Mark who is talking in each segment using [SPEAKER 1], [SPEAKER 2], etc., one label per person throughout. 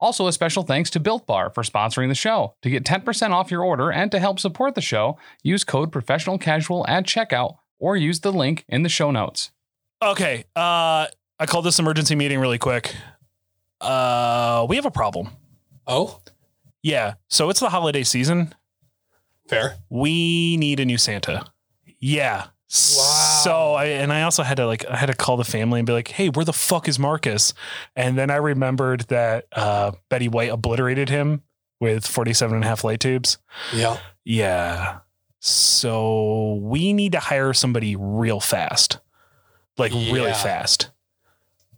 [SPEAKER 1] Also, a special thanks to Built Bar for sponsoring the show. To get 10% off your order and to help support the show, use code professional casual at checkout or use the link in the show notes.
[SPEAKER 2] Okay. Uh, I called this emergency meeting really quick. Uh, we have a problem.
[SPEAKER 3] Oh,
[SPEAKER 2] Yeah. So it's the holiday season.
[SPEAKER 3] fair.
[SPEAKER 2] We need a new Santa. Yeah. Wow. So I and I also had to like I had to call the family and be like, hey, where the fuck is Marcus? And then I remembered that uh, Betty White obliterated him with 47 and a half light tubes.
[SPEAKER 3] Yeah.
[SPEAKER 2] Yeah. So we need to hire somebody real fast. Like really
[SPEAKER 3] Yeah.
[SPEAKER 2] fast.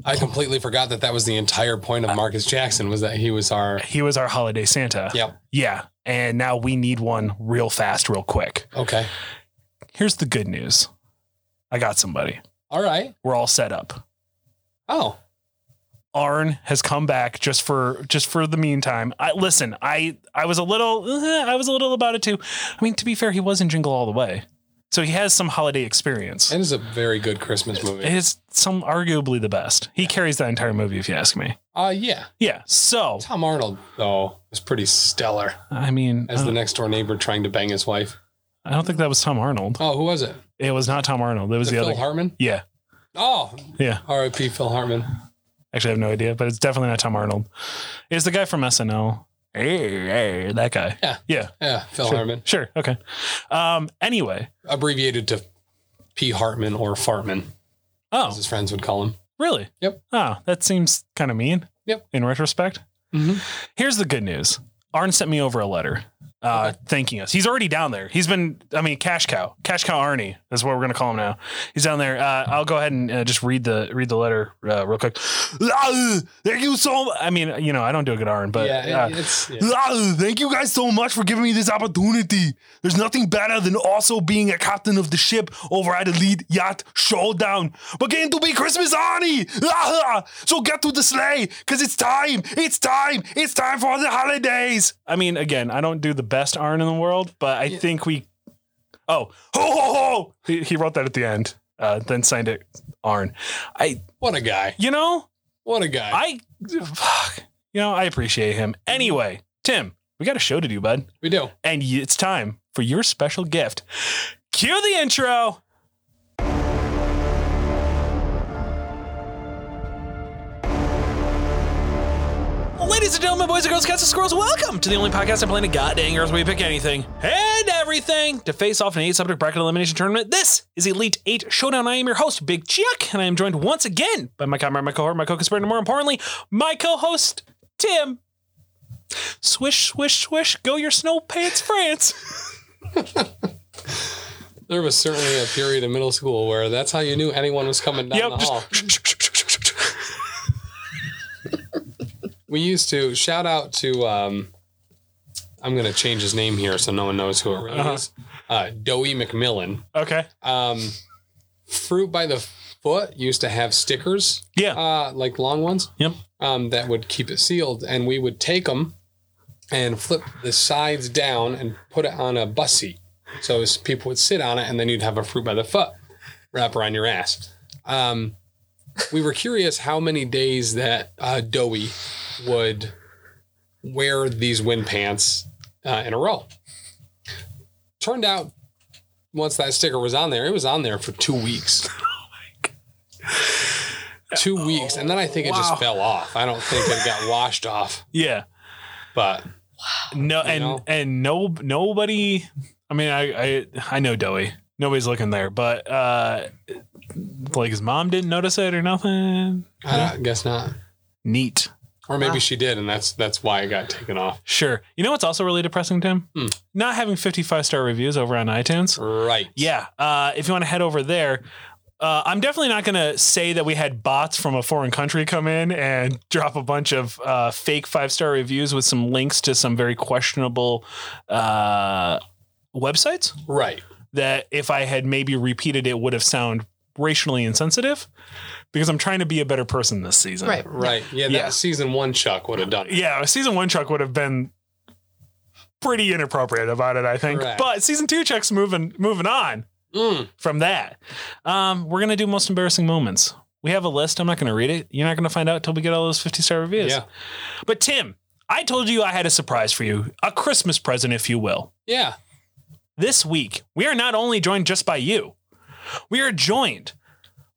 [SPEAKER 3] I completely forgot that that was the entire point of Marcus Jackson was that he was our.
[SPEAKER 2] He was our holiday Santa.
[SPEAKER 3] Yep.
[SPEAKER 2] Yeah. And now we need one real fast, real quick.
[SPEAKER 3] Okay.
[SPEAKER 2] Here's the good news I got somebody.
[SPEAKER 3] All right.
[SPEAKER 2] We're all set up.
[SPEAKER 3] Oh,
[SPEAKER 2] Arn has come back just for just for the meantime. I listen, I I was a little eh, I was a little about it too. I mean, to be fair, he was in Jingle All the Way. So he has some holiday experience.
[SPEAKER 3] it is a very good Christmas
[SPEAKER 2] It
[SPEAKER 3] movie.
[SPEAKER 2] is some arguably the best. He carries that entire movie if you ask me.
[SPEAKER 3] Uh, yeah.
[SPEAKER 2] Yeah. So,
[SPEAKER 3] Tom Arnold though was pretty stellar
[SPEAKER 2] I mean, I
[SPEAKER 3] as the
[SPEAKER 2] don't-
[SPEAKER 3] next door neighbor trying to bang his wife.
[SPEAKER 2] I don't think that was Tom Arnold.
[SPEAKER 3] Oh, who was it?
[SPEAKER 2] It was not Tom Arnold. It was
[SPEAKER 3] Was it
[SPEAKER 2] the
[SPEAKER 3] Phil
[SPEAKER 2] other
[SPEAKER 3] Hartman?
[SPEAKER 2] Yeah.
[SPEAKER 3] Oh,
[SPEAKER 2] Yeah.
[SPEAKER 3] R.I.P. Phil Hartman.
[SPEAKER 2] Actually, I have no idea, but it's definitely not Tom Arnold. It's the guy from SNL. Hey, hey, that guy.
[SPEAKER 3] Yeah.
[SPEAKER 2] Yeah.
[SPEAKER 3] Yeah, Phil
[SPEAKER 2] Sure.
[SPEAKER 3] Hartman,
[SPEAKER 2] Sure. Okay. Um. Anyway.
[SPEAKER 3] abbreviated to P. Hartman or Fartman, as
[SPEAKER 2] Oh,
[SPEAKER 3] his friends would call him.
[SPEAKER 2] really?
[SPEAKER 3] Yep.
[SPEAKER 2] Oh, that seems kind of mean.
[SPEAKER 3] Yep.
[SPEAKER 2] In retrospect.
[SPEAKER 3] Mhm.
[SPEAKER 2] Here's the good news. Arn sent me over a letter uh, thanking us. He's already down there. He's been, I mean, cash cow, cash cow Arnie is what we're going to call him now. He's down there. Uh, I'll go ahead and uh, just read the read the letter uh, real quick. Thank you so. mu- I mean, you know, I don't do a good Arn, but
[SPEAKER 3] yeah,
[SPEAKER 2] uh,
[SPEAKER 3] it- it's yeah.
[SPEAKER 2] Ah, Thank you guys so much for giving me this opportunity. There's nothing better than also being a captain of the ship over at Elite Yacht Showdown. We're going to be Christmas Arnie. Ah, So get to the sleigh because it's time. It's time. It's time for the holidays. I mean, again, I don't do the best Arn in the world, but I think we. Oh, ho, ho, ho. He, he wrote that at the end, uh, then signed it Arn. I,
[SPEAKER 3] what a guy!
[SPEAKER 2] you know,
[SPEAKER 3] What a guy!
[SPEAKER 2] I, fuck, you know, I appreciate him. Anyway, Tim, we got a show to do, bud,
[SPEAKER 3] we do.
[SPEAKER 2] and y- it's time for your special gift. Cue the intro.
[SPEAKER 4] Ladies and gentlemen, boys and girls, cats and squirrels, welcome to the only podcast on planet God dang Earth where we pick anything and everything to face off in an eight subject bracket elimination tournament. This is Elite Eight Showdown. I am your host, Big Chuck, and I am joined once again by my comrade, my cohort, my co conspirator, and more importantly, my co host, Tim. Swish, swish, swish, go your snow pants, France.
[SPEAKER 3] There was certainly a period in middle school where that's how you knew anyone was coming down the hall.
[SPEAKER 2] just-
[SPEAKER 3] we used to shout out to um I'm gonna change his name here so no one knows who it really is. Uh Doey McMillan.
[SPEAKER 2] okay.
[SPEAKER 3] Um Fruit by the Foot used to have stickers,
[SPEAKER 2] Yeah.
[SPEAKER 3] uh, like long ones.
[SPEAKER 2] Yep.
[SPEAKER 3] Um, that would keep it sealed, and we would take them and flip the sides down and put it on a bus seat. So as people would sit on it, and then you'd have a fruit by the foot wrap around your ass. Um, we were curious how many days that uh, Doey would wear these wind pants uh, in a row. Turned out, once that sticker was on there, it was on there for two weeks. Two weeks, and then I think it
[SPEAKER 2] wow.
[SPEAKER 3] just fell off. I don't think it got washed off,
[SPEAKER 2] yeah.
[SPEAKER 3] but
[SPEAKER 2] No, and
[SPEAKER 3] know?
[SPEAKER 2] and no nobody. I mean, I I I know Doey. Nobody's looking there, but uh, like his mom didn't notice it or nothing.
[SPEAKER 3] I don't- guess not.
[SPEAKER 2] Neat.
[SPEAKER 3] Or maybe
[SPEAKER 2] Ah.
[SPEAKER 3] she did, and that's that's why it got taken off.
[SPEAKER 2] Sure. You know what's also really depressing, Tim?
[SPEAKER 3] Hmm.
[SPEAKER 2] Not having 55 star reviews over on iTunes.
[SPEAKER 3] Right?
[SPEAKER 2] Yeah. Uh, if you want to head over there, Uh, I'm definitely not going to say that we had bots from a foreign country come in and drop a bunch of uh, fake five star reviews with some links to some very questionable uh, websites.
[SPEAKER 3] Right.
[SPEAKER 2] That if I had maybe repeated it would have sound racially insensitive, because I'm trying to be a better person this season.
[SPEAKER 5] Right.
[SPEAKER 3] Right. Yeah, that
[SPEAKER 2] Yeah.
[SPEAKER 3] season one Chuck would have done it.
[SPEAKER 2] Yeah, season one Chuck would have been pretty inappropriate about it, I think.
[SPEAKER 3] Correct.
[SPEAKER 2] But season two Chuck's moving moving on
[SPEAKER 3] Mm.
[SPEAKER 2] from that. Um, we're gonna do most embarrassing moments. We have a list. I'm not gonna read it. You're not gonna find out until we get all those 50 star reviews.
[SPEAKER 3] Yeah.
[SPEAKER 2] But Tim, I told you I had a surprise for you, a Christmas present, if you will.
[SPEAKER 3] Yeah.
[SPEAKER 2] This week, we are not only joined just by you, we are joined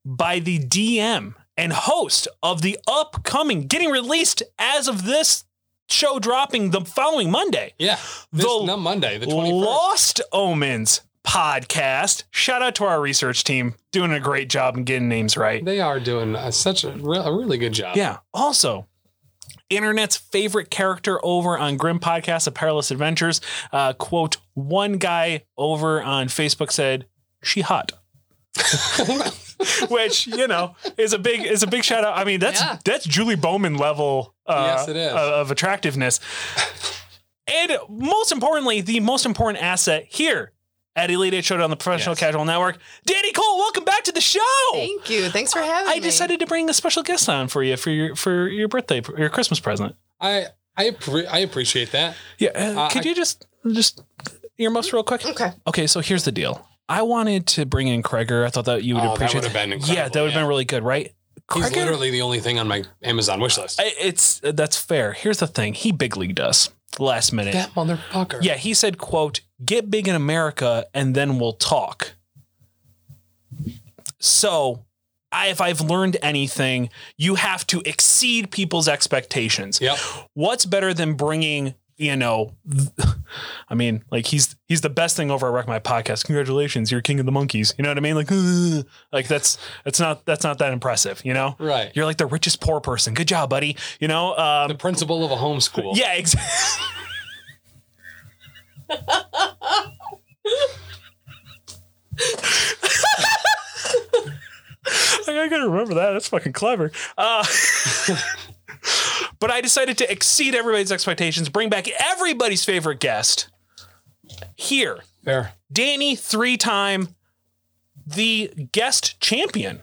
[SPEAKER 2] by the DM and host of the upcoming, getting released as of this show dropping the following Monday.
[SPEAKER 3] Yeah. This,
[SPEAKER 2] The
[SPEAKER 3] not Monday, the 21st.
[SPEAKER 2] Lost Omens podcast. Shout out to our research team doing a great job and getting names right.
[SPEAKER 3] They are doing a, such a, re- a really good job.
[SPEAKER 2] Yeah. Also, internet's favorite character over on Grim Podcast of Perilous Adventures. Uh, quote, one guy over on Facebook said, she hot. Which you know is a big is a big shout out. I mean that's
[SPEAKER 3] Yeah.
[SPEAKER 2] that's Julie Bowman level uh,
[SPEAKER 3] Yes, it is.
[SPEAKER 2] of attractiveness. And most importantly, the most important asset here at Elite Eight Showdown, the Professional
[SPEAKER 3] Yes.
[SPEAKER 2] Casual Network, Danny Cole, welcome back to the show.
[SPEAKER 5] Thank you. Thanks for having me.
[SPEAKER 2] I decided to bring a special guest on for you for your for your birthday your Christmas present.
[SPEAKER 3] I I, appre- I appreciate that.
[SPEAKER 2] Yeah, uh,
[SPEAKER 3] Uh,
[SPEAKER 2] could
[SPEAKER 3] I-
[SPEAKER 2] you just just earmuffs real quick?
[SPEAKER 5] Okay.
[SPEAKER 2] Okay, so here's the deal. I wanted to bring in Kreger. I thought that you would
[SPEAKER 3] Oh, that
[SPEAKER 2] appreciate
[SPEAKER 3] would've been
[SPEAKER 2] Yeah,
[SPEAKER 3] incredible,
[SPEAKER 2] that would have
[SPEAKER 3] yeah.
[SPEAKER 2] been really good, right?
[SPEAKER 3] He's
[SPEAKER 2] Kreger-
[SPEAKER 3] literally the only thing on my Amazon wish list.
[SPEAKER 2] I- it's that's fair. Here's the thing. He big leagued us last minute.
[SPEAKER 3] that motherfucker.
[SPEAKER 2] Yeah, he said, quote, get big in America and then we'll talk. So I, if I've learned anything, you have to exceed people's expectations.
[SPEAKER 3] Yep.
[SPEAKER 2] What's better than bringing, you know, th- I mean, like he's he's the best thing over at Wreck My Podcast. Congratulations, you're king of the monkeys. You know what I mean? Like, "Ugh." like that's that's not that's not that impressive. You know,
[SPEAKER 3] Right.
[SPEAKER 2] You're like the richest poor person. Good job, buddy. You know, um,
[SPEAKER 3] The principal of a homeschool.
[SPEAKER 2] yeah, exactly. I gotta remember that. That's fucking clever. Uh, but I decided to exceed everybody's expectations, bring back everybody's favorite guest here,
[SPEAKER 3] Fair.
[SPEAKER 2] Danny, three time the guest champion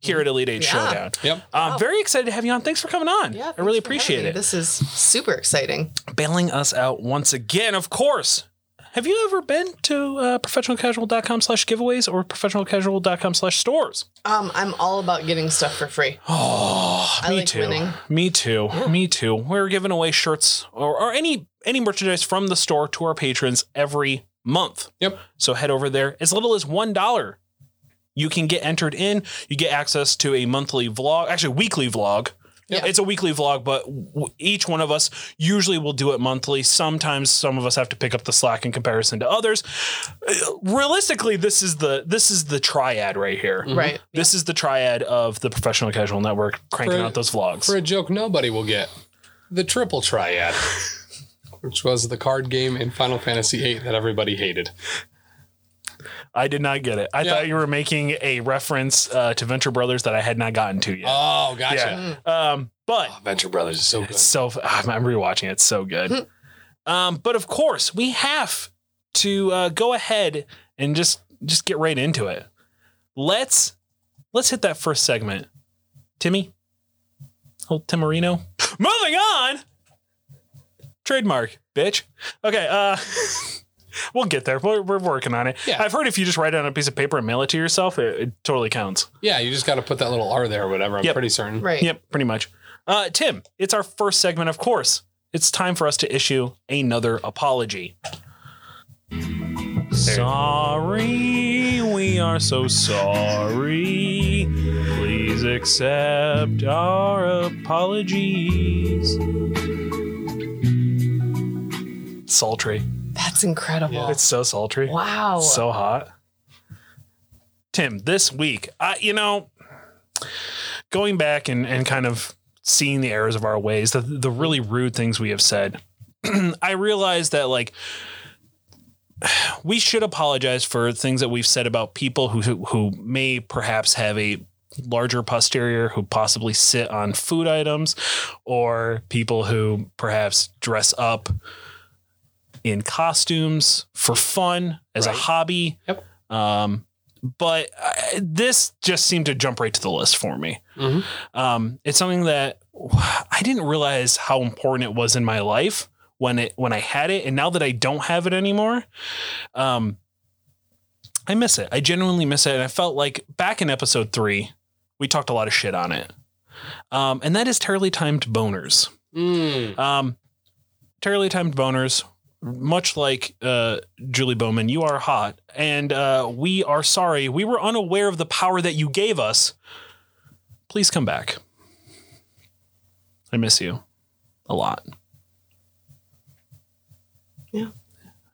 [SPEAKER 2] here at Elite Eight
[SPEAKER 5] Yeah.
[SPEAKER 2] Showdown.
[SPEAKER 3] Yep.
[SPEAKER 2] Uh, Very excited to have you on. Thanks for coming on.
[SPEAKER 5] Yeah,
[SPEAKER 2] I really
[SPEAKER 5] thanks for having
[SPEAKER 2] appreciate
[SPEAKER 5] me.
[SPEAKER 2] it
[SPEAKER 5] This is super exciting.
[SPEAKER 2] bailing us out once again, of course. Have you ever been to uh, professionalcasual.com slash giveaways or professionalcasual.com slash stores?
[SPEAKER 5] Um, I'm all about getting stuff for free.
[SPEAKER 2] Oh,
[SPEAKER 5] I
[SPEAKER 2] me
[SPEAKER 5] like
[SPEAKER 2] too.
[SPEAKER 5] winning.
[SPEAKER 2] Me too. Me too. We're giving away shirts or, or any any merchandise from the store to our patrons every month.
[SPEAKER 3] Yep.
[SPEAKER 2] So head over there. As little as one dollar, you can get entered in. You get access to a monthly vlog, actually weekly vlog.
[SPEAKER 5] Yeah.
[SPEAKER 2] It's a weekly vlog, but w- each one of us usually will do it monthly. Sometimes some of us have to pick up the slack in comparison to others. Uh, Realistically, this is the this is the triad right here.
[SPEAKER 3] Mm.
[SPEAKER 5] Right.
[SPEAKER 2] This is the triad of the professional casual network cranking
[SPEAKER 3] For-
[SPEAKER 2] out those vlogs.
[SPEAKER 3] For a joke nobody will get. The triple triad. Which was the card game in Final Fantasy VIII that everybody hated.
[SPEAKER 2] I did not get it. I
[SPEAKER 3] Yeah.
[SPEAKER 2] thought you were making a reference uh, to Venture Brothers that I had not gotten to yet.
[SPEAKER 3] Oh, gotcha.
[SPEAKER 2] yeah. Um, but
[SPEAKER 3] Venture Oh, Brothers is so good.
[SPEAKER 2] it's so ah, I'm rewatching it. It's so good. um, but of course, we have to uh, go ahead and just just get right into it. Let's let's hit that first segment. Timmy, old Tim Marino. Moving on. Trademark, bitch. Okay. Uh, we'll get there. We're, we're working on it.
[SPEAKER 3] Yeah.
[SPEAKER 2] I've heard if you just write it on a piece of paper and mail it to yourself, it, it totally counts.
[SPEAKER 3] Yeah, you just got to put that little R there or whatever. I'm
[SPEAKER 2] Yep.
[SPEAKER 3] pretty certain.
[SPEAKER 5] Right.
[SPEAKER 2] Yep, pretty much. Uh, Tim, it's our first segment, of course. It's time for us to issue another apology. Sorry, we are so sorry. Please accept our apologies. Sultry.
[SPEAKER 5] That's incredible.
[SPEAKER 2] It's so sultry.
[SPEAKER 5] wow.
[SPEAKER 2] So hot. Tim, this week, I, you know, going back and, and kind of seeing the errors of our ways, the, the really rude things we have said, I realized that like we should apologize for things that we've said about people who who, who may perhaps have a larger posterior who possibly sit on food items or people who perhaps dress up in costumes for fun as a
[SPEAKER 3] Right.
[SPEAKER 2] hobby
[SPEAKER 3] Yep.
[SPEAKER 2] um but I, this just seemed to jump right to the list for me
[SPEAKER 3] Mhm.
[SPEAKER 2] um it's something that i didn't realize how important it was in my life when it when i had it and now that i don't have it anymore um I miss it. I genuinely miss it. And I felt like back in episode three, we talked a lot of shit on it. Um, and that is terribly timed boners.
[SPEAKER 3] Mm.
[SPEAKER 2] Um, terribly timed boners, much like uh, Julie Bowman, you are hot. And uh, we are sorry. We were unaware of the power that you gave us. Please come back. I miss you a lot.
[SPEAKER 6] Yeah.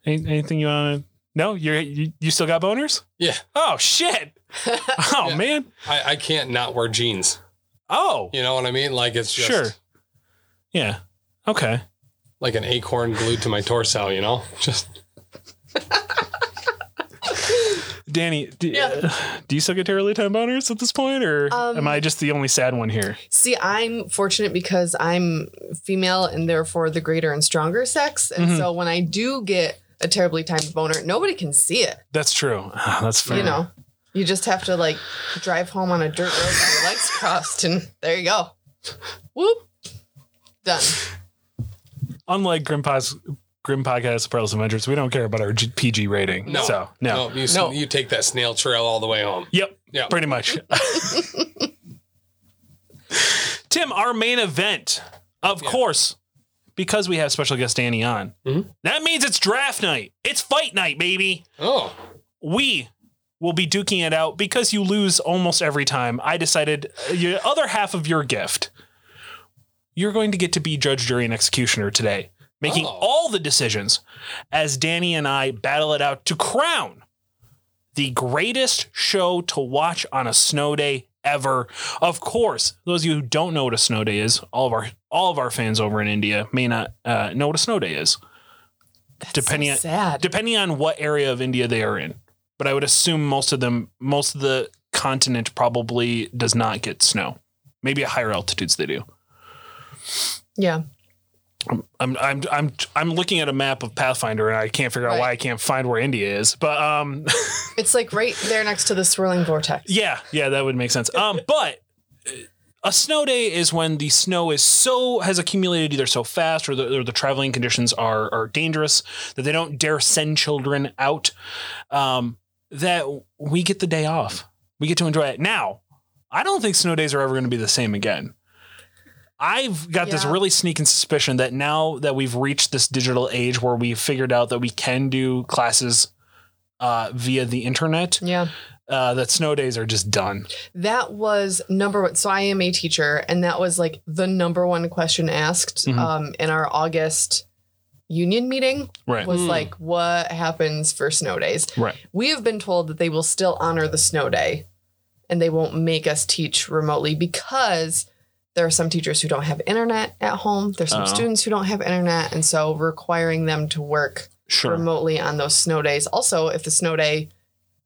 [SPEAKER 2] Any- anything you want to? No, you're, you you still got boners?
[SPEAKER 3] Yeah,
[SPEAKER 2] Oh shit! oh
[SPEAKER 3] Yeah.
[SPEAKER 2] man!
[SPEAKER 3] I, I can't not wear jeans.
[SPEAKER 2] Oh
[SPEAKER 3] You know what I mean? Like it's just
[SPEAKER 2] sure. Yeah. Okay.
[SPEAKER 3] like an acorn glued to my torso. You know, just
[SPEAKER 2] Danny, do,
[SPEAKER 6] Yeah.
[SPEAKER 2] do you still get terribly time boners at this point, or
[SPEAKER 6] Um,
[SPEAKER 2] am I just the only sad one here?
[SPEAKER 6] See, I'm fortunate because I'm female and therefore the greater and stronger sex. And
[SPEAKER 2] Mm-hmm.
[SPEAKER 6] so when I do get a terribly timed boner, nobody can see it.
[SPEAKER 2] That's true. Ah, that's fair.
[SPEAKER 6] You know, you just have to like drive home on a dirt road with your legs crossed, and there you go. Whoop. Done.
[SPEAKER 2] Unlike Grim Pod's Grim Podcast Pearls Adventures, we don't care about our G- PG rating.
[SPEAKER 3] no,
[SPEAKER 2] So no.
[SPEAKER 3] you,
[SPEAKER 2] No.
[SPEAKER 3] you take that snail trail all the way home.
[SPEAKER 2] Yep.
[SPEAKER 3] Yeah.
[SPEAKER 2] Pretty much. Tim, our main event, of course, because we have special guest Danny on.
[SPEAKER 3] Mhm.
[SPEAKER 2] That means it's draft night. It's fight night, baby.
[SPEAKER 3] Oh,
[SPEAKER 2] we will be duking it out because you lose almost every time. I decided uh, your other half of your gift, you're going to get to be judge, jury, and executioner today, making
[SPEAKER 3] Oh.
[SPEAKER 2] all the decisions as Danny and I battle it out to crown the greatest show to watch on a snow day ever. Of course, those of you who don't know what a snow day is, all of our all of our fans over in India may not uh, know what a snow day is. depending on
[SPEAKER 6] Sad.
[SPEAKER 2] depending on what area of India they are in. But I would assume most of them, most of the continent probably does not get snow. Maybe at higher altitudes they do.
[SPEAKER 6] yeah.
[SPEAKER 2] I'm I'm I'm I'm looking at a map of Pathfinder and I can't figure out why
[SPEAKER 6] Right.
[SPEAKER 2] I can't find where India is. But um
[SPEAKER 6] It's like right there next to the swirling vortex.
[SPEAKER 2] yeah, yeah, that would make sense. Um but a snow day is when the snow is so has accumulated either so fast or the, or the traveling conditions are are dangerous that they don't dare send children out um, that we get the day off we get to enjoy it now i don't think snow days are ever going to be the same again i've got this
[SPEAKER 6] Yeah.
[SPEAKER 2] really sneaking suspicion that now that we've reached this digital age where we've figured out that we can do classes uh, via the internet
[SPEAKER 6] Yeah.
[SPEAKER 2] uh, that snow days are just done
[SPEAKER 6] That was number one. So I am a teacher, and that was like the number one question asked
[SPEAKER 2] Mhm.
[SPEAKER 6] um, in our August union meeting
[SPEAKER 2] right
[SPEAKER 6] was
[SPEAKER 3] Mm.
[SPEAKER 6] like, what happens for snow days?
[SPEAKER 2] right
[SPEAKER 6] We have been told that they will still honor the snow day and they won't make us teach remotely because there are some teachers who don't have internet at home. There's some
[SPEAKER 2] Oh.
[SPEAKER 6] students who don't have internet. And so requiring them to work
[SPEAKER 2] sure
[SPEAKER 6] remotely on those snow days. Also, if the snow day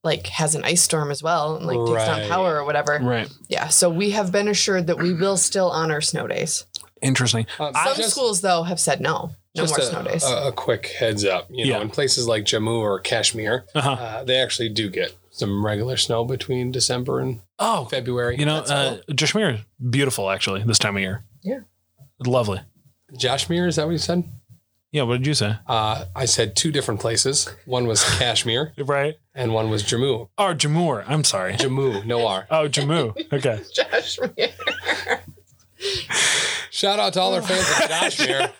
[SPEAKER 6] like has an ice storm as well and like takes down
[SPEAKER 3] Right.
[SPEAKER 6] power or whatever.
[SPEAKER 2] right
[SPEAKER 6] Yeah. So we have been assured that we will still honor snow days.
[SPEAKER 2] interesting
[SPEAKER 3] um,
[SPEAKER 6] Some schools though have said no. No more
[SPEAKER 3] a, uh,
[SPEAKER 6] snow days.
[SPEAKER 3] A, a quick heads up, you know,
[SPEAKER 2] Yeah.
[SPEAKER 3] in places like Jammu or Kashmir,
[SPEAKER 2] Uh-huh.
[SPEAKER 3] uh, they actually do get some regular snow between December and
[SPEAKER 2] oh
[SPEAKER 3] February.
[SPEAKER 2] You know,
[SPEAKER 6] That's
[SPEAKER 2] uh, Jashmir, beautiful actually this time of year.
[SPEAKER 6] Yeah.
[SPEAKER 2] Lovely.
[SPEAKER 3] Jashmir, is that what you said?
[SPEAKER 2] Yeah. What did you say?
[SPEAKER 3] Uh, I said two different places. One was Kashmir
[SPEAKER 2] Right.
[SPEAKER 3] and one was Jammu.
[SPEAKER 2] Oh, Jamur. I'm sorry.
[SPEAKER 3] Jammu, no R.
[SPEAKER 2] Oh, Jamu. Okay.
[SPEAKER 6] Kashmir.
[SPEAKER 3] Shout out to all our fans of Kashmir.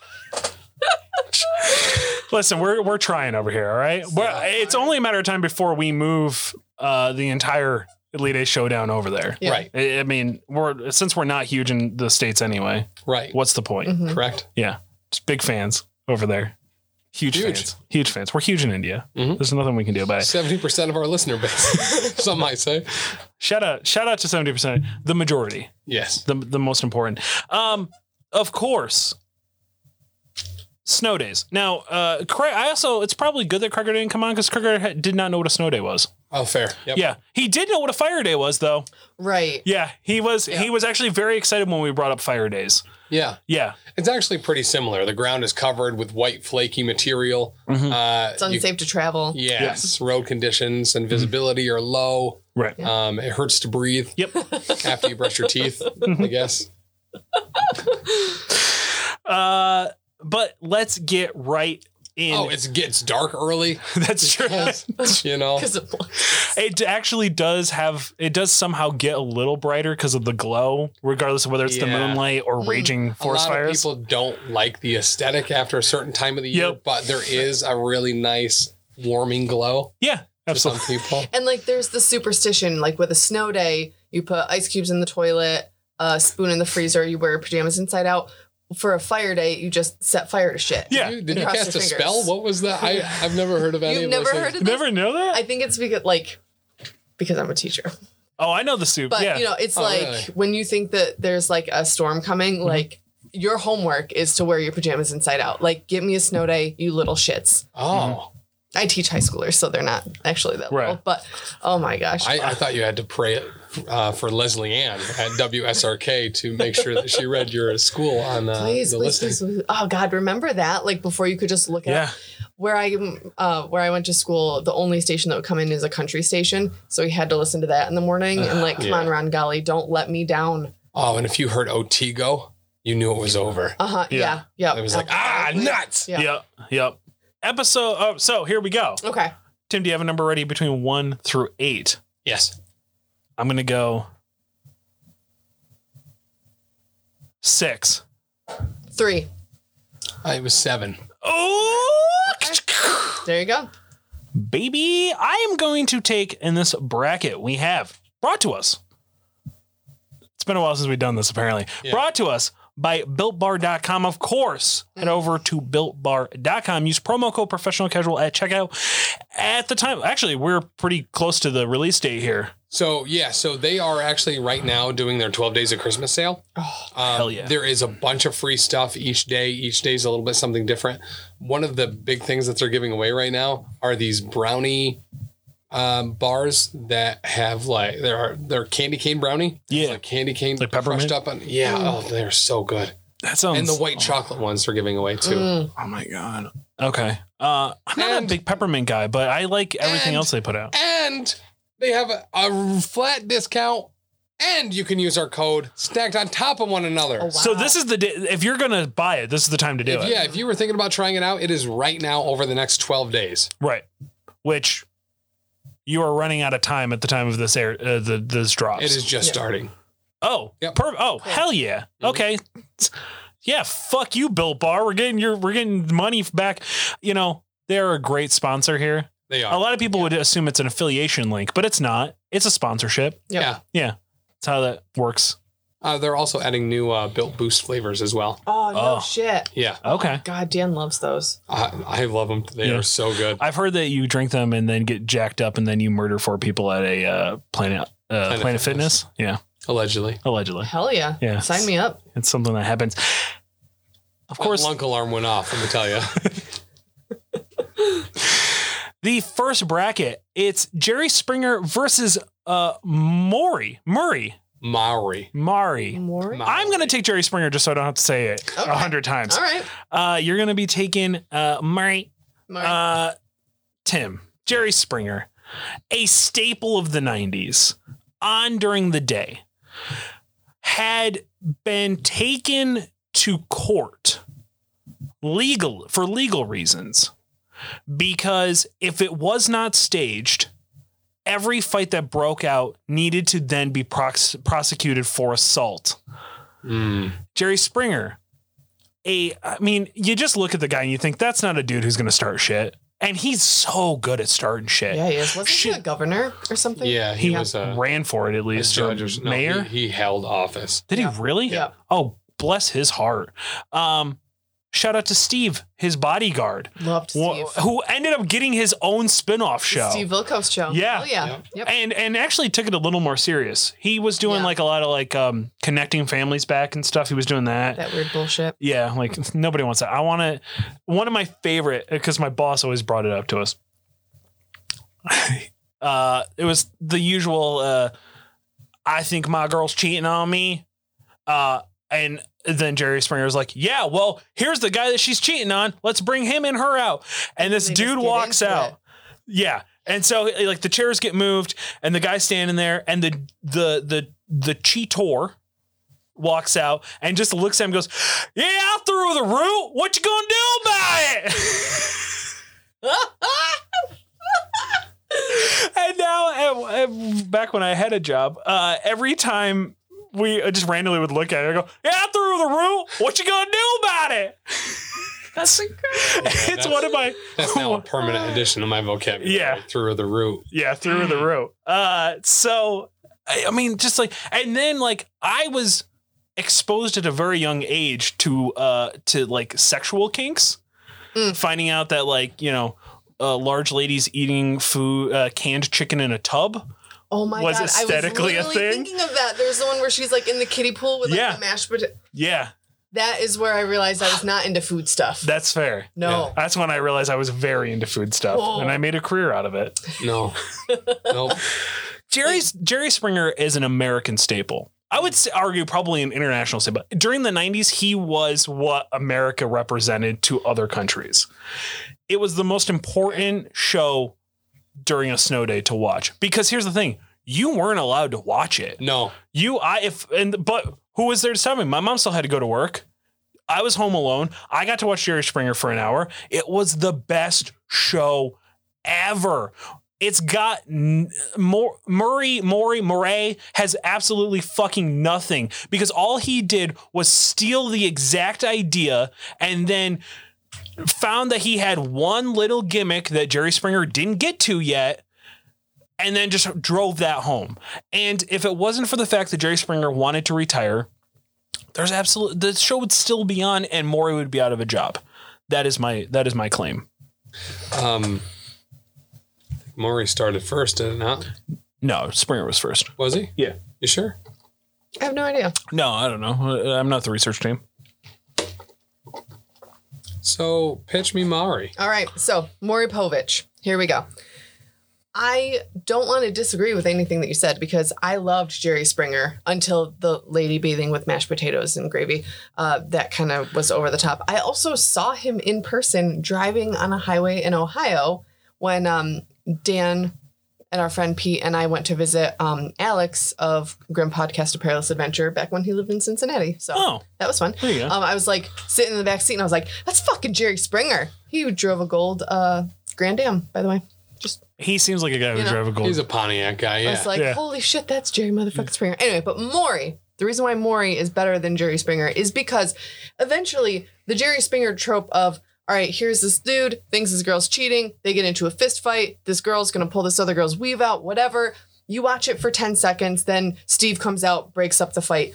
[SPEAKER 2] Listen, we're we're trying over here. All right. We're, it's only a matter of time before we move uh, the entire Elite Eight Showdown over there.
[SPEAKER 6] Yeah.
[SPEAKER 3] Right,
[SPEAKER 2] I I mean, we're since we're not huge in the states anyway.
[SPEAKER 3] right.
[SPEAKER 2] What's the point?
[SPEAKER 6] Mhm.
[SPEAKER 3] Correct.
[SPEAKER 2] Yeah, just big fans over there. Huge,
[SPEAKER 3] Huge.
[SPEAKER 2] fans. Huge fans. We're huge in India.
[SPEAKER 3] Mhm.
[SPEAKER 2] There's nothing we can do about it.
[SPEAKER 3] Seventy percent of our listener base, some might say.
[SPEAKER 2] Shout out! Shout out to seventy percent, the majority.
[SPEAKER 3] Yes.
[SPEAKER 2] the the most important. Um, of course, snow days. Now, uh, Craig, I also it's probably good that Craigor didn't come on because Craigor ha- did not know what a snow day was.
[SPEAKER 3] Oh, fair. Yep.
[SPEAKER 2] Yeah, he did know what a fire day was, though.
[SPEAKER 6] Right.
[SPEAKER 2] Yeah, he was he was actually very excited when we brought up fire days.
[SPEAKER 3] Yeah.
[SPEAKER 2] Yeah,
[SPEAKER 3] It's actually pretty similar. The ground is covered with white, flaky material.
[SPEAKER 2] Mm-hmm.
[SPEAKER 3] Uh,
[SPEAKER 6] It's unsafe to travel.
[SPEAKER 3] yes. Road conditions
[SPEAKER 6] Mm-hmm.
[SPEAKER 3] and visibility are low.
[SPEAKER 2] right.
[SPEAKER 3] Um, it hurts to breathe
[SPEAKER 2] Yep.
[SPEAKER 3] after you brush your teeth,
[SPEAKER 6] Mm-hmm.
[SPEAKER 3] I guess.
[SPEAKER 2] Uh, but let's get right in.
[SPEAKER 3] Oh, it's gets dark early.
[SPEAKER 2] that's true.
[SPEAKER 3] You know,
[SPEAKER 6] Because of
[SPEAKER 2] It actually does have it does somehow get a little brighter because of the glow, regardless of whether it's the
[SPEAKER 3] Yeah.
[SPEAKER 2] moonlight or
[SPEAKER 6] Hmm.
[SPEAKER 2] raging
[SPEAKER 3] a
[SPEAKER 2] forest
[SPEAKER 3] lot of
[SPEAKER 2] fires.
[SPEAKER 3] people don't like the aesthetic after a certain time of the year,
[SPEAKER 2] Yep.
[SPEAKER 3] but there is a really nice warming glow
[SPEAKER 2] yeah,
[SPEAKER 3] to some
[SPEAKER 2] absolutely.
[SPEAKER 3] people.
[SPEAKER 6] And like, there's the superstition, like with a snow day, you put ice cubes in the toilet, a spoon in the freezer, you wear your pajamas inside out. For a fire day, you just set fire to shit.
[SPEAKER 2] Yeah.
[SPEAKER 3] Did you, did you
[SPEAKER 6] Cross
[SPEAKER 3] cast a
[SPEAKER 6] your fingers.
[SPEAKER 3] spell? What was that? I, I've never heard of any
[SPEAKER 6] You've
[SPEAKER 3] of those
[SPEAKER 6] never
[SPEAKER 3] things.
[SPEAKER 6] heard of
[SPEAKER 2] You
[SPEAKER 6] this?
[SPEAKER 2] never know that?
[SPEAKER 6] I think it's because, like, because I'm a teacher.
[SPEAKER 2] oh, I know the soup.
[SPEAKER 6] But,
[SPEAKER 2] yeah.
[SPEAKER 6] you know, it's
[SPEAKER 3] Oh,
[SPEAKER 6] like
[SPEAKER 3] really?
[SPEAKER 6] when you think that there's like a storm coming, like, your homework is to wear your pajamas inside out. Like, give me a snow day, you little shits. Mm-hmm.
[SPEAKER 3] oh,
[SPEAKER 6] I teach high schoolers, so they're not actually that
[SPEAKER 2] Right.
[SPEAKER 6] little. But oh my gosh,
[SPEAKER 3] I, I thought you had to pray uh, for Leslie Ann at WSRK to make sure that she read your school on uh,
[SPEAKER 6] please,
[SPEAKER 3] the
[SPEAKER 6] please,
[SPEAKER 3] listing.
[SPEAKER 6] please, please. Oh God, remember that? Like before, you could just look at
[SPEAKER 2] yeah.
[SPEAKER 6] where I uh, where I went to school. The only station that would come in is a country station, so we had to listen to that in the morning.
[SPEAKER 2] Uh-huh.
[SPEAKER 6] and like, come
[SPEAKER 3] Yeah.
[SPEAKER 6] on, Ron Golly, don't let me down.
[SPEAKER 3] Oh, and if you heard Otigo, you knew it was over.
[SPEAKER 6] Uh huh.
[SPEAKER 2] Yeah.
[SPEAKER 6] Yeah. Yeah.
[SPEAKER 3] It was like, ah,
[SPEAKER 6] absolutely.
[SPEAKER 3] nuts.
[SPEAKER 6] Yeah.
[SPEAKER 2] Yep. Yep. Episode. Oh, so here we go.
[SPEAKER 6] Okay.
[SPEAKER 2] Tim, do you have a number ready between one through eight?
[SPEAKER 3] Yes.
[SPEAKER 2] I'm gonna go six.
[SPEAKER 6] Three.
[SPEAKER 3] Uh, it was seven.
[SPEAKER 2] Oh,
[SPEAKER 6] There you go.
[SPEAKER 2] baby! I am going to take in this bracket. We have brought to us. It's been a while since we've done this. Apparently, brought to us by BuiltBar.com, of course. Head over to BuiltBar.com. Use promo code Professional Casual at checkout. At the time, actually, we're pretty close to the release date here.
[SPEAKER 3] So, yeah, so they are actually right now doing their 12 days of Christmas sale. Um,
[SPEAKER 2] hell yeah.
[SPEAKER 3] There is a bunch of free stuff each day. Each day is a little bit something different. One of the big things that they're giving away right now are these brownie um, bars that have like there are they're candy cane brownie. It's
[SPEAKER 2] Yeah.
[SPEAKER 3] like candy cane
[SPEAKER 2] Like peppermint?
[SPEAKER 3] crushed up on. Yeah, oh, they're so good.
[SPEAKER 2] That sounds.
[SPEAKER 3] And the white chocolate ones they're giving away too.
[SPEAKER 2] Oh my god. Okay. Uh, I'm not a
[SPEAKER 3] And-
[SPEAKER 2] big peppermint guy, but I like everything
[SPEAKER 3] and-
[SPEAKER 2] else they put out.
[SPEAKER 3] And they have a, a flat discount. And you can use our code stacked on top of one another.
[SPEAKER 6] Oh, wow.
[SPEAKER 2] So this is the day. If you're gonna buy it, this is the time to do
[SPEAKER 3] If-
[SPEAKER 2] it.
[SPEAKER 3] yeah, if you were thinking about trying it out, it is right now over the next 12 days.
[SPEAKER 2] Right. Which you are running out of time at the time of this air. Uh, the this drops.
[SPEAKER 3] It is just
[SPEAKER 6] Yeah.
[SPEAKER 3] starting.
[SPEAKER 2] Oh.
[SPEAKER 3] Yep.
[SPEAKER 2] Per- oh hell yeah. Okay. Yeah. Fuck you, Built Bar. We're getting your. We're getting money back. You know they're a great sponsor here.
[SPEAKER 3] They
[SPEAKER 2] A
[SPEAKER 3] are.
[SPEAKER 2] lot of people would assume it's an affiliation link, but it's not. It's a sponsorship.
[SPEAKER 6] Yep.
[SPEAKER 3] Yeah.
[SPEAKER 2] Yeah. That's how that works.
[SPEAKER 3] Uh, they're also adding new uh, Built Boost flavors as well.
[SPEAKER 6] Oh no
[SPEAKER 2] Oh.
[SPEAKER 6] shit.
[SPEAKER 3] Yeah,
[SPEAKER 2] Okay.
[SPEAKER 6] God, Dan loves those.
[SPEAKER 3] I, I love them. They
[SPEAKER 2] Yeah.
[SPEAKER 3] are so good.
[SPEAKER 2] I've heard that you drink them and then get jacked up and then you murder four people at a uh, Planet uh, Planet, Fitness.
[SPEAKER 3] Fitness.
[SPEAKER 2] Yeah,
[SPEAKER 3] Allegedly.
[SPEAKER 2] allegedly,
[SPEAKER 6] Hell yeah.
[SPEAKER 2] Yeah.
[SPEAKER 6] Sign me up.
[SPEAKER 2] it's something that happens. Of
[SPEAKER 3] That
[SPEAKER 2] course,
[SPEAKER 3] Lunk alarm went off, let me tell you.
[SPEAKER 2] the first bracket it's Jerry Springer versus uh, Maury Murray
[SPEAKER 3] Maori.
[SPEAKER 2] Maury.
[SPEAKER 6] Maury.
[SPEAKER 3] Ma-
[SPEAKER 2] I'm gonna take Jerry Springer just so I don't have to say it a
[SPEAKER 6] Okay.
[SPEAKER 2] hundred times.
[SPEAKER 6] All right.
[SPEAKER 2] Uh, you're gonna be taking uh, Murray
[SPEAKER 6] Maury.
[SPEAKER 2] Uh, Tim, Jerry Springer, a staple of the 90s, on during the day, had been taken to court legal for legal reasons because if it was not staged, every fight that broke out needed to then be prox- prosecuted for assault.
[SPEAKER 3] Hmm.
[SPEAKER 2] Jerry Springer. A, I mean, you just look at the guy and you think that's not a dude who's going to start shit, and he's so good at starting shit.
[SPEAKER 6] yeah, he is. Wasn't
[SPEAKER 2] shit.
[SPEAKER 6] he a governor or something?
[SPEAKER 3] Yeah, he
[SPEAKER 2] he
[SPEAKER 3] was a,
[SPEAKER 2] ran for it at
[SPEAKER 3] a
[SPEAKER 2] least. or
[SPEAKER 3] judge or s- no,
[SPEAKER 2] mayor?
[SPEAKER 3] he, he held office.
[SPEAKER 2] Did he really?
[SPEAKER 6] Yeah.
[SPEAKER 2] Oh, bless his heart. Um, Shout out to Steve, his bodyguard,
[SPEAKER 6] Loved
[SPEAKER 2] wh-
[SPEAKER 6] Steve.
[SPEAKER 2] who ended up getting his own spin-off oh, show.
[SPEAKER 6] Steve Wilkos show.
[SPEAKER 2] Yeah.
[SPEAKER 6] Oh, yeah. Yep.
[SPEAKER 2] And and actually took it a little more serious. He was doing
[SPEAKER 6] Yeah.
[SPEAKER 2] like a lot of like um connecting families back and stuff. He was doing that.
[SPEAKER 6] That weird bullshit.
[SPEAKER 2] Yeah, like nobody wants that. I want to. One of my favorite because my boss always brought it up to us. uh, it was the usual. Uh, I think my girl's cheating on me, uh, and then Jerry Springer was like, "Yeah, well, here's the guy that she's cheating on. Let's bring him and her out." And this
[SPEAKER 6] They just
[SPEAKER 2] dude
[SPEAKER 6] get
[SPEAKER 2] walks
[SPEAKER 6] into
[SPEAKER 2] out.
[SPEAKER 6] it.
[SPEAKER 2] Yeah. And so like the chairs get moved and the guy's standing there and the the the the cheater walks out and just looks at him and goes, Yeah, I threw the root. What you gonna do about it? and now uh, uh, back when I had a job, uh, every time we uh, just randomly would look at it and go, Yeah, I threw the root. What you gonna do about it?
[SPEAKER 6] That's incredible.
[SPEAKER 2] it's one of my
[SPEAKER 3] That's now a permanent addition to my vocabulary.
[SPEAKER 2] Yeah.
[SPEAKER 3] Through the root.
[SPEAKER 2] Yeah, through the rope. Uh, so I, I mean, just like, and then like I was exposed at a very young age to uh to like sexual kinks,
[SPEAKER 6] Mm.
[SPEAKER 2] finding out that like you know. Uh, large ladies eating food, uh, canned chicken in a tub.
[SPEAKER 6] Oh my
[SPEAKER 2] Was
[SPEAKER 6] god!
[SPEAKER 2] aesthetically
[SPEAKER 6] I
[SPEAKER 2] a
[SPEAKER 6] was literally
[SPEAKER 2] thing?
[SPEAKER 6] thinking of that. There's the one where she's like in the kiddie pool with like
[SPEAKER 2] Yeah.
[SPEAKER 6] the mashed potato.
[SPEAKER 2] Yeah,
[SPEAKER 6] That is where I realized I was not into food stuff.
[SPEAKER 2] that's fair.
[SPEAKER 6] no.
[SPEAKER 2] That's when I realized I was very into food stuff,
[SPEAKER 6] Whoa.
[SPEAKER 2] and I made a career out of it.
[SPEAKER 3] No. nope.
[SPEAKER 2] Jerry's Jerry Springer is an American staple. I would s- argue probably an international staple. During the 90s, he was what America represented to other countries. It was the most important show during a snow day to watch because here's the thing, you weren't allowed to watch it.
[SPEAKER 3] No.
[SPEAKER 2] You I if and but who was there to stop me? My mom still had to go to work. I was home alone. I got to watch Jerry Springer for an hour. It was the best show ever. It's got n- more Murray Maury Murray has absolutely fucking nothing because all he did was steal the exact idea and then found that he had one little gimmick that Jerry Springer didn't get to yet and then just drove that home. And if it wasn't for the fact that Jerry Springer wanted to retire, there's absolute the show would still be on and Maury would be out of a job. That is my that is my claim.
[SPEAKER 3] Um, Maury started first, did it not?
[SPEAKER 2] No, Springer was first.
[SPEAKER 3] Was he?
[SPEAKER 2] Yeah.
[SPEAKER 3] You sure?
[SPEAKER 6] I have no idea.
[SPEAKER 2] No, I don't know. Uh, I'm not the research team.
[SPEAKER 3] So pitch me Maury.
[SPEAKER 6] All right, so Maury Povich. Here we go. I don't want to disagree with anything that you said because I loved Jerry Springer until the lady bathing with mashed potatoes and gravy. Uh, that kind of was over the top. I also saw him in person driving on a highway in Ohio when um, Dan and our friend Pete and I went to visit um, Alex of Grim Podcast A Perilous Adventure back when he lived in Cincinnati. So
[SPEAKER 2] Oh.
[SPEAKER 6] that was fun.
[SPEAKER 2] There you go.
[SPEAKER 6] Um, I was like sitting in the back seat and I was like, that's fucking Jerry Springer. He drove a gold uh, Grand Am, by the way.
[SPEAKER 2] He seems like a guy who
[SPEAKER 6] You know,
[SPEAKER 2] drove a gold.
[SPEAKER 3] He's a Pontiac guy.
[SPEAKER 6] I
[SPEAKER 3] Yeah.
[SPEAKER 6] was like,
[SPEAKER 2] Yeah.
[SPEAKER 6] holy shit, that's Jerry motherfucking Springer. Anyway, but Maury, the reason why Maury is better than Jerry Springer is because eventually the Jerry Springer trope of, all right, here's this dude, thinks his girl's cheating, they get into a fist fight, this girl's gonna pull this other girl's weave out, whatever. You watch it for 10 seconds, then Steve comes out, breaks up the fight.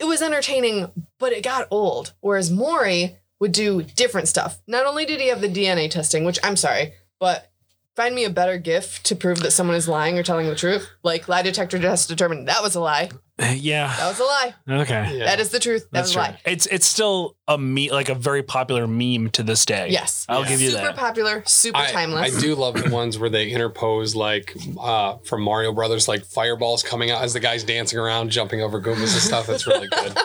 [SPEAKER 6] It was entertaining, but it got old. Whereas Maury would do different stuff. Not only did he have the DNA testing, which I'm sorry, but find me a better gif to prove that someone is lying or telling the truth. Like lie detector test determined that was a lie. That
[SPEAKER 2] yeah.
[SPEAKER 6] was a lie.
[SPEAKER 2] Okay.
[SPEAKER 3] yeah.
[SPEAKER 6] That is the truth. That was
[SPEAKER 2] That's
[SPEAKER 6] a
[SPEAKER 2] right.
[SPEAKER 6] lie.
[SPEAKER 2] It's it's still a me like a very popular meme to this day.
[SPEAKER 6] Yes.
[SPEAKER 2] I'll give you
[SPEAKER 6] super
[SPEAKER 2] that.
[SPEAKER 6] popular, super
[SPEAKER 3] I,
[SPEAKER 6] timeless.
[SPEAKER 3] I do love the ones where they interpose like uh, from Mario Brothers, like fireballs coming out as the guy's dancing around, jumping over Goombas and stuff. It's really good.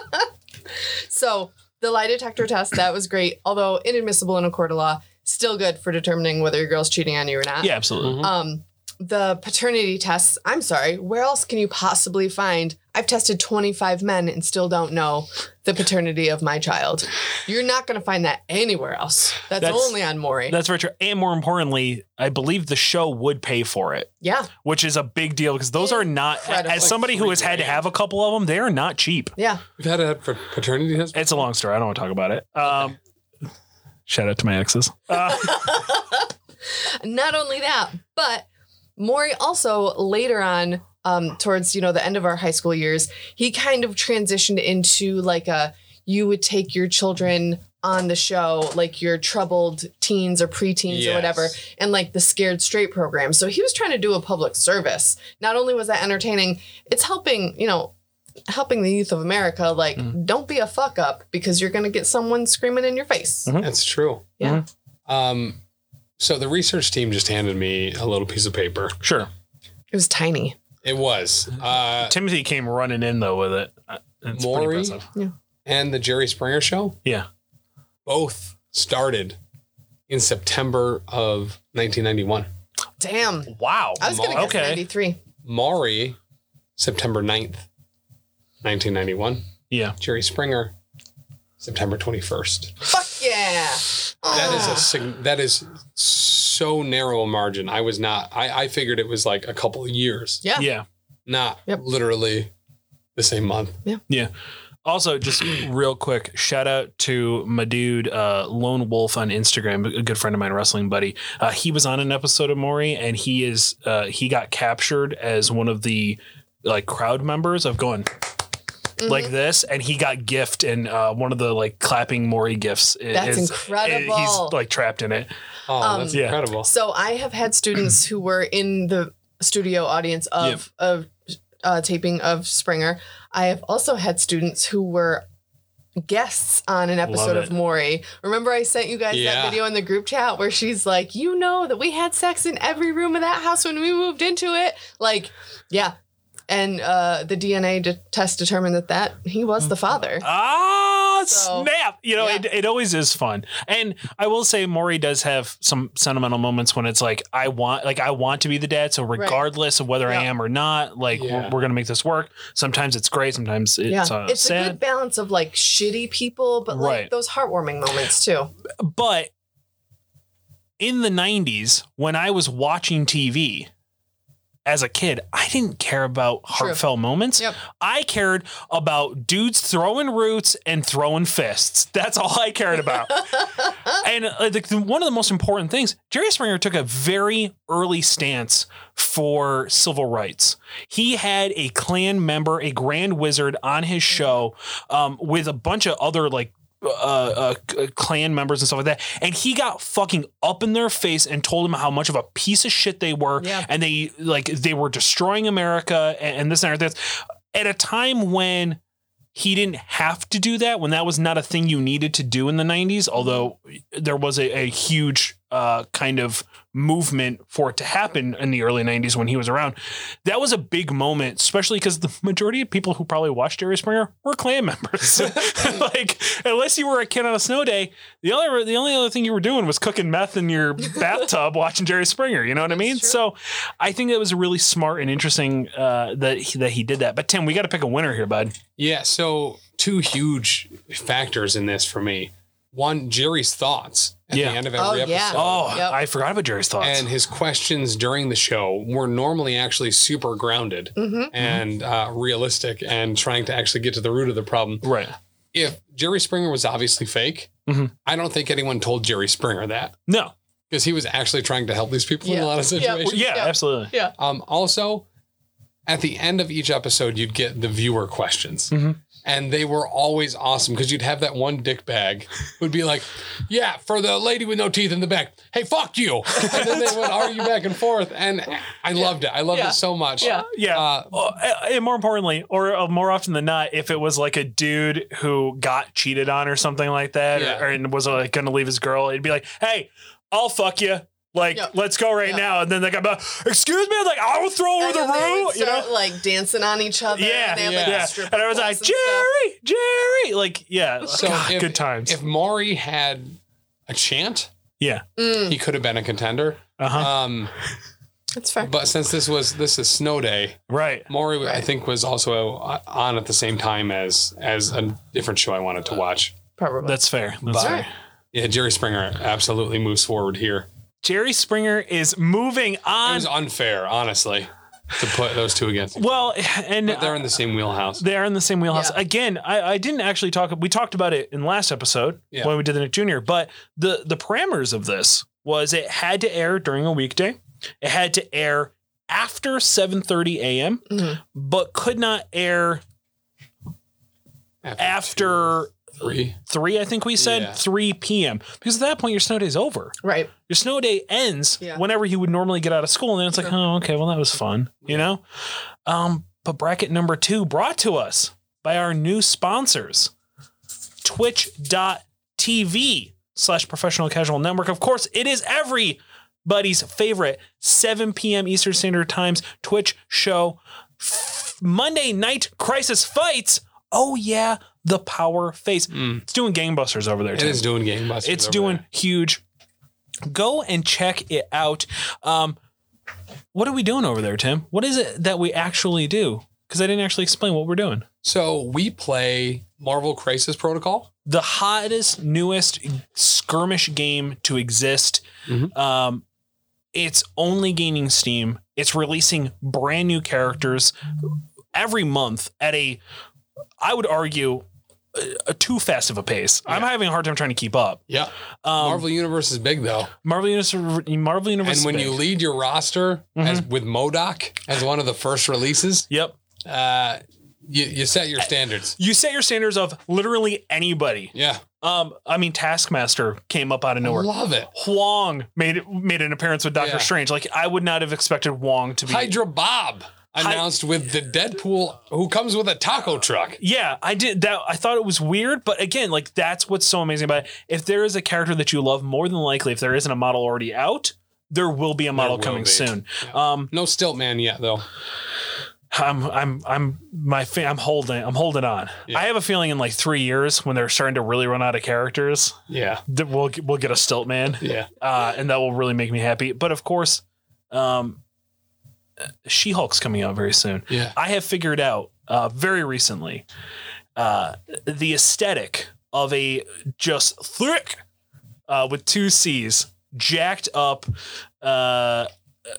[SPEAKER 6] So the lie detector test, that was great, although inadmissible in a court of law, still good for determining whether your girl's cheating on you or not.
[SPEAKER 2] Yeah, absolutely.
[SPEAKER 6] Um, the paternity tests, I'm sorry, where else can you possibly find? I've tested 25 men and still don't know the paternity of my child. You're not going to find that anywhere else. That's,
[SPEAKER 2] That's-
[SPEAKER 6] only on Maury.
[SPEAKER 2] That's very true. And more importantly, I believe the show would pay for it.
[SPEAKER 6] Yeah.
[SPEAKER 2] which is a big deal because those are not
[SPEAKER 6] Incredible.
[SPEAKER 2] as somebody who has had to have a couple of them they are not cheap
[SPEAKER 6] Yeah.
[SPEAKER 3] We've had it for paternity test.
[SPEAKER 2] it's a long story i don't want to talk about it um shout out to my exes uh,
[SPEAKER 6] Not only that, but Maury also later on, um, towards you know the end of our high school years, he kind of transitioned into like a you would take your children on the show like your troubled teens or preteens or whatever,
[SPEAKER 3] Yes.
[SPEAKER 6] and like the Scared Straight program. So he was trying to do a public service. Not only was that entertaining, it's helping, you know, helping the youth of America. Like, don't be a fuck up because you're going to get someone screaming in your face.
[SPEAKER 3] That's true.
[SPEAKER 6] Yeah.
[SPEAKER 3] Um, so the research team just handed me a little piece of paper.
[SPEAKER 2] Sure.
[SPEAKER 6] It was tiny.
[SPEAKER 3] It was uh,
[SPEAKER 2] Timothy came running in though with it. Uh, It's pretty
[SPEAKER 3] Maury?
[SPEAKER 2] impressive.
[SPEAKER 3] and the Jerry Springer show.
[SPEAKER 2] Yeah.
[SPEAKER 3] Both started in September of 1991.
[SPEAKER 6] Damn.
[SPEAKER 2] Wow.
[SPEAKER 6] I was going to guess
[SPEAKER 2] okay.
[SPEAKER 6] 93.
[SPEAKER 3] Maury, September 9th, 1991.
[SPEAKER 2] Yeah.
[SPEAKER 3] Jerry Springer, September 21st.
[SPEAKER 6] Fuck yeah. Ah,
[SPEAKER 3] That is a sig- that is so narrow a margin. I was not. I, I figured it was like a couple of years,
[SPEAKER 6] Yeah.
[SPEAKER 2] Yeah.
[SPEAKER 3] not
[SPEAKER 6] Yep.
[SPEAKER 3] literally the same month.
[SPEAKER 2] Yeah. Also, just real quick, shout out to my dude uh, Lone Wolf on Instagram, a good friend of mine, wrestling buddy. Uh, he was on an episode of Maury, and he is uh, he got captured as one of the like crowd members of going
[SPEAKER 6] Mm-hmm.
[SPEAKER 2] like this, and he got gift and uh, one of the like clapping Maury gifts. i-
[SPEAKER 6] That's
[SPEAKER 2] is-
[SPEAKER 6] incredible.
[SPEAKER 2] i- He's like trapped in it.
[SPEAKER 3] Oh,
[SPEAKER 6] Um,
[SPEAKER 3] that's
[SPEAKER 2] Yeah.
[SPEAKER 3] incredible.
[SPEAKER 6] So I have had students who were in the studio audience of of uh, taping of Springer. I have also had students who were guests on an episode
[SPEAKER 2] Love
[SPEAKER 6] of
[SPEAKER 2] it.
[SPEAKER 6] Maury. Remember I sent you guys
[SPEAKER 3] Yeah.
[SPEAKER 6] that video in the group chat where she's like, "You know that we had sex in every room of that house when we moved into it." Like, yeah. And uh, the DNA de- test determined that that he
[SPEAKER 2] Mm.
[SPEAKER 6] was the father.
[SPEAKER 2] Ah,
[SPEAKER 6] So,
[SPEAKER 2] snap! You know,
[SPEAKER 6] yeah.
[SPEAKER 2] it, it always is fun, and I will say Maury does have some sentimental moments when it's like I want, like I want to be the dad. So regardless of whether I
[SPEAKER 6] Yeah.
[SPEAKER 2] am or not, like
[SPEAKER 3] Yeah.
[SPEAKER 2] we're, we're gonna make this work. Sometimes it's great, sometimes it's
[SPEAKER 6] yeah,
[SPEAKER 2] uh,
[SPEAKER 6] it's a good
[SPEAKER 2] sad,
[SPEAKER 6] balance of like shitty people, but like
[SPEAKER 2] Right.
[SPEAKER 6] those heartwarming moments too.
[SPEAKER 2] but. In the 90s, when I was watching TV as a kid, I didn't care about
[SPEAKER 6] True.
[SPEAKER 2] heartfelt moments.
[SPEAKER 6] Yep.
[SPEAKER 2] I cared about dudes throwing roots and throwing fists. That's all I cared about. and uh, the, the- one of the most important things, Jerry Springer took a very early stance for civil rights. He had a Klan member, a Grand Wizard, on his show um, with a bunch of other like. Uh, uh, clan members and stuff like that, and he got fucking up in their face and told them how much of a piece of shit they were,
[SPEAKER 6] Yeah.
[SPEAKER 2] and they like they were destroying America and, and this and that. At a time when he didn't have to do that when that was not a thing you needed to do in the 90s although there was a, a huge uh, kind of movement for it to happen in the early 90s when he was around that was a big moment especially because the majority of people who probably watched jerry springer were clan members like unless you were a kid on a snow day the other the only other thing you were doing was cooking meth in your bathtub watching jerry springer you know what i mean
[SPEAKER 6] true.
[SPEAKER 2] so i think it was really smart and interesting uh, that, he, that he did that but tim we got to pick a winner here bud
[SPEAKER 3] Yeah, so two huge factors in this for me. One, Jerry's thoughts at
[SPEAKER 2] Yeah.
[SPEAKER 3] the end of
[SPEAKER 6] Oh,
[SPEAKER 3] every episode.
[SPEAKER 6] yeah.
[SPEAKER 2] Oh,
[SPEAKER 6] Yep.
[SPEAKER 2] I forgot about Jerry's thoughts.
[SPEAKER 3] And his questions during the show were normally actually super grounded
[SPEAKER 6] Mm-hmm.
[SPEAKER 3] and uh, realistic and trying to actually get to the root of the problem.
[SPEAKER 2] right.
[SPEAKER 3] If Jerry Springer was obviously fake,
[SPEAKER 2] Mhm.
[SPEAKER 3] I don't think anyone told Jerry Springer that
[SPEAKER 2] No.
[SPEAKER 3] because he was actually trying to help these people in
[SPEAKER 6] Yeah.
[SPEAKER 3] a lot of
[SPEAKER 6] Yeah.
[SPEAKER 3] situations.
[SPEAKER 2] Well, yeah,
[SPEAKER 6] Yeah.
[SPEAKER 2] absolutely.
[SPEAKER 6] Yeah.
[SPEAKER 3] Um, also, at the end of each episode, you'd get the viewer questions.
[SPEAKER 2] Mhm.
[SPEAKER 3] And they were always awesome because you'd have that one dick bag who'd be like, Yeah, for the lady with no teeth in the back, hey, fuck you. And then they would argue back and forth. And I loved it. I loved
[SPEAKER 6] Yeah.
[SPEAKER 3] it so much.
[SPEAKER 6] Yeah.
[SPEAKER 2] Yeah.
[SPEAKER 3] Uh,
[SPEAKER 2] Oh, a- and more importantly, or uh, more often than not, if it was like a dude who got cheated on or something like that, or-
[SPEAKER 3] Yeah.
[SPEAKER 2] or, and was like going to leave his girl, it'd be like, hey, I'll fuck you. Like,
[SPEAKER 6] Yeah.
[SPEAKER 2] let's go right
[SPEAKER 6] Yeah.
[SPEAKER 2] now. And then they got like, excuse me, I'm like, I'll throw her
[SPEAKER 6] And
[SPEAKER 2] the
[SPEAKER 6] then they would
[SPEAKER 2] room, you know?
[SPEAKER 6] start, like dancing on each other.
[SPEAKER 2] Yeah,
[SPEAKER 6] and they had,
[SPEAKER 3] yeah.
[SPEAKER 6] like,
[SPEAKER 2] yeah.
[SPEAKER 6] strip
[SPEAKER 2] And I was
[SPEAKER 6] clubs
[SPEAKER 2] like,
[SPEAKER 6] and stuff.
[SPEAKER 2] Jerry, Jerry. Like, yeah.
[SPEAKER 3] so
[SPEAKER 2] God,
[SPEAKER 3] if,
[SPEAKER 2] good times.
[SPEAKER 3] If Maury had a chant,
[SPEAKER 2] yeah.
[SPEAKER 3] he could have been a contender.
[SPEAKER 2] Uh huh.
[SPEAKER 3] Um,
[SPEAKER 6] Mm, That's fair.
[SPEAKER 3] but since this was this is snow day,
[SPEAKER 2] right.
[SPEAKER 3] Maury, I think, was also uh, on at the same time as as a different show I wanted to watch.
[SPEAKER 6] Probably.
[SPEAKER 2] That's fair. That's
[SPEAKER 3] But-
[SPEAKER 2] fair.
[SPEAKER 3] Yeah, Jerry Springer absolutely moves forward here.
[SPEAKER 2] Jerry Springer is moving
[SPEAKER 3] It
[SPEAKER 2] on.
[SPEAKER 3] was unfair, honestly, to put those two against. each other.
[SPEAKER 2] Well, and
[SPEAKER 3] But they're in the same wheelhouse.
[SPEAKER 2] They are in the same wheelhouse.
[SPEAKER 6] Yeah.
[SPEAKER 2] Again, I, I didn't actually talk. We talked about it in last episode
[SPEAKER 3] Yeah.
[SPEAKER 2] when we did the Nick Jr. But the the parameters of this was it had to air during a weekday. It had to air after 7:30 a.m.
[SPEAKER 3] Mm-hmm.
[SPEAKER 6] Mhm.
[SPEAKER 2] but could not air after
[SPEAKER 3] Three.
[SPEAKER 2] three, I think we said
[SPEAKER 3] Yeah.
[SPEAKER 2] three p.m. Because at that point, your snow day's over.
[SPEAKER 5] Right.
[SPEAKER 2] Your snow day ends
[SPEAKER 5] Yeah.
[SPEAKER 2] whenever you would normally get out of school, and then it's like, oh, okay, well that was fun, you know. Um, but bracket number two brought to us by our new sponsors, Twitch.tv slash Professional Casual Network. Of course, it is everybody's favorite 7 p.m. Eastern Standard Times Twitch show. Monday Night Crisis Fights. Oh yeah, the Power Face. It's doing gangbusters over there.
[SPEAKER 3] It
[SPEAKER 2] too.
[SPEAKER 3] is Mm. doing gangbusters.
[SPEAKER 2] It's
[SPEAKER 3] over
[SPEAKER 2] doing
[SPEAKER 3] there.
[SPEAKER 2] huge. Go and check it out. Um, what are we doing over there, Tim? What is it that we actually do? Because I didn't actually explain what we're doing.
[SPEAKER 3] So we play Marvel Crisis Protocol.
[SPEAKER 2] The hottest, newest skirmish game to exist.
[SPEAKER 3] Mhm.
[SPEAKER 2] Um, it's only gaining steam. It's releasing brand new characters every month at a, I would argue, a, a too fast of a pace. I'm having a hard time trying to keep up.
[SPEAKER 3] Yeah. Marvel Universe is big though.
[SPEAKER 2] Marvel Universe, Marvel Universe.
[SPEAKER 3] And when
[SPEAKER 2] is
[SPEAKER 3] you
[SPEAKER 2] big.
[SPEAKER 3] lead your roster as with Modoc as one of the first releases,
[SPEAKER 2] Yep.
[SPEAKER 3] uh, you, you set your standards.
[SPEAKER 2] You set your standards of literally anybody.
[SPEAKER 3] Yeah.
[SPEAKER 2] Um, I mean, Taskmaster came up out of nowhere.
[SPEAKER 3] Love it.
[SPEAKER 2] Huang made made an appearance with Doctor
[SPEAKER 3] Yeah.
[SPEAKER 2] Strange. Like I would not have expected Huang to be.
[SPEAKER 3] Hydra Bob announced with the Deadpool who comes with a taco truck.
[SPEAKER 2] yeah, I did that. I thought it was weird, but again, like that's what's so amazing about it. If there is a character that you love, more than likely, if there isn't a model already out, there will be a model
[SPEAKER 3] will
[SPEAKER 2] coming
[SPEAKER 3] be.
[SPEAKER 2] soon. Um,
[SPEAKER 3] No stilt man yet though.
[SPEAKER 2] I'm, I'm, I'm, my, fa- I'm holding, I'm holding on.
[SPEAKER 3] Yeah.
[SPEAKER 2] I have a feeling in like three years when they're starting to really run out of characters,
[SPEAKER 3] Yeah.
[SPEAKER 2] that we'll, we'll get a stilt man.
[SPEAKER 3] Yeah.
[SPEAKER 2] uh, and that will really make me happy. But of course, um, She Hulk's coming out very soon.
[SPEAKER 3] Yeah.
[SPEAKER 2] I have figured out uh, very recently uh, the aesthetic of a just thick uh, with two C's, jacked up uh,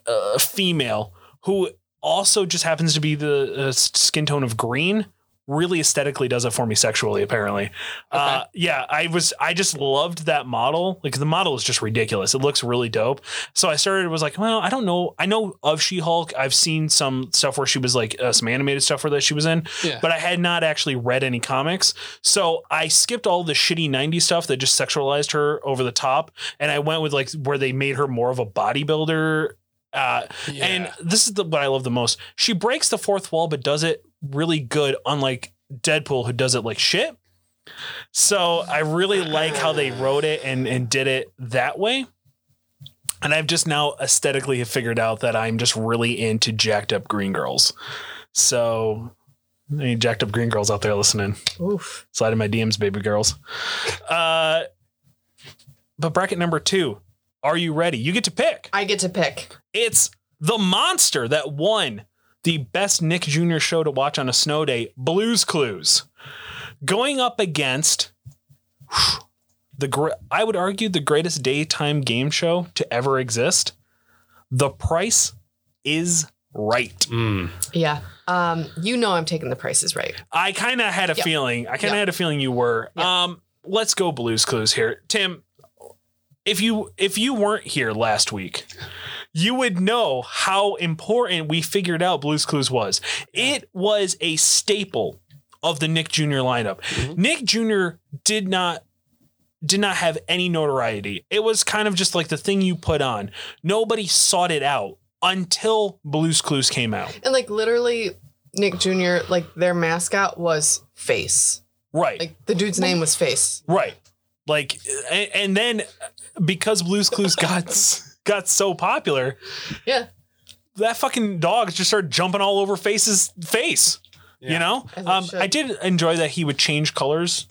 [SPEAKER 2] uh, female who also just happens to be the uh, s- skin tone of green. Really aesthetically does it for me sexually, apparently. Uh, yeah, I was, I just loved that model. Like the model is just ridiculous. It looks really dope. So I started, was like, well, I don't know. I know of She Hulk. I've seen some stuff where she was like, uh, some animated stuff where that she was in,
[SPEAKER 3] Yeah.
[SPEAKER 2] but I had not actually read any comics. So I skipped all the shitty 90s stuff that just sexualized her over the top. And I went with like where they made her more of a bodybuilder. Uh,
[SPEAKER 3] Yeah.
[SPEAKER 2] And this is the, what I love the most. She breaks the fourth wall, but does it really good, unlike Deadpool, who does it like shit. So I really like how they wrote it and, and did it that way. And I've just now aesthetically have figured out that I'm just really into jacked up green girls. So any jacked up green girls out there listening.
[SPEAKER 5] Oof.
[SPEAKER 2] Slide in my DMs, baby girls. Uh, but bracket number two, are you ready? You get to pick.
[SPEAKER 5] I get to pick.
[SPEAKER 2] It's the monster that won the best Nick Jr. show to watch on a snow day, Blues Clues, going up against whew, the gr- I would argue the greatest daytime game show to ever exist. The Price is Right.
[SPEAKER 3] Mm.
[SPEAKER 5] Yeah. Um, you know I'm taking the prices right.
[SPEAKER 2] I kind of had a
[SPEAKER 5] Yeah.
[SPEAKER 2] feeling. I kind of
[SPEAKER 5] Yeah.
[SPEAKER 2] had a feeling you were.
[SPEAKER 5] Yeah.
[SPEAKER 2] Um, let's go Blues Clues here, Tim. If you if you weren't here last week, you would know how important we figured out Blues Clues was. It was a staple of the Nick Jr. lineup.
[SPEAKER 5] Mm-hmm.
[SPEAKER 2] Nick Jr. did not did not have any notoriety. It was kind of just like the thing you put on. Nobody sought it out until Blues Clues came out.
[SPEAKER 5] And like literally, Nick Jr. like their mascot was Face.
[SPEAKER 2] Right.
[SPEAKER 5] Like the dude's name was Face.
[SPEAKER 2] Right. Like, and, and then because Blue's Clues got got so popular,
[SPEAKER 5] Yeah.
[SPEAKER 2] that fucking dog just started jumping all over Face's face. You know,
[SPEAKER 5] As it
[SPEAKER 2] um,
[SPEAKER 5] should.
[SPEAKER 2] I did enjoy that he would change colors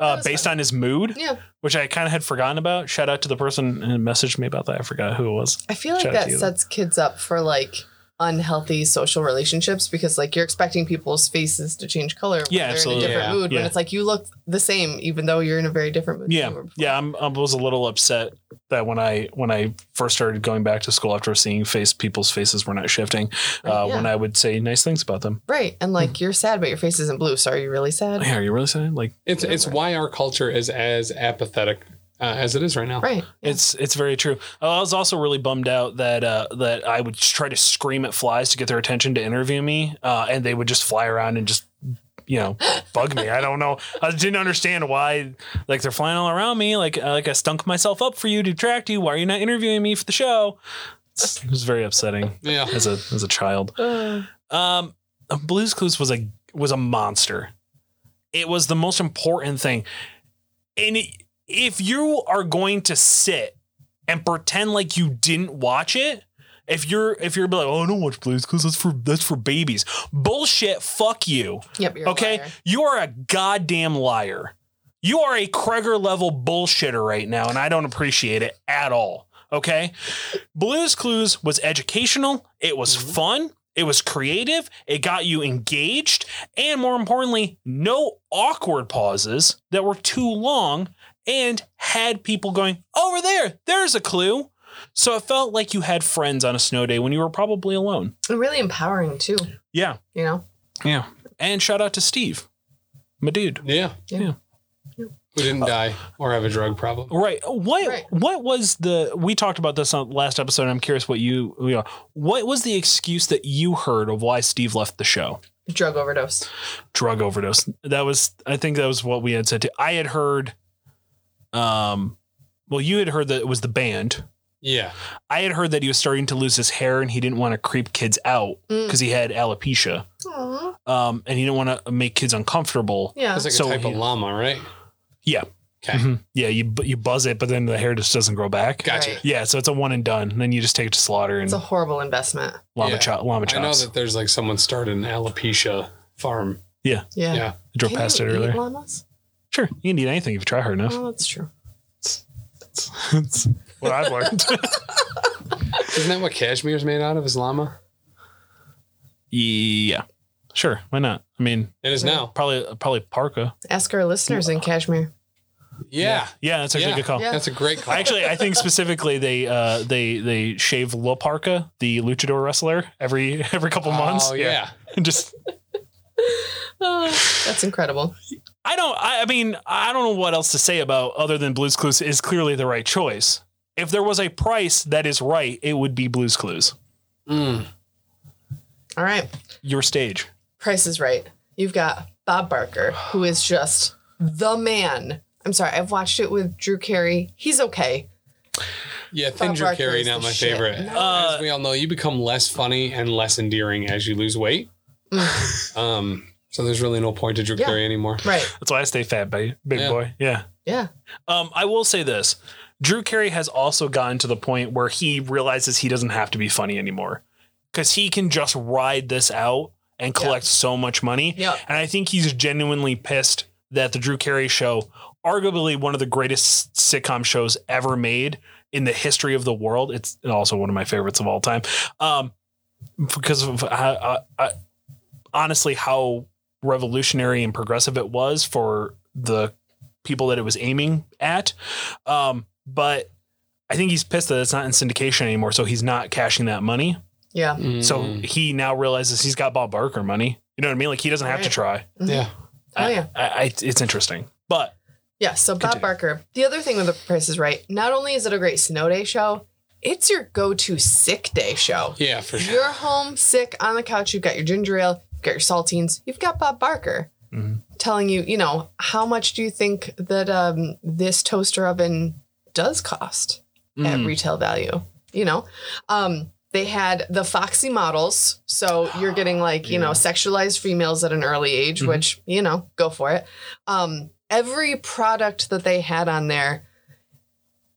[SPEAKER 2] uh,
[SPEAKER 5] was
[SPEAKER 2] based on his mood,
[SPEAKER 5] Yeah.
[SPEAKER 2] which I kind of had forgotten about. Shout out to the person who messaged me about that. I forgot who it was.
[SPEAKER 5] I feel like
[SPEAKER 2] Shout out
[SPEAKER 5] that
[SPEAKER 2] to you.
[SPEAKER 5] sets kids up for like unhealthy social relationships because like you're expecting people's faces to change color when
[SPEAKER 2] Yeah,
[SPEAKER 5] they're
[SPEAKER 2] absolutely.
[SPEAKER 5] in a different
[SPEAKER 3] Yeah,
[SPEAKER 5] mood
[SPEAKER 2] yeah.
[SPEAKER 5] when it's like you look the same even though you're in a very different mood. than you
[SPEAKER 2] Yeah,
[SPEAKER 5] were before.
[SPEAKER 2] yeah, I'm, I was a little upset that when I when I first started going back to school after seeing face people's faces were not shifting, uh,
[SPEAKER 5] Right, yeah.
[SPEAKER 2] when I would say nice things about them.
[SPEAKER 5] Right. And
[SPEAKER 2] Mm.
[SPEAKER 5] like you're sad but your face isn't blue. So are you really sad?
[SPEAKER 2] Hey, are you really saying like?
[SPEAKER 3] It's it's why our culture is as apathetic uh, as it is right now.
[SPEAKER 5] Right.
[SPEAKER 2] It's it's very true. I was also really bummed out that uh, that I would try to scream at flies to get their attention to interview me, uh, and they would just fly around and just you know bugged me. I don't know. I didn't understand why like they're flying all around me. Like uh, like I stunk myself up for you to attract you. Why are you not interviewing me for the show? It's- It was very upsetting
[SPEAKER 3] Yeah.
[SPEAKER 2] as a as a child. Um, Blue's Clues was a was a monster. It was the most important thing, and it, if you are going to sit and pretend like you didn't watch it, if you're if you're like, oh, I don't watch Blue's Clues, that's for that's for babies. Bullshit. Fuck you.
[SPEAKER 6] Yep. You're a
[SPEAKER 2] okay,
[SPEAKER 6] liar.
[SPEAKER 2] you are a goddamn liar. You are a Kreger level bullshitter right now, and I don't appreciate it at all. Okay. Blues Clues was educational. It was
[SPEAKER 6] Mm-hmm.
[SPEAKER 2] fun. It was creative. It got you engaged. And more importantly, no awkward pauses that were too long and had people going, over there, there's a clue. So it felt like you had friends on a snow day when you were probably alone.
[SPEAKER 6] And really empowering too.
[SPEAKER 2] Yeah.
[SPEAKER 6] You know.
[SPEAKER 2] Yeah. And shout out to Steve, my dude.
[SPEAKER 3] Yeah.
[SPEAKER 6] Yeah.
[SPEAKER 3] Who didn't die or have a drug problem.
[SPEAKER 2] Right. What
[SPEAKER 6] Right.
[SPEAKER 2] what was the we talked about this on last episode. I'm curious what you, you know, what was the excuse that you heard of why Steve left the show?
[SPEAKER 6] Drug overdose.
[SPEAKER 2] Drug overdose. That was I think that was what we had said too. I had heard um well you had heard that it was the band.
[SPEAKER 3] Yeah.
[SPEAKER 2] I had heard that he was starting to lose his hair and he didn't want to creep kids out
[SPEAKER 6] Mm.
[SPEAKER 2] because he had alopecia.
[SPEAKER 6] Aw.
[SPEAKER 2] Um and he didn't want to make kids uncomfortable.
[SPEAKER 6] Yeah.
[SPEAKER 3] That's like
[SPEAKER 2] So
[SPEAKER 3] a type
[SPEAKER 2] he-
[SPEAKER 3] of llama, right?
[SPEAKER 2] Yeah.
[SPEAKER 3] Okay.
[SPEAKER 2] Mhm. Yeah, you bu- you buzz it but then the hair just doesn't grow back.
[SPEAKER 3] Gotcha.
[SPEAKER 6] Right.
[SPEAKER 2] Yeah, so it's a one and done. And then you just take it to slaughter and
[SPEAKER 6] It's a horrible investment.
[SPEAKER 2] llama
[SPEAKER 3] Yeah.
[SPEAKER 2] chop llama
[SPEAKER 3] I know
[SPEAKER 2] chops.
[SPEAKER 3] that there's like someone started an alopecia farm.
[SPEAKER 6] Yeah.
[SPEAKER 2] I
[SPEAKER 3] Yeah.
[SPEAKER 2] drove
[SPEAKER 6] Can
[SPEAKER 2] past
[SPEAKER 6] you
[SPEAKER 2] it
[SPEAKER 6] eat
[SPEAKER 2] earlier.
[SPEAKER 6] llamas?
[SPEAKER 2] Sure, you can eat anything if you try hard enough.
[SPEAKER 6] Oh, that's true.
[SPEAKER 2] That's what I've learned.
[SPEAKER 3] Isn't that what cashmere's made out of? Is llama?
[SPEAKER 2] yeah, sure. Why not? I mean,
[SPEAKER 3] It is now.
[SPEAKER 2] probably probably parka.
[SPEAKER 6] Ask our listeners in Kashmir.
[SPEAKER 3] Yeah.
[SPEAKER 2] Yeah, that's actually a good call.
[SPEAKER 6] Yeah.
[SPEAKER 3] That's a great call.
[SPEAKER 2] Actually, I think specifically they uh, they they shave La Parka, the luchador wrestler, every every couple months.
[SPEAKER 3] Oh, yeah.
[SPEAKER 2] And just
[SPEAKER 6] that's incredible.
[SPEAKER 2] I don't I, I mean I don't know what else to say about other than Blue's Clues is clearly the right choice. If there was a price that is right, it would be Blue's Clues.
[SPEAKER 3] Mm.
[SPEAKER 6] All right.
[SPEAKER 2] Your stage.
[SPEAKER 6] Price is right. You've got Bob Barker, who is just the man. I'm sorry, I've watched it with Drew Carey. He's okay.
[SPEAKER 3] Yeah, Thin Drew
[SPEAKER 6] Barker
[SPEAKER 3] Carey,
[SPEAKER 6] is
[SPEAKER 3] not
[SPEAKER 6] the
[SPEAKER 3] my
[SPEAKER 6] shit.
[SPEAKER 3] favorite.
[SPEAKER 2] Uh,
[SPEAKER 3] as we all know, you become less funny and less endearing as you lose weight. um, so there's really no point to Drew
[SPEAKER 6] Mm. Yeah.
[SPEAKER 3] Carey anymore.
[SPEAKER 6] Right.
[SPEAKER 2] That's why I stay fat, ba- big
[SPEAKER 3] Yeah.
[SPEAKER 2] boy. Yeah.
[SPEAKER 6] Yeah.
[SPEAKER 2] Um, I will say this: Drew Carey has also gotten to the point where he realizes he doesn't have to be funny anymore because he can just ride this out and collect so much money.
[SPEAKER 3] Uh,
[SPEAKER 6] Yeah.
[SPEAKER 2] And I think he's genuinely pissed that the Drew Carey show, arguably one of the greatest sitcom shows ever made in the history of the world, it's also one of my favorites of all time. Um, because of uh, uh, honestly how revolutionary and progressive it was for the people that it was aiming at. Um, but I think he's pissed that it's not in syndication anymore, so he's not cashing that money.
[SPEAKER 6] Yeah.
[SPEAKER 2] Mm. So
[SPEAKER 3] Mm.
[SPEAKER 2] he now realizes he's got Bob Barker money. You know what I mean? Like he doesn't have to
[SPEAKER 6] Right.
[SPEAKER 2] try.
[SPEAKER 3] yeah,
[SPEAKER 6] Oh, yeah.
[SPEAKER 2] I, I, it's interesting, but
[SPEAKER 6] Yeah. So Bob
[SPEAKER 2] Continue.
[SPEAKER 6] Barker. The other thing with the Price is Right, not only is it a great snow day show, it's your go to sick day show.
[SPEAKER 3] yeah, for sure.
[SPEAKER 6] You're home sick on the couch. You've got your ginger ale, you've got your saltines, you've got Bob Barker
[SPEAKER 2] Mhm.
[SPEAKER 6] telling you, you know, how much do you think that um, this toaster oven does cost
[SPEAKER 2] Mm.
[SPEAKER 6] at retail value? You know, um, they had the foxy models. So you're getting like, you know, sexualized females at an early age,
[SPEAKER 2] Mhm.
[SPEAKER 6] which, you know, go for it. Um, every product that they had on there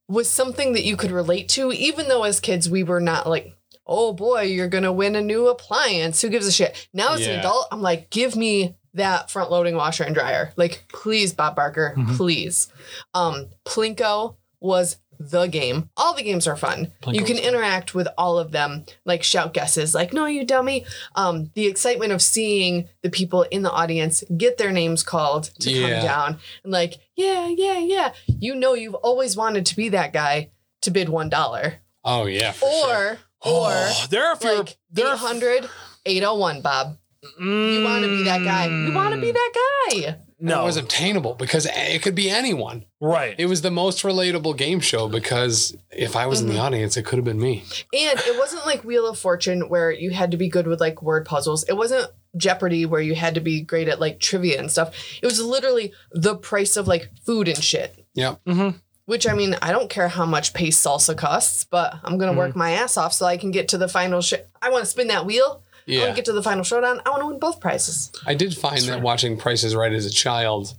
[SPEAKER 6] was something that you could relate to, even though as kids we were not like, oh boy, you're gonna win a new appliance. Who gives a shit? Now as an
[SPEAKER 3] Yeah.
[SPEAKER 6] adult, I'm like, give me that front loading washer and dryer. Like, please, Bob Barker,
[SPEAKER 2] Mhm.
[SPEAKER 6] please. Um, Plinko was the game. All the games are fun. you
[SPEAKER 2] Plinko
[SPEAKER 6] can
[SPEAKER 2] was
[SPEAKER 6] interact with all of them, like shout guesses, like, no, you dummy. Um, the excitement of seeing the people in the audience get their names called to
[SPEAKER 3] Yeah.
[SPEAKER 6] come down and like, yeah, yeah, yeah. You know you've always wanted to be that guy to bid one dollar.
[SPEAKER 3] Oh yeah, for sure.
[SPEAKER 6] Or
[SPEAKER 2] Oh, there are a
[SPEAKER 6] or
[SPEAKER 2] few.
[SPEAKER 6] like
[SPEAKER 2] there are
[SPEAKER 6] 800, 801, Bob. You want to be that guy. You want to
[SPEAKER 3] Mm.
[SPEAKER 6] be that guy.
[SPEAKER 3] And it
[SPEAKER 2] No,
[SPEAKER 3] was obtainable because it could be anyone.
[SPEAKER 2] right?
[SPEAKER 3] It was the most relatable game show because if I was
[SPEAKER 6] Mm-hmm.
[SPEAKER 3] in the audience, it could have been me.
[SPEAKER 6] And it wasn't like Wheel of Fortune where you had to be good with like word puzzles. It wasn't Jeopardy where you had to be great at like trivia and stuff. It was literally the price of like food and shit.
[SPEAKER 3] Yep.
[SPEAKER 2] Mm-hmm.
[SPEAKER 6] Which I mean, I don't care how much paste salsa costs, but I'm gonna
[SPEAKER 2] Mm.
[SPEAKER 6] work my ass off so I can get to the final. Sh- I want to spin that wheel.
[SPEAKER 2] Oh,
[SPEAKER 6] I want
[SPEAKER 3] Yeah.
[SPEAKER 6] to get to the final showdown. I want to win both prizes.
[SPEAKER 3] I did find that watching Price is Right as a child,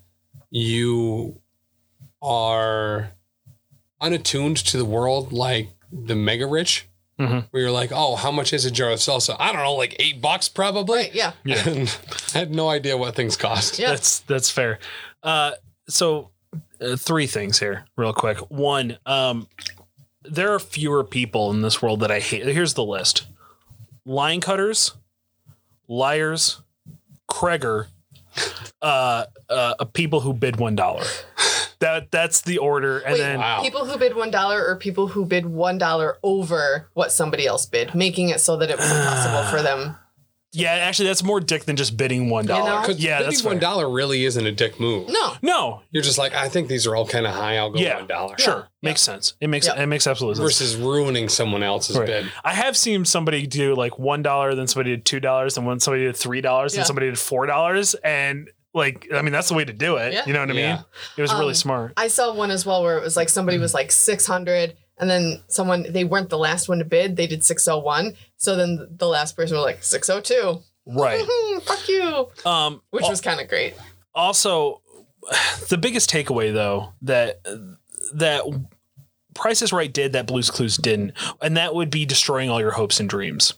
[SPEAKER 3] you are unattuned to the world like the mega rich,
[SPEAKER 2] Mhm.
[SPEAKER 3] where you're like, oh, how much is a jar of salsa? I don't know, like eight bucks probably.
[SPEAKER 6] Yeah.
[SPEAKER 3] And I had no idea what things cost.
[SPEAKER 6] Yeah.
[SPEAKER 2] That's that's fair. Uh, so uh, three things here, real quick. One, um, there are fewer people in this world that I hate. Here's the list: line cutters, liars, Kreger, uh, uh, people who bid one dollar. That that's the order, and
[SPEAKER 6] Wait,
[SPEAKER 2] then
[SPEAKER 3] Wow.
[SPEAKER 6] people who bid one dollar or people who bid one dollar over what somebody else bid, making it so that it was impossible for them.
[SPEAKER 2] yeah, actually, that's more dick than just bidding one dollar.
[SPEAKER 6] know?
[SPEAKER 3] Because
[SPEAKER 2] Yeah, that's fair.
[SPEAKER 3] one dollar really isn't a dick move.
[SPEAKER 6] No,
[SPEAKER 2] No,
[SPEAKER 3] You're just like, I think these are all kind of high. I'll go
[SPEAKER 2] Yeah.
[SPEAKER 3] one dollar.
[SPEAKER 2] sure, makes sense. It makes
[SPEAKER 6] Yeah.
[SPEAKER 2] it makes absolute sense.
[SPEAKER 3] Versus ruining someone else's
[SPEAKER 2] Right.
[SPEAKER 3] bid.
[SPEAKER 2] I have seen somebody do like one dollar, then somebody did two dollars, and then somebody did three dollars,
[SPEAKER 6] Yeah.
[SPEAKER 2] and somebody did four dollars, and like I mean that's the way to do it.
[SPEAKER 6] Yeah.
[SPEAKER 2] You know what I
[SPEAKER 3] Yeah.
[SPEAKER 2] mean? It was really
[SPEAKER 6] Um,
[SPEAKER 2] smart.
[SPEAKER 6] I saw one as well where it was like somebody was like 600 and then someone they weren't the last one to bid they did 601 so then the last person was like 602
[SPEAKER 2] Right.
[SPEAKER 6] Hmm, fuck you
[SPEAKER 2] Um,
[SPEAKER 6] which
[SPEAKER 2] al-
[SPEAKER 6] was kind of great
[SPEAKER 2] also the biggest takeaway though that that Price is Right did that Blue's Clues didn't, and that would be destroying all your hopes and dreams.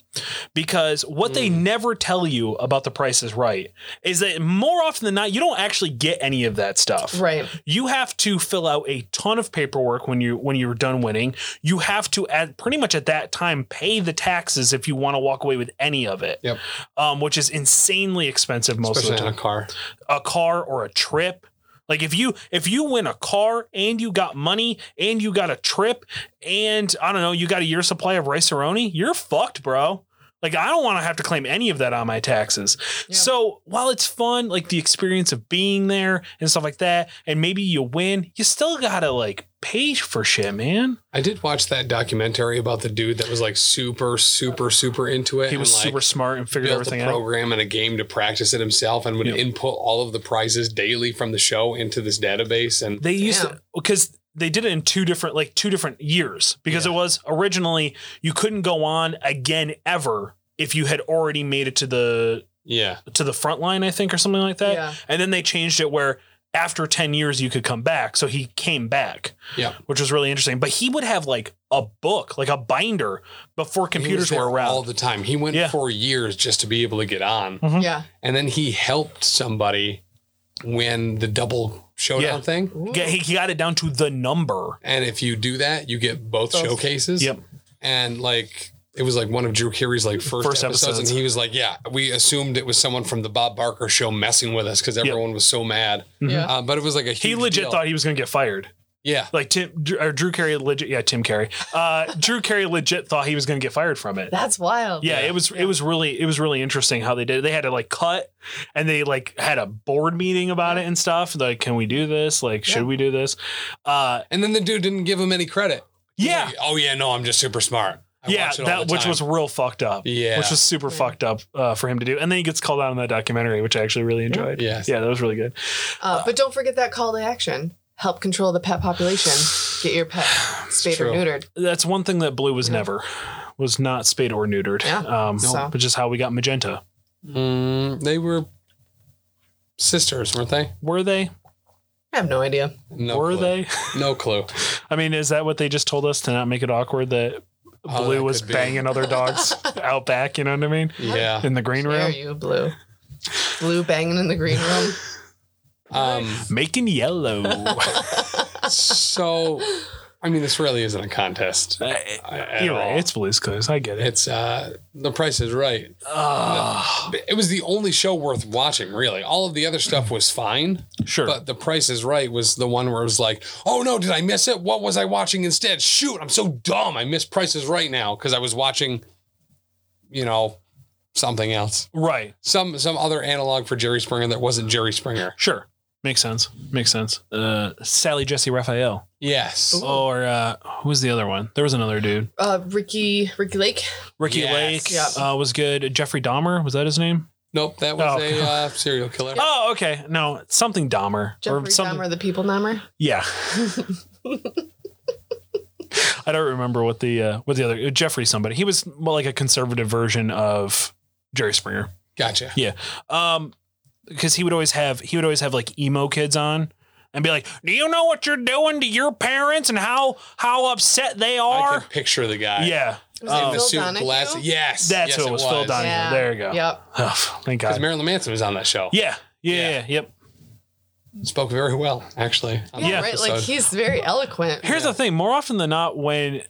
[SPEAKER 2] Because what they
[SPEAKER 3] Mm.
[SPEAKER 2] never tell you about the Price is Right is that more often than not, you don't actually get any of that stuff.
[SPEAKER 6] right
[SPEAKER 2] you have to fill out a ton of paperwork when you when you're done winning. You have to at pretty much at that time pay the taxes if you want to walk away with any of it.
[SPEAKER 3] Yep.
[SPEAKER 2] Um, which is insanely expensive most of the
[SPEAKER 3] Especially on
[SPEAKER 2] time.
[SPEAKER 3] a car.
[SPEAKER 2] A car or a trip. Like if you if you win a car and you got money and you got a trip and I don't know, you got a year supply of rice aroni, you're fucked, bro. Like I don't want to have to claim any of that on my taxes. So while it's fun, like the experience of being there and stuff like that, and maybe you win, you still gotta like pay for shit, man.
[SPEAKER 3] I did watch that documentary about the dude that was like super, super, super into it.
[SPEAKER 2] He was
[SPEAKER 3] and, like,
[SPEAKER 2] super smart and figured
[SPEAKER 3] built
[SPEAKER 2] everything
[SPEAKER 3] a
[SPEAKER 2] out.
[SPEAKER 3] program and a game to practice it himself and would
[SPEAKER 2] Yep.
[SPEAKER 3] input all of the prizes daily from the show into this database and
[SPEAKER 2] They used
[SPEAKER 6] Damn.
[SPEAKER 2] to because they did it in two different like two different years because it was originally you couldn't go on again ever if you had already made it to the
[SPEAKER 3] yeah
[SPEAKER 2] to the front line, I think, or something like that.
[SPEAKER 6] Yeah.
[SPEAKER 2] And then they changed it where after 10 years you could come back. So he came back.
[SPEAKER 3] Yeah.
[SPEAKER 2] Which was really interesting. But he would have like a book, like a binder before
[SPEAKER 3] He was
[SPEAKER 2] computers
[SPEAKER 3] there
[SPEAKER 2] were around.
[SPEAKER 3] all the time he went
[SPEAKER 2] Yeah.
[SPEAKER 3] for years just to be able to get on
[SPEAKER 2] Mhm.
[SPEAKER 6] yeah
[SPEAKER 3] and then he helped somebody win the double showdown
[SPEAKER 2] Yeah.
[SPEAKER 3] thing
[SPEAKER 2] Yeah, he, he got it down to the number.
[SPEAKER 3] and if you do that you get both
[SPEAKER 6] Both.
[SPEAKER 3] showcases
[SPEAKER 2] Yep.
[SPEAKER 3] and like it was like one of Drew Carey's like first,
[SPEAKER 2] First
[SPEAKER 3] episodes,
[SPEAKER 2] episodes.
[SPEAKER 3] and he was like, "Yeah, we assumed it was someone from the Bob Barker show messing with us because everyone was so mad."
[SPEAKER 2] Mm-hmm.
[SPEAKER 6] yeah
[SPEAKER 3] Uh, but it was like a
[SPEAKER 2] He
[SPEAKER 3] huge
[SPEAKER 2] legit
[SPEAKER 3] deal.
[SPEAKER 2] thought he was going to get fired.
[SPEAKER 3] yeah,
[SPEAKER 2] Like Tim Dr- or Drew Carey legit yeah, Tim Carey. Uh Drew Carey legit thought he was going to get fired from it.
[SPEAKER 6] that's wild
[SPEAKER 2] yeah, it was it was really it was really interesting how they did. it. They had to like cut, and they like had a board meeting about it and stuff. Like, can we do this? Like, should we do this? Uh,
[SPEAKER 3] and then the dude didn't give him any credit.
[SPEAKER 2] yeah,
[SPEAKER 3] Like, oh yeah, no, I'm just super smart. I
[SPEAKER 2] yeah,
[SPEAKER 3] watch it all
[SPEAKER 2] that
[SPEAKER 3] the
[SPEAKER 2] which
[SPEAKER 3] time.
[SPEAKER 2] was real fucked up.
[SPEAKER 3] Yeah.
[SPEAKER 2] which was super fucked up uh, for him to do. And then he gets called out in that documentary, which I actually really enjoyed.
[SPEAKER 3] Yes.
[SPEAKER 2] yeah, that was really good.
[SPEAKER 6] uh, but don't forget that call to action help control the pet population get your pet spayed or
[SPEAKER 3] true.
[SPEAKER 6] neutered
[SPEAKER 2] That's one thing that Blue was never was not spayed or neutered.
[SPEAKER 6] Yeah,
[SPEAKER 2] um,
[SPEAKER 6] so.
[SPEAKER 2] which is how we got Magenta.
[SPEAKER 3] Mm, they were sisters, weren't they?
[SPEAKER 2] Were they?
[SPEAKER 6] i have no idea
[SPEAKER 3] No,
[SPEAKER 2] Were
[SPEAKER 3] clue.
[SPEAKER 2] they?
[SPEAKER 3] No clue.
[SPEAKER 2] I mean, is that what they just told us to not make it awkward that
[SPEAKER 3] Oh,
[SPEAKER 2] Blue
[SPEAKER 3] that
[SPEAKER 2] was
[SPEAKER 3] could be.
[SPEAKER 2] banging other dogs out back? You know what I mean?
[SPEAKER 3] Yeah.
[SPEAKER 2] In the green
[SPEAKER 6] where are
[SPEAKER 2] room,
[SPEAKER 6] you blue blue banging in the green room
[SPEAKER 3] Um,
[SPEAKER 2] making yellow.
[SPEAKER 3] so, I mean, this really isn't a contest. at
[SPEAKER 2] You're
[SPEAKER 3] all.
[SPEAKER 2] right. It's Blue's Clues. I get it.
[SPEAKER 3] It's uh, the Price is Right.
[SPEAKER 2] Ah,
[SPEAKER 3] It was the only show worth watching, really. All of the other stuff was fine,
[SPEAKER 2] sure.
[SPEAKER 3] but the Price is Right was the one where it was like, oh no, did I miss it? What was I watching instead? Shoot, I'm so dumb. I miss Price is Right now because I was watching, you know, something else.
[SPEAKER 2] right.
[SPEAKER 3] some some other analog for Jerry Springer that wasn't Jerry Springer.
[SPEAKER 2] Sure. Makes sense. Makes sense. Uh, Sally Jesse Raphael.
[SPEAKER 3] Yes.
[SPEAKER 2] Or uh, who was the other one? There was another dude.
[SPEAKER 6] uh ricky ricky lake
[SPEAKER 2] Ricky
[SPEAKER 3] Yes.
[SPEAKER 2] Lake uh, was good. Jeffrey Dahmer. Was that his name?
[SPEAKER 3] Nope, that
[SPEAKER 2] Oh.
[SPEAKER 3] was a uh, serial killer.
[SPEAKER 2] Oh, okay. No, something Dahmer
[SPEAKER 6] Jeffrey
[SPEAKER 2] or something.
[SPEAKER 6] Dahmer, the people Dahmer.
[SPEAKER 2] Yeah. I don't remember what the uh, what the other Jeffrey somebody. He was more like a conservative version of Jerry Springer.
[SPEAKER 3] Gotcha.
[SPEAKER 2] Um, because he would always have he would always have like emo kids on and be like, "Do you know what you're doing to your parents and how how upset they
[SPEAKER 3] I
[SPEAKER 2] are?"
[SPEAKER 3] can picture the guy.
[SPEAKER 2] Yeah,
[SPEAKER 6] Was
[SPEAKER 2] Um,
[SPEAKER 6] it
[SPEAKER 3] The
[SPEAKER 6] Phil
[SPEAKER 3] suit,
[SPEAKER 6] Donahue?
[SPEAKER 3] glasses. Yes.
[SPEAKER 2] that's
[SPEAKER 3] yes,
[SPEAKER 2] who it was. Phil Donahue.
[SPEAKER 6] Yeah.
[SPEAKER 2] There you go.
[SPEAKER 6] Yep.
[SPEAKER 2] Oh, thank
[SPEAKER 3] Because
[SPEAKER 2] God.
[SPEAKER 3] Marilyn Manson was on that show.
[SPEAKER 2] yeah. Yeah, yeah.
[SPEAKER 3] Yeah.
[SPEAKER 2] Yep.
[SPEAKER 3] Spoke very well, actually. on
[SPEAKER 6] Yeah,
[SPEAKER 3] that
[SPEAKER 6] right. Like
[SPEAKER 3] episode.
[SPEAKER 6] he's very eloquent.
[SPEAKER 2] Here's the thing: more often than not, when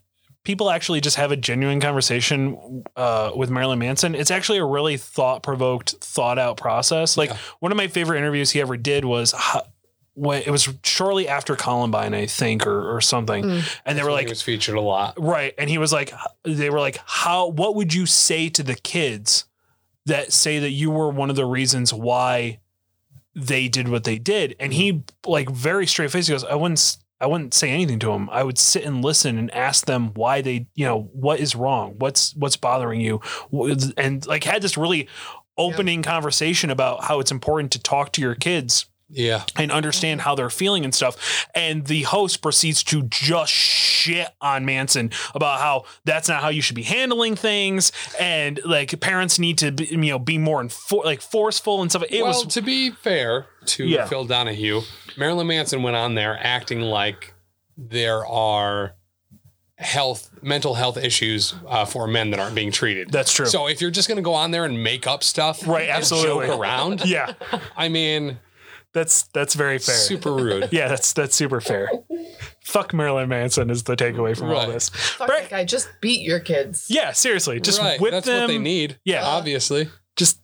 [SPEAKER 2] people actually just have a genuine conversation uh, with Marilyn Manson, it's actually a really thought provoked, thought out process. Like
[SPEAKER 3] Yeah.
[SPEAKER 2] one of my favorite interviews he ever did was. uh, When it was shortly after Columbine, I think, or, or something, and they were
[SPEAKER 3] He
[SPEAKER 2] like,
[SPEAKER 3] was featured a lot.
[SPEAKER 2] Uh, right, and he was like, they were like, how? What would you say to the kids that say that you were one of the reasons why they did what they did? And he like very straight face he goes, I wouldn't s- I wouldn't say anything to them. I would sit and listen and ask them why they, you know, what is wrong? What's what's bothering you? Wh- And like had this really opening conversation about how it's important to talk to your kids
[SPEAKER 3] Yeah.
[SPEAKER 2] and understand how they're feeling and stuff. And the host proceeds to just shit on Manson about how that's not how you should be handling things, and like parents need to be, you know be more enfor- like forceful and stuff. It
[SPEAKER 3] well,
[SPEAKER 2] was
[SPEAKER 3] to be fair to
[SPEAKER 2] Yeah.
[SPEAKER 3] Phil Donahue, Marilyn Manson went on there acting like there are health, mental health issues uh, for men that aren't being treated.
[SPEAKER 2] that's true.
[SPEAKER 3] So if you're just going to go on there and make up stuff,
[SPEAKER 2] Right,
[SPEAKER 3] and
[SPEAKER 2] absolutely.
[SPEAKER 3] joke around.
[SPEAKER 2] yeah,
[SPEAKER 3] I mean,
[SPEAKER 2] that's that's very fair.
[SPEAKER 3] super rude.
[SPEAKER 2] Yeah, that's that's super fair. Fuck Marilyn Manson is the takeaway from all
[SPEAKER 3] Right.
[SPEAKER 2] this.
[SPEAKER 6] Fuck
[SPEAKER 2] Brett-
[SPEAKER 6] that guy. Just beat your kids.
[SPEAKER 2] Yeah, seriously, just
[SPEAKER 3] right.
[SPEAKER 2] whip
[SPEAKER 3] That's
[SPEAKER 2] them.
[SPEAKER 3] what they need.
[SPEAKER 2] Yeah.
[SPEAKER 3] obviously.
[SPEAKER 2] Just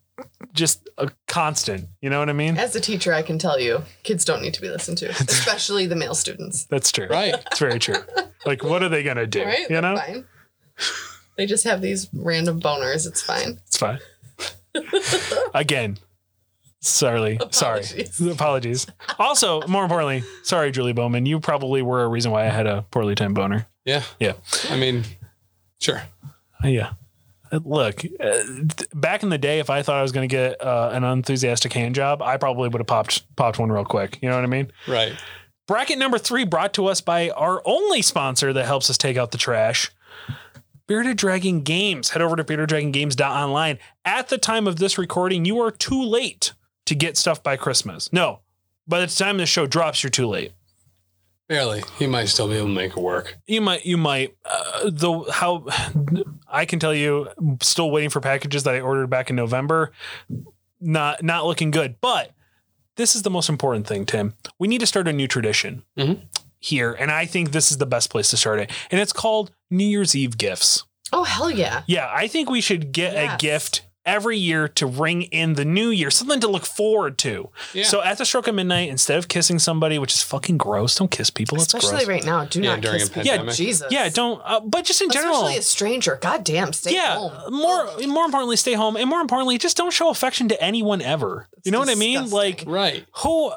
[SPEAKER 2] just a constant. You know what I mean?
[SPEAKER 6] As a teacher, I can tell you, kids don't need to be listened to, especially the male students.
[SPEAKER 2] That's true.
[SPEAKER 3] Right.
[SPEAKER 2] It's very true. Like, what are they gonna do?
[SPEAKER 6] All right,
[SPEAKER 2] you
[SPEAKER 6] they're
[SPEAKER 2] know,
[SPEAKER 6] fine. They just have these random boners. It's fine.
[SPEAKER 2] It's fine. Again, sorry,
[SPEAKER 6] Apologies.
[SPEAKER 2] sorry, apologies. Also, more importantly, sorry, Julie Bowman. You probably were a reason why I had a poorly timed boner.
[SPEAKER 3] Yeah.
[SPEAKER 2] Yeah,
[SPEAKER 3] I mean, sure.
[SPEAKER 2] yeah. Uh, Look, uh, th- back in the day, if I thought I was going to get uh, an unenthusiastic hand job, I probably would have popped popped one real quick. You know what I mean?
[SPEAKER 3] Right.
[SPEAKER 2] Bracket number three brought to us by our only sponsor that helps us take out the trash. Bearded Dragon Games. Head over to beardeddragongames.online. At the time of this recording, you are too late to get stuff by Christmas. No, by the time the show drops, you're too late.
[SPEAKER 3] Barely. He might still be able to make it work.
[SPEAKER 2] You might, you might. Uh, though how I can tell you, I'm still waiting for packages that I ordered back in November. Not, not looking good. But this is the most important thing, Tim. We need to start a new tradition
[SPEAKER 3] Mhm.
[SPEAKER 2] here, and I think this is the best place to start it. And it's called New Year's Eve gifts.
[SPEAKER 6] Oh hell yeah!
[SPEAKER 2] Yeah, I think we should get a
[SPEAKER 6] Yes.
[SPEAKER 2] gift every year to ring in the new year, something to look forward to.
[SPEAKER 3] Yeah.
[SPEAKER 2] So at the stroke of midnight, instead of kissing somebody, which is fucking gross, don't kiss people. That's
[SPEAKER 6] Especially
[SPEAKER 2] gross.
[SPEAKER 6] right now. Do
[SPEAKER 3] Yeah,
[SPEAKER 6] not
[SPEAKER 3] during
[SPEAKER 6] kiss
[SPEAKER 3] a
[SPEAKER 6] people.
[SPEAKER 3] pandemic. Yeah,
[SPEAKER 6] Jesus.
[SPEAKER 2] yeah, don't. Uh, but just in general,
[SPEAKER 6] Especially a stranger. God damn. Stay
[SPEAKER 2] yeah. uh,
[SPEAKER 6] home.
[SPEAKER 2] More, more importantly, stay home, and more importantly, just don't show affection to anyone ever. you know what I mean? Like
[SPEAKER 6] disgusting.
[SPEAKER 3] Right.
[SPEAKER 2] who?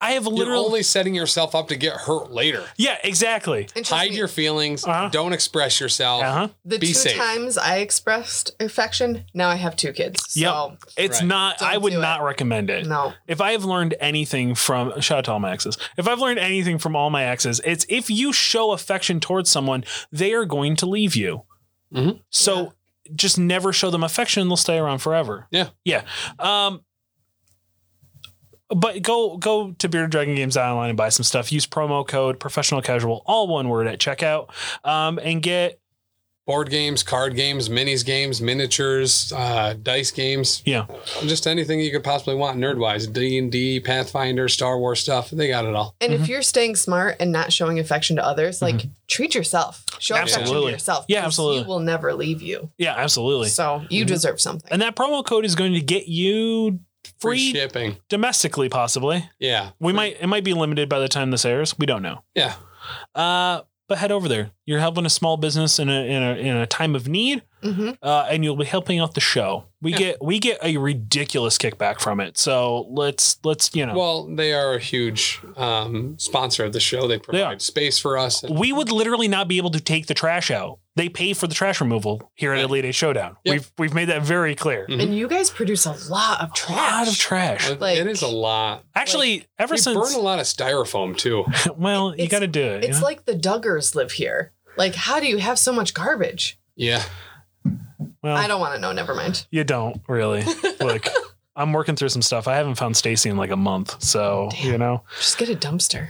[SPEAKER 2] I have
[SPEAKER 3] You're
[SPEAKER 2] literally.
[SPEAKER 3] only setting yourself up to get hurt later.
[SPEAKER 2] yeah, exactly.
[SPEAKER 6] And trust
[SPEAKER 3] Hide
[SPEAKER 6] me,
[SPEAKER 3] your feelings.
[SPEAKER 2] Uh-huh.
[SPEAKER 3] Don't express yourself.
[SPEAKER 2] Uh huh.
[SPEAKER 6] the
[SPEAKER 3] be
[SPEAKER 6] two
[SPEAKER 3] safe.
[SPEAKER 6] times I expressed affection. Now I have two kids.
[SPEAKER 2] Yep.
[SPEAKER 6] So
[SPEAKER 2] It's
[SPEAKER 3] Right.
[SPEAKER 2] not. I
[SPEAKER 6] Don't
[SPEAKER 2] would
[SPEAKER 6] do it.
[SPEAKER 2] not recommend it.
[SPEAKER 6] no.
[SPEAKER 2] if I have learned anything from shout out to all my exes, if I've learned anything from all my exes, it's if you show affection towards someone, they are going to leave you.
[SPEAKER 3] Mhm.
[SPEAKER 2] So just never show them affection; they'll stay around forever.
[SPEAKER 3] Yeah.
[SPEAKER 2] yeah. Um, but go go to Bearded Dragon Games online and buy some stuff. Use promo code Professional Casual, all one word at checkout, um, and get
[SPEAKER 3] Board games, card games, minis games, miniatures, uh, dice games,
[SPEAKER 2] yeah
[SPEAKER 3] just anything you could possibly want nerd wise. D and D, Pathfinder, Star Wars stuff. They got it all.
[SPEAKER 6] And
[SPEAKER 2] Mm-hmm.
[SPEAKER 6] if you're staying smart and not showing affection to others, like treat yourself. Show affection
[SPEAKER 2] Absolutely.
[SPEAKER 6] to yourself.
[SPEAKER 2] Yeah,
[SPEAKER 6] because
[SPEAKER 2] absolutely.
[SPEAKER 6] He will never leave you.
[SPEAKER 2] yeah absolutely. Mm-hmm.
[SPEAKER 6] So you deserve something.
[SPEAKER 2] and that promo code is going to get you
[SPEAKER 3] Free,
[SPEAKER 2] free
[SPEAKER 3] shipping.
[SPEAKER 2] domestically, possibly.
[SPEAKER 3] Yeah.
[SPEAKER 2] We might it might be limited by the time this airs. We don't know.
[SPEAKER 3] Yeah.
[SPEAKER 2] Uh, but head over there. You're helping a small business in a in a in a time of need.
[SPEAKER 6] Mm-hmm.
[SPEAKER 2] uh, and you'll be helping out the show. We get we get a ridiculous kickback from it. So let's let's you know
[SPEAKER 3] Well, they are a huge um, sponsor of the show. They provide
[SPEAKER 2] are.
[SPEAKER 3] space for us. And
[SPEAKER 2] we would literally not be able to take the trash out. They pay for the trash removal here at Elite Eight Showdown.
[SPEAKER 3] Yep.
[SPEAKER 2] We've we've made that very clear.
[SPEAKER 3] Mhm.
[SPEAKER 6] And you guys produce a lot of
[SPEAKER 2] A
[SPEAKER 6] trash.
[SPEAKER 2] lot of trash.
[SPEAKER 3] it-
[SPEAKER 6] Mm. like-
[SPEAKER 3] it is a lot.
[SPEAKER 2] Actually, ever
[SPEAKER 3] We burn
[SPEAKER 2] since
[SPEAKER 3] a lot of styrofoam too.
[SPEAKER 2] well, you
[SPEAKER 6] It's-
[SPEAKER 2] got to do it. you
[SPEAKER 6] It's
[SPEAKER 2] know?
[SPEAKER 6] like the Duggars live here. Like, how do you have so much garbage?
[SPEAKER 3] Yeah.
[SPEAKER 2] well,
[SPEAKER 6] I don't want to know. Never mind.
[SPEAKER 2] You don't really. Look, I'm working through some stuff. I haven't found Stacy in like a month, so you know.
[SPEAKER 6] Just get a dumpster.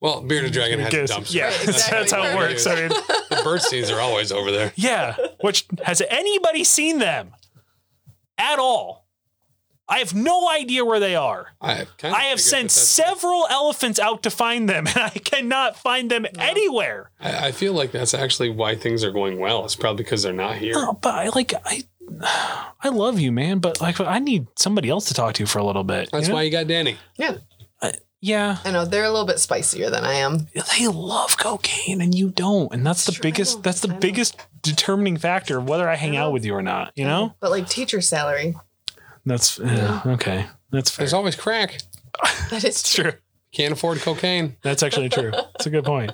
[SPEAKER 3] Well, Bearded Dragon has
[SPEAKER 2] Guess-
[SPEAKER 3] a dumpster.
[SPEAKER 2] yeah,
[SPEAKER 6] Right,
[SPEAKER 2] that's- that's how it works.
[SPEAKER 6] exactly.
[SPEAKER 2] I mean,
[SPEAKER 3] The bird scenes are always over there.
[SPEAKER 2] yeah. Which has anybody seen them at all? I have no idea where they are.
[SPEAKER 3] I have, kind of
[SPEAKER 2] I have
[SPEAKER 3] figured
[SPEAKER 2] sent
[SPEAKER 3] that that's-
[SPEAKER 2] several elephants out to find them, and I cannot find them anywhere.
[SPEAKER 3] I, I feel like that's actually why things are going well. It's probably because they're not here.
[SPEAKER 2] Oh, but I like I, I love you, man. But like, I need somebody else to talk to for a little bit.
[SPEAKER 3] That's why you got Danny.
[SPEAKER 6] Yeah.
[SPEAKER 2] Yeah.
[SPEAKER 6] I know they're a little bit spicier than I am.
[SPEAKER 2] they love cocaine and you don't and that's the
[SPEAKER 6] It's true. I know.
[SPEAKER 2] biggest that's the
[SPEAKER 6] I know.
[SPEAKER 2] biggest determining factor of whether i hang out with you or not you know
[SPEAKER 6] But like teacher salary.
[SPEAKER 2] that's yeah, okay that's fair.
[SPEAKER 3] There's always crack.
[SPEAKER 6] That is
[SPEAKER 2] that's true
[SPEAKER 3] Can't afford cocaine.
[SPEAKER 2] that's actually true that's a good point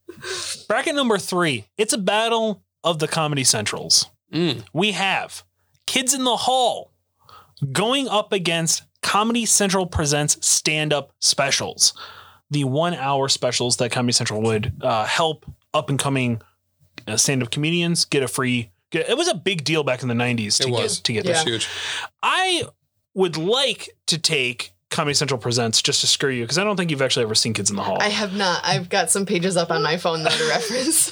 [SPEAKER 2] bracket number three it's a battle of the comedy centrals
[SPEAKER 3] Mm.
[SPEAKER 2] we have kids in the hall going up against comedy central presents stand-up specials the one hour specials that comedy central would uh, help up and coming uh, stand-up comedians get a free get, it was a big deal back in the 90s to
[SPEAKER 3] It was.
[SPEAKER 2] get to get
[SPEAKER 6] Yeah.
[SPEAKER 3] That's
[SPEAKER 2] this
[SPEAKER 3] huge.
[SPEAKER 2] i would like to take comedy central presents just to screw you because i don't think you've actually ever seen kids in the hall
[SPEAKER 6] I have not. I've got some pages up on my phone that are reference.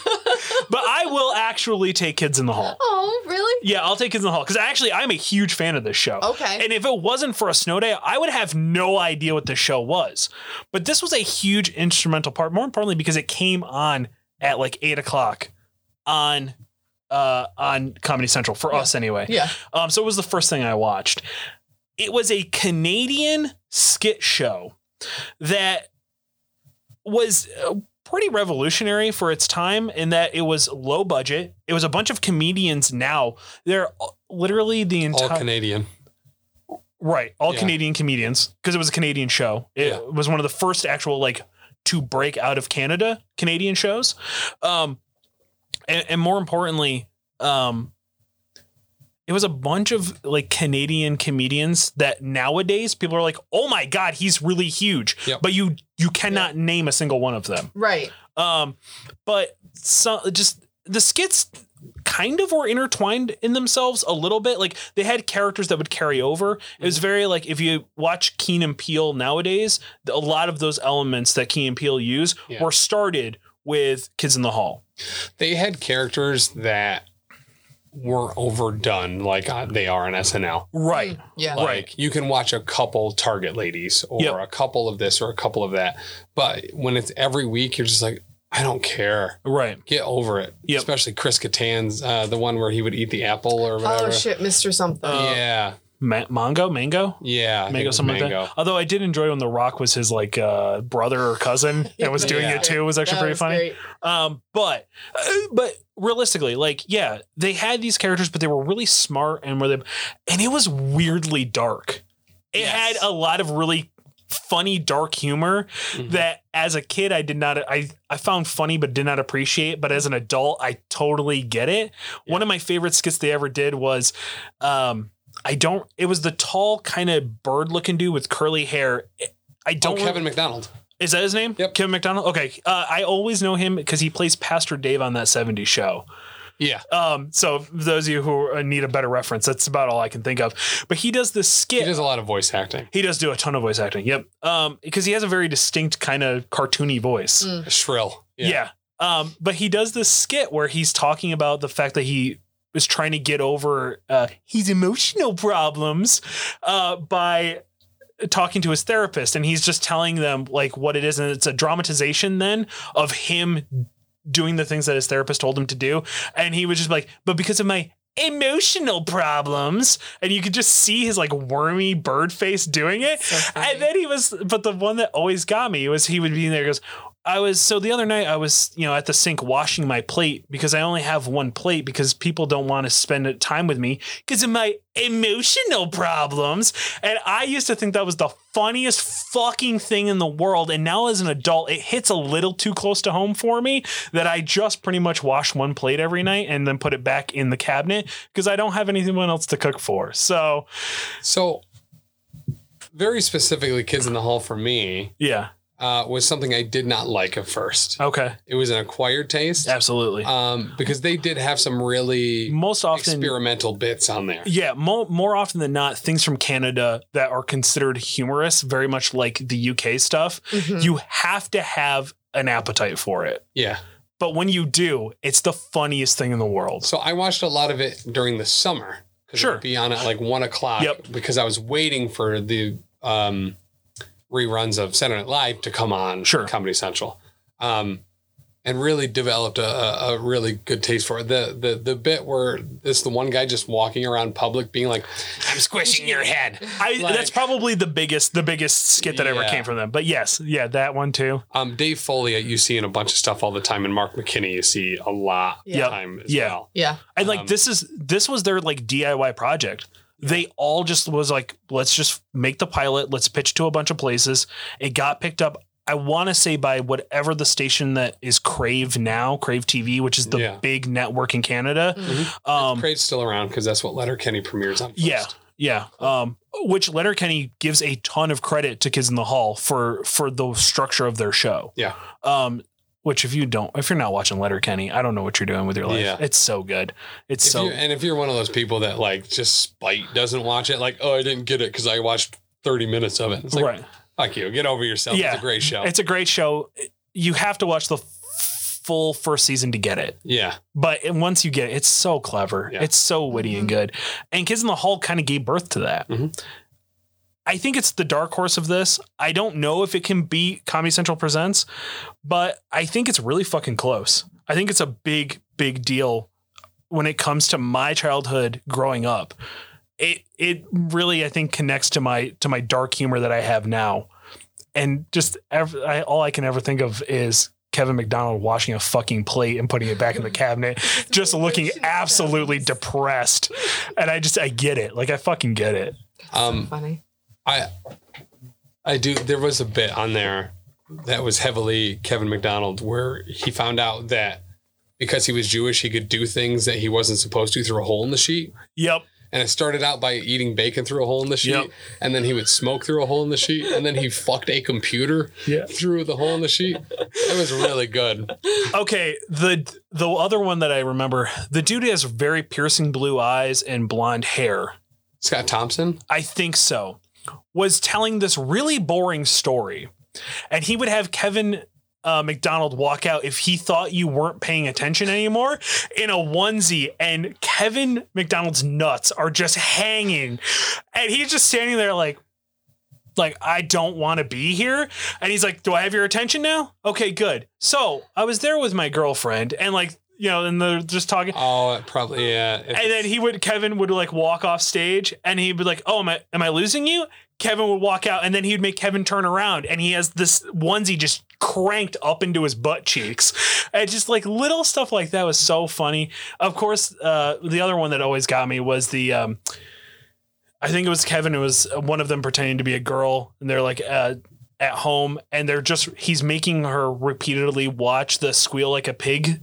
[SPEAKER 2] but i will actually take kids in the hall
[SPEAKER 6] oh, really?
[SPEAKER 2] Yeah, I'll take Kids in the Hall because actually I'm a huge fan of this show.
[SPEAKER 6] Okay.
[SPEAKER 2] And if it wasn't for a snow day, I would have no idea what this show was. But this was a huge instrumental part. More importantly, because it came on at like eight o'clock on uh on Comedy Central for us anyway.
[SPEAKER 6] Yeah.
[SPEAKER 2] Um, so it was the first thing I watched. It was a Canadian skit show that was uh, pretty revolutionary for its time in that it was low budget. It was a bunch of comedians now. They're uh, literally the
[SPEAKER 3] All
[SPEAKER 2] entire
[SPEAKER 3] Canadian.
[SPEAKER 2] right, all
[SPEAKER 3] Yeah.
[SPEAKER 2] Canadian comedians because it was a Canadian show. It
[SPEAKER 3] Yeah.
[SPEAKER 2] was one of the first actual like to break out of Canada Canadian shows. Um and, and more importantly, um it was a bunch of like Canadian comedians that nowadays people are like, "Oh my god, he's really huge."
[SPEAKER 3] Yep.
[SPEAKER 2] But you you cannot name a single one of them.
[SPEAKER 6] Right.
[SPEAKER 2] Um, but so just the skits kind of were intertwined in themselves a little bit. Like they had characters that would carry over. It was very like if you watch Keen and Peele nowadays, a lot of those elements that Keen and Peele use
[SPEAKER 3] Yeah.
[SPEAKER 2] were started with Kids in the Hall.
[SPEAKER 3] They had characters that were overdone like uh, they are on SNL.
[SPEAKER 2] Right.
[SPEAKER 6] Yeah.
[SPEAKER 3] Like
[SPEAKER 2] Right.
[SPEAKER 3] you can watch a couple Target ladies or
[SPEAKER 2] Yep.
[SPEAKER 3] a couple of this or a couple of that. But when it's every week, you're just like, I don't care.
[SPEAKER 2] Right.
[SPEAKER 3] Get over it.
[SPEAKER 2] Yep.
[SPEAKER 3] Especially Chris Kattan's, uh, the one where he would eat the apple or whatever.
[SPEAKER 6] Oh shit, Mr. Something.
[SPEAKER 3] yeah.
[SPEAKER 2] Ma- mango, mango.
[SPEAKER 3] Yeah.
[SPEAKER 2] Uh,
[SPEAKER 3] I think it
[SPEAKER 2] Mango,
[SPEAKER 3] was Oh,
[SPEAKER 2] something like that. Although I did enjoy when The Rock was his like uh, brother or cousin and was doing
[SPEAKER 3] Yeah.
[SPEAKER 2] it too. It was actually
[SPEAKER 6] That
[SPEAKER 2] pretty
[SPEAKER 6] was
[SPEAKER 2] funny.
[SPEAKER 6] great.
[SPEAKER 2] Um, but uh, but realistically, like yeah, they had these characters, but they were really smart and were they, and it was weirdly dark. It
[SPEAKER 3] Yes.
[SPEAKER 2] had a lot of really funny dark humor
[SPEAKER 3] Mm-hmm.
[SPEAKER 2] that as a kid I did not I I found funny but did not appreciate but as an adult I totally get it. One of my favorite skits they ever did was um I don't it was the tall kind of bird looking dude with curly hair. I
[SPEAKER 3] Oh,
[SPEAKER 2] don't re-
[SPEAKER 3] Kevin McDonald.
[SPEAKER 2] is that his name?
[SPEAKER 3] Yep.
[SPEAKER 2] Kevin McDonald. Okay. Uh, I always know him because he plays Pastor Dave on that 70s show.
[SPEAKER 3] Yeah.
[SPEAKER 2] Um, so for those of you who uh, need a better reference, that's about all I can think of. But he does this skit.
[SPEAKER 3] He does a lot of voice acting.
[SPEAKER 2] do a ton of voice acting. Yep. Um, because he has a very distinct kind of cartoony
[SPEAKER 3] Mm.
[SPEAKER 2] voice.
[SPEAKER 6] Mm.
[SPEAKER 3] Shrill.
[SPEAKER 2] Yeah. Um, but he does this skit where he's talking about the fact that he is trying to get over uh, his emotional problems uh, by talking to his therapist, and he's just telling them like what it is, and it's a dramatization then of him doing the things that his therapist told him to do, and he was just like, but because of my emotional problems and you could just see his like wormy bird face doing it
[SPEAKER 6] So funny.
[SPEAKER 2] and then he was but the one that always got me was he would be in there he goes I was so the other night I was you know at the sink washing my plate because I only have one plate because people don't want to spend time with me because of my emotional problems and I used to think that was the funniest fucking thing in the world and now as an adult it hits a little too close to home for me that I just pretty much wash one plate every night and then put it back in the cabinet because I don't have anyone else to cook for so
[SPEAKER 3] So, very specifically, Kids in the Hall for me
[SPEAKER 2] yeah
[SPEAKER 3] uh, was something I did not like at first.
[SPEAKER 2] okay
[SPEAKER 3] It was an acquired taste
[SPEAKER 2] absolutely
[SPEAKER 3] um, because they did have some really
[SPEAKER 2] most often
[SPEAKER 3] experimental bits on there.
[SPEAKER 2] Yeah, more more often than not, things from Canada that are considered humorous, very much like the UK stuff,
[SPEAKER 6] Mhm.
[SPEAKER 2] you have to have an appetite for it.
[SPEAKER 3] Yeah.
[SPEAKER 2] But when you do, it's the funniest thing in the world.
[SPEAKER 3] So I watched a lot of it during the summer. 'cause
[SPEAKER 2] Sure.
[SPEAKER 3] it'd Be on at like one o'clock
[SPEAKER 2] Yep.
[SPEAKER 3] because I was waiting for the um, reruns of Saturday Night Live to come on
[SPEAKER 2] Sure.
[SPEAKER 3] Comedy Central, um, and really developed a, a, a really good taste for it. The the the bit where it's the one guy just walking around public being like, "I'm squishing your head."
[SPEAKER 2] I,
[SPEAKER 3] Like-
[SPEAKER 2] that's probably the biggest the biggest skit that ever
[SPEAKER 3] Yeah.
[SPEAKER 2] came from them. But yes, yeah, that one too.
[SPEAKER 3] Um, Dave Foley you see in a bunch of stuff all the time, and Mark McKinney you see a lot
[SPEAKER 6] Yeah.
[SPEAKER 3] of time as
[SPEAKER 2] Yeah.
[SPEAKER 3] well.
[SPEAKER 6] Yeah.
[SPEAKER 2] And like
[SPEAKER 3] Um,
[SPEAKER 2] this is this was their like DIY project. They all just was like, let's just make the pilot, let's pitch to a bunch of places. It got picked up, I want to say by whatever the station that is Crave now, Crave TV, which is the
[SPEAKER 3] Yeah.
[SPEAKER 2] big network in Canada. Um
[SPEAKER 3] Craig's still around because that's what Letterkenny premieres on. First.
[SPEAKER 2] yeah. Yeah.
[SPEAKER 3] Oh.
[SPEAKER 2] Um which Letterkenny gives a ton of credit to Kids in the Hall for for the structure of their show.
[SPEAKER 3] Yeah.
[SPEAKER 2] Um which if you don't if you're not watching Letterkenny, I don't know what you're doing with your life.
[SPEAKER 3] Yeah.
[SPEAKER 2] It's so good. It's
[SPEAKER 3] If
[SPEAKER 2] so
[SPEAKER 3] you- and if you're one of those people that like just spite doesn't watch it, like oh I didn't get it because I watched 30 minutes of it. It's like
[SPEAKER 2] right.
[SPEAKER 3] fuck you, get over yourself.
[SPEAKER 2] Yeah.
[SPEAKER 3] It's a great show.
[SPEAKER 2] It's a great show. You have to watch the f- full first season to get it.
[SPEAKER 3] yeah,
[SPEAKER 2] But it- once you get it, it's so clever.
[SPEAKER 3] Yeah.
[SPEAKER 2] It's so witty and good. And Kids in the Hall kind of gave birth to that.
[SPEAKER 3] Mhm.
[SPEAKER 2] I think it's the dark horse of this. I don't know if it can beat Comedy Central Presents, but I think it's really fucking close. I think it's a big, big deal when it comes to my childhood growing up. It it really I think connects to my to my dark humor that I have now and just ev I, all I can ever think of is Kevin McDonald washing a fucking plate and putting it back in the cabinet, just looking absolutely depressed. And I just I get it, like I fucking get it.
[SPEAKER 3] um,
[SPEAKER 6] Funny.
[SPEAKER 3] I I do. There was a bit on there that was heavily Kevin McDonald where he found out that because he was Jewish, he could do things that he wasn't supposed to through a hole in the sheet.
[SPEAKER 2] Yep.
[SPEAKER 3] And it started out by eating bacon through a hole in the sheet,
[SPEAKER 2] Yep.
[SPEAKER 3] and then he would smoke through a hole in the sheet, and then he fucked a computer
[SPEAKER 2] Yeah.
[SPEAKER 3] through the hole in the sheet. It was really good.
[SPEAKER 2] Okay. The the other one that I remember, the dude has very piercing blue eyes and blonde hair.
[SPEAKER 3] Scott Thompson.
[SPEAKER 2] I think so, was telling this really boring story. And he would have Kevin uh, McDonald walk out if he thought you weren't paying attention anymore in a onesie. And Kevin McDonald's nuts are just hanging. And he's just standing there like, like I don't want to be here. And he's like, "Do I have your attention now? Okay, good." So I was there with my girlfriend, and like you know, and they're just talking
[SPEAKER 3] Oh, it probably yeah. If-
[SPEAKER 2] and then he would Kevin would like walk off stage and he'd be like, "Oh, am I am I losing you?" Kevin would walk out and then he'd make Kevin turn around and he has this onesie just cranked up into his butt cheeks. And just like little stuff like that was so funny. Of course, uh, the other one that always got me was the um, I think it was Kevin. It was one of them pretending to be a girl, and they're like uh, at home, and they're just he's making her repeatedly watch the squeal like a pig,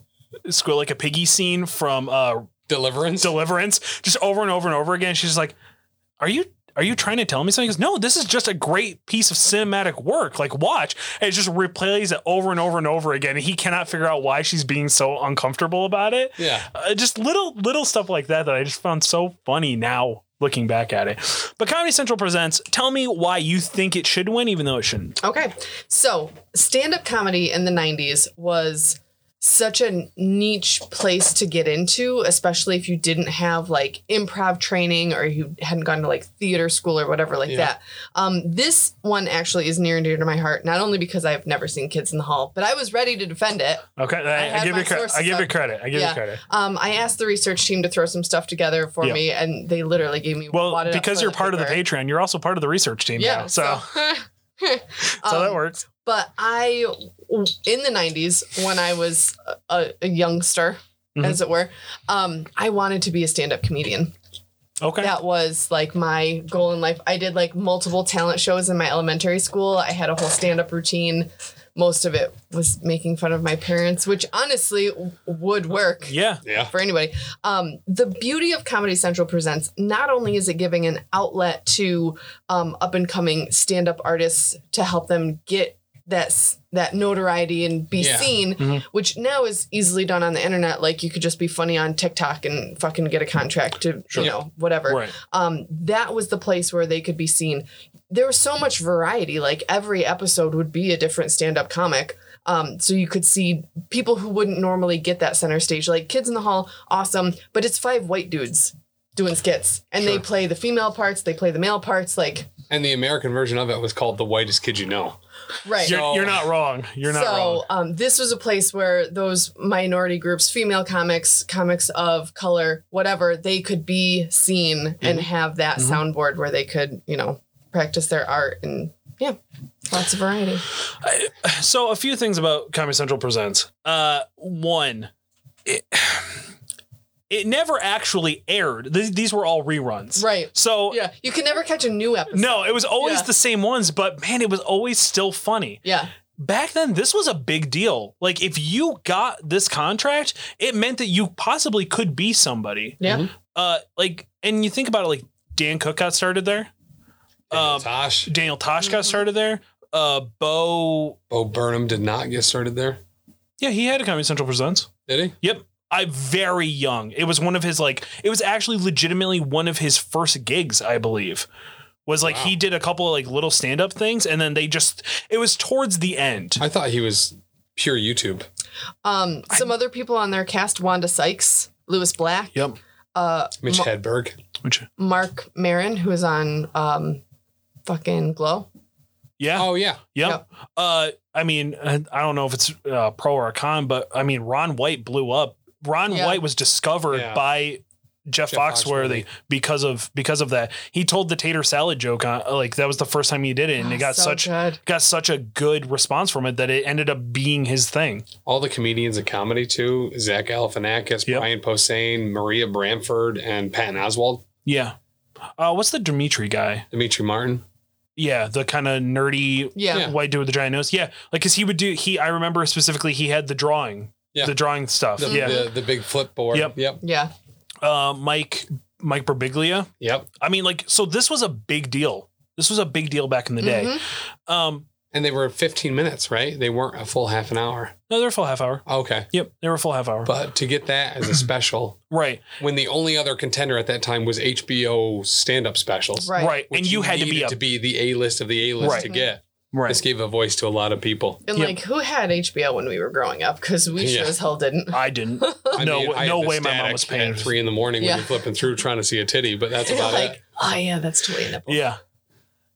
[SPEAKER 2] squeal like a piggy scene from uh,
[SPEAKER 3] Deliverance.
[SPEAKER 2] deliverance just over and over and over again. She's like, "Are you are you trying to tell me something?" He goes, "No, this is just a great piece of cinematic work. Like, watch." And it just replays it over and over and over again. And he cannot figure out why she's being so uncomfortable about it.
[SPEAKER 3] yeah.
[SPEAKER 2] Uh, just little little stuff like that that I just found so funny now looking back at it. But Comedy Central presents. Tell me why you think it should win, even though it shouldn't.
[SPEAKER 6] Okay. So, stand up comedy in the 90s was such a niche place to get into, especially if you didn't have like improv training or you hadn't gone to like theater school or whatever like
[SPEAKER 3] Yeah.
[SPEAKER 6] that. Um, this one actually is near and dear to my heart, not only because I've never seen Kids in the Hall, but I was ready to defend it.
[SPEAKER 2] Okay, I, I
[SPEAKER 6] had
[SPEAKER 2] give
[SPEAKER 6] my
[SPEAKER 2] you credit. I
[SPEAKER 6] sources
[SPEAKER 2] give
[SPEAKER 6] up.
[SPEAKER 2] you credit. I give
[SPEAKER 6] Yeah.
[SPEAKER 2] you credit.
[SPEAKER 6] Um, I asked the research team to throw some stuff together for
[SPEAKER 2] Yeah.
[SPEAKER 6] me, and they literally gave me
[SPEAKER 2] Well,
[SPEAKER 6] wadded up
[SPEAKER 2] because you're
[SPEAKER 6] toilet
[SPEAKER 2] part of the
[SPEAKER 6] paper.
[SPEAKER 2] Patreon, you're also part of the research team now. So, So that
[SPEAKER 6] Um,
[SPEAKER 2] works.
[SPEAKER 6] But I, in the 90s, when I was a, a youngster,
[SPEAKER 2] Mhm.
[SPEAKER 6] as it were, um, I wanted to be a stand up comedian.
[SPEAKER 2] Okay.
[SPEAKER 6] That was like my goal in life. I did like multiple talent shows in my elementary school. I had a whole stand up routine. Most of it was making fun of my parents, which honestly w- would work
[SPEAKER 2] Yeah.
[SPEAKER 3] Yeah.
[SPEAKER 6] for anybody. Um, the beauty of Comedy Central Presents not only is it giving an outlet to um, up and coming stand up artists to help them get that s- that notoriety and be
[SPEAKER 3] Yeah.
[SPEAKER 6] seen, which now is easily done on the internet. Like you could just be funny on TikTok and fucking get a contract to you know whatever.
[SPEAKER 2] Right.
[SPEAKER 6] Um, that was the place where they could be seen. There was so much variety. Like every episode would be a different stand up comic. Um, so you could see people who wouldn't normally get that center stage, like Kids in the Hall, awesome, but it's five white dudes doing skits, and they play the female parts, they play the male parts, like
[SPEAKER 3] And the American version of it was called The Whitest Kid You Know.
[SPEAKER 6] right.
[SPEAKER 2] You're,
[SPEAKER 3] So-
[SPEAKER 2] you're not wrong. You're not wrong.
[SPEAKER 6] so um, this was a place where those minority groups, female comics, comics of color, whatever, they could be seen
[SPEAKER 2] Mm-hmm.
[SPEAKER 6] and have that soundboard where they could, you know, practice their art and yeah, lots of variety.
[SPEAKER 2] So a few things about Comedy Central presents. Uh, one, it, it never actually aired. Th- these were all reruns.
[SPEAKER 6] Right.
[SPEAKER 2] So
[SPEAKER 6] Yeah, you can never catch a new episode.
[SPEAKER 2] no, it was always
[SPEAKER 6] Yeah.
[SPEAKER 2] the same ones, but man, it was always still funny.
[SPEAKER 6] Yeah.
[SPEAKER 2] Back then, this was a big deal. Like if you got this contract, it meant that you possibly could be somebody.
[SPEAKER 6] Yeah.
[SPEAKER 2] Uh, like, and you think about it, like Dan Cook got started there. Um,
[SPEAKER 3] Tosh.
[SPEAKER 2] Daniel Tosh got started there. Uh, Bo,
[SPEAKER 3] Bo Burnham did not get started there,
[SPEAKER 2] yeah, he had a Comedy Central presents.
[SPEAKER 3] did he?
[SPEAKER 2] Yep. I very young. It was one of his like it was actually legitimately one of his first gigs, I believe. Was like he did a couple of like little stand up things and then they just it was towards the end.
[SPEAKER 3] I thought he was pure YouTube.
[SPEAKER 6] Um, some other people on their cast: Wanda Sykes, Lewis Black,
[SPEAKER 2] Yep.
[SPEAKER 6] uh,
[SPEAKER 3] Mitch
[SPEAKER 6] Ma-
[SPEAKER 3] Hedberg.
[SPEAKER 2] Which
[SPEAKER 6] Mark Marin, who is on um, fucking Glow.
[SPEAKER 2] yeah.
[SPEAKER 3] Oh, yeah.
[SPEAKER 2] yep.
[SPEAKER 6] yep.
[SPEAKER 2] Uh I mean I I don't know if it's uh, pro or a con, but I mean Ron White blew up. Ron
[SPEAKER 6] Yeah.
[SPEAKER 2] White was discovered
[SPEAKER 3] Yeah.
[SPEAKER 2] by Jeff,
[SPEAKER 3] Jeff
[SPEAKER 2] Foxworthy
[SPEAKER 3] Foxworthy.
[SPEAKER 2] because of because of that. He told the tater salad joke on uh, like that was the first time he did it and it got
[SPEAKER 6] Ah, So
[SPEAKER 2] such
[SPEAKER 6] good.
[SPEAKER 2] got such a good response from it that it ended up being his thing.
[SPEAKER 3] All the comedians of comedy, too Zach Galifianakis,
[SPEAKER 2] Yep.
[SPEAKER 3] Brian Posehn, Maria Bramford, and Patton Oswald,
[SPEAKER 2] Yeah. Uh, what's the Dimitri guy?
[SPEAKER 3] Dimitri Martin.
[SPEAKER 2] Yeah, the kind of nerdy
[SPEAKER 6] Yeah.
[SPEAKER 3] Yeah.
[SPEAKER 2] white dude with the giant nose. Yeah, like because he would do he. I remember specifically he had the drawing,
[SPEAKER 3] Yeah.
[SPEAKER 2] the drawing stuff.
[SPEAKER 3] The,
[SPEAKER 2] yeah,
[SPEAKER 3] the, the big flip board.
[SPEAKER 2] Yep.
[SPEAKER 3] Yep.
[SPEAKER 6] Yeah.
[SPEAKER 2] Uh, Mike Mike Berbiglia.
[SPEAKER 3] Yep.
[SPEAKER 2] I mean, like so this was a big deal. This was a big deal back in the day. Um,
[SPEAKER 3] And they were 15 minutes, right? They weren't a full half an hour.
[SPEAKER 2] no, they're full half hour.
[SPEAKER 3] Okay.
[SPEAKER 2] Yep, they were a full half hour.
[SPEAKER 3] But to get that as a special,
[SPEAKER 2] right,
[SPEAKER 3] when the only other contender at that time was HBO stand up specials.
[SPEAKER 6] Right.
[SPEAKER 2] right,
[SPEAKER 3] which
[SPEAKER 2] and you, had to be
[SPEAKER 3] needed
[SPEAKER 2] a
[SPEAKER 3] to be the A list of the A list
[SPEAKER 2] Right.
[SPEAKER 3] to get. This
[SPEAKER 2] right.
[SPEAKER 3] gave a voice to a lot of people.
[SPEAKER 6] And
[SPEAKER 2] Yep.
[SPEAKER 6] like, who had HBO when we were growing up? Because we
[SPEAKER 3] Yeah.
[SPEAKER 6] sure as hell didn't.
[SPEAKER 2] I didn't.
[SPEAKER 3] I
[SPEAKER 2] no,
[SPEAKER 3] mean, I
[SPEAKER 2] no
[SPEAKER 3] had the
[SPEAKER 2] way. My mom
[SPEAKER 3] static
[SPEAKER 2] was paying.
[SPEAKER 3] at three in the morning
[SPEAKER 6] Yeah.
[SPEAKER 3] when you're flipping through trying to see a titty, but that's about
[SPEAKER 6] like,
[SPEAKER 3] it.
[SPEAKER 6] oh yeah, that's too late. nipple.
[SPEAKER 2] Yeah.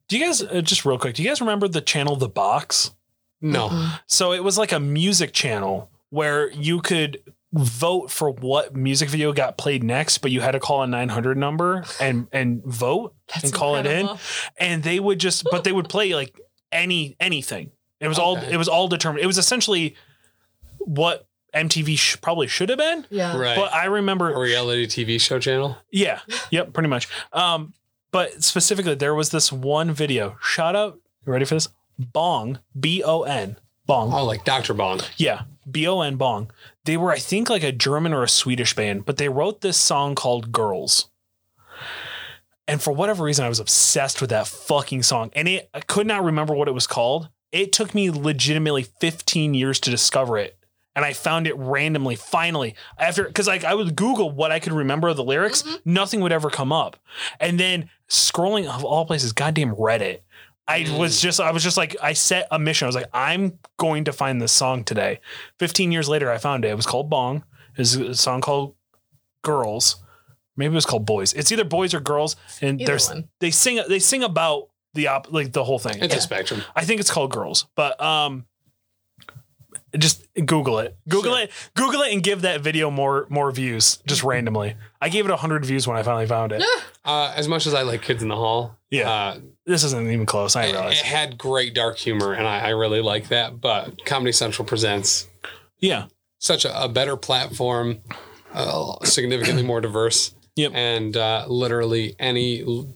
[SPEAKER 2] Do you guys uh, just real quick? Do you guys remember the channel The Box?
[SPEAKER 3] No,
[SPEAKER 2] So it was like a music channel where you could vote for what music video got played next, but you had to call a 900 number and and vote and call it
[SPEAKER 6] incredible.
[SPEAKER 2] in. And they would just but they would play like any anything. It was all
[SPEAKER 3] Okay.
[SPEAKER 2] it was all determined. It was essentially what MTV sh- probably should have been.
[SPEAKER 6] Yeah.
[SPEAKER 3] right.
[SPEAKER 2] But I remember
[SPEAKER 3] a reality TV show channel.
[SPEAKER 2] yeah. Yep. Pretty much. Um, but specifically, there was this one video. Shout out. You ready for this? Bong. B O N. Bong.
[SPEAKER 3] Oh, like Dr. Bond.
[SPEAKER 2] Yeah. B O N Bong. They were, I think, like a German or a Swedish band, but they wrote this song called Girls. And for whatever reason, I was obsessed with that fucking song. And it, I could not remember what it was called. It took me legitimately 15 years to discover it. And I found it randomly, finally, after, because like I would Google what I could remember of the lyrics,
[SPEAKER 6] Mm-hmm.
[SPEAKER 2] nothing would ever come up. And then scrolling of all places, goddamn Reddit. I
[SPEAKER 6] Mm.
[SPEAKER 2] was just, I was just like, I set a mission. I was like, I'm going to find this song today. 15 years later, I found it. It was called Bong. It was a song called Girls. Maybe it was called Boys. It's either Boys or Girls, and
[SPEAKER 6] Either
[SPEAKER 2] there's
[SPEAKER 6] one.
[SPEAKER 2] they sing they sing about the op like the whole thing.
[SPEAKER 3] It's a spectrum.
[SPEAKER 2] I think it's called Girls, but um, just Google it. Google it. Google it and give that video more more views just randomly. I gave it hundred views when I finally found it.
[SPEAKER 3] Uh, as much as I like Kids in the Hall,
[SPEAKER 2] Yeah.
[SPEAKER 3] uh,
[SPEAKER 2] This isn't even close. I
[SPEAKER 3] it,
[SPEAKER 2] realize.
[SPEAKER 3] it had great dark humor, and I, I really like that. But Comedy Central presents
[SPEAKER 2] Yeah.
[SPEAKER 3] such a, a better platform, uh, significantly more diverse,
[SPEAKER 2] Yep.
[SPEAKER 3] and uh, literally any l-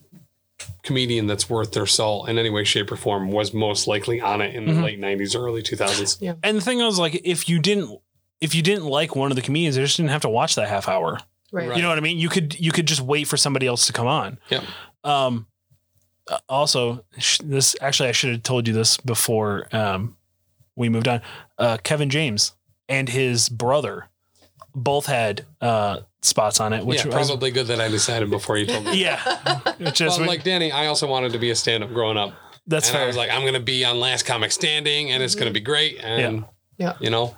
[SPEAKER 3] comedian that's worth their salt in any way, shape, or form was most likely on it
[SPEAKER 2] Mm-hmm.
[SPEAKER 3] in the late '90s, early 2000s.
[SPEAKER 2] And the thing was like, if you didn't if you didn't like one of the comedians, you just didn't have to watch that half hour.
[SPEAKER 6] Right.
[SPEAKER 2] You know what I mean? You could you could just wait for somebody else to come on.
[SPEAKER 3] Yep.
[SPEAKER 2] Um, uh, also, sh- this actually I should have told you this before um, we moved on. Uh, Kevin James and his brother both had uh, spots on it, which
[SPEAKER 3] yeah,
[SPEAKER 2] was-
[SPEAKER 3] probably good that I decided before you told me.
[SPEAKER 2] yeah, Which is-
[SPEAKER 3] Well, like Danny, I also wanted to be a stand-up growing up.
[SPEAKER 2] that's
[SPEAKER 3] and
[SPEAKER 2] fair.
[SPEAKER 3] I was like, I'm gonna be on Last Comic Standing, and it's gonna be great. And
[SPEAKER 6] Yeah. Yeah.
[SPEAKER 3] you know,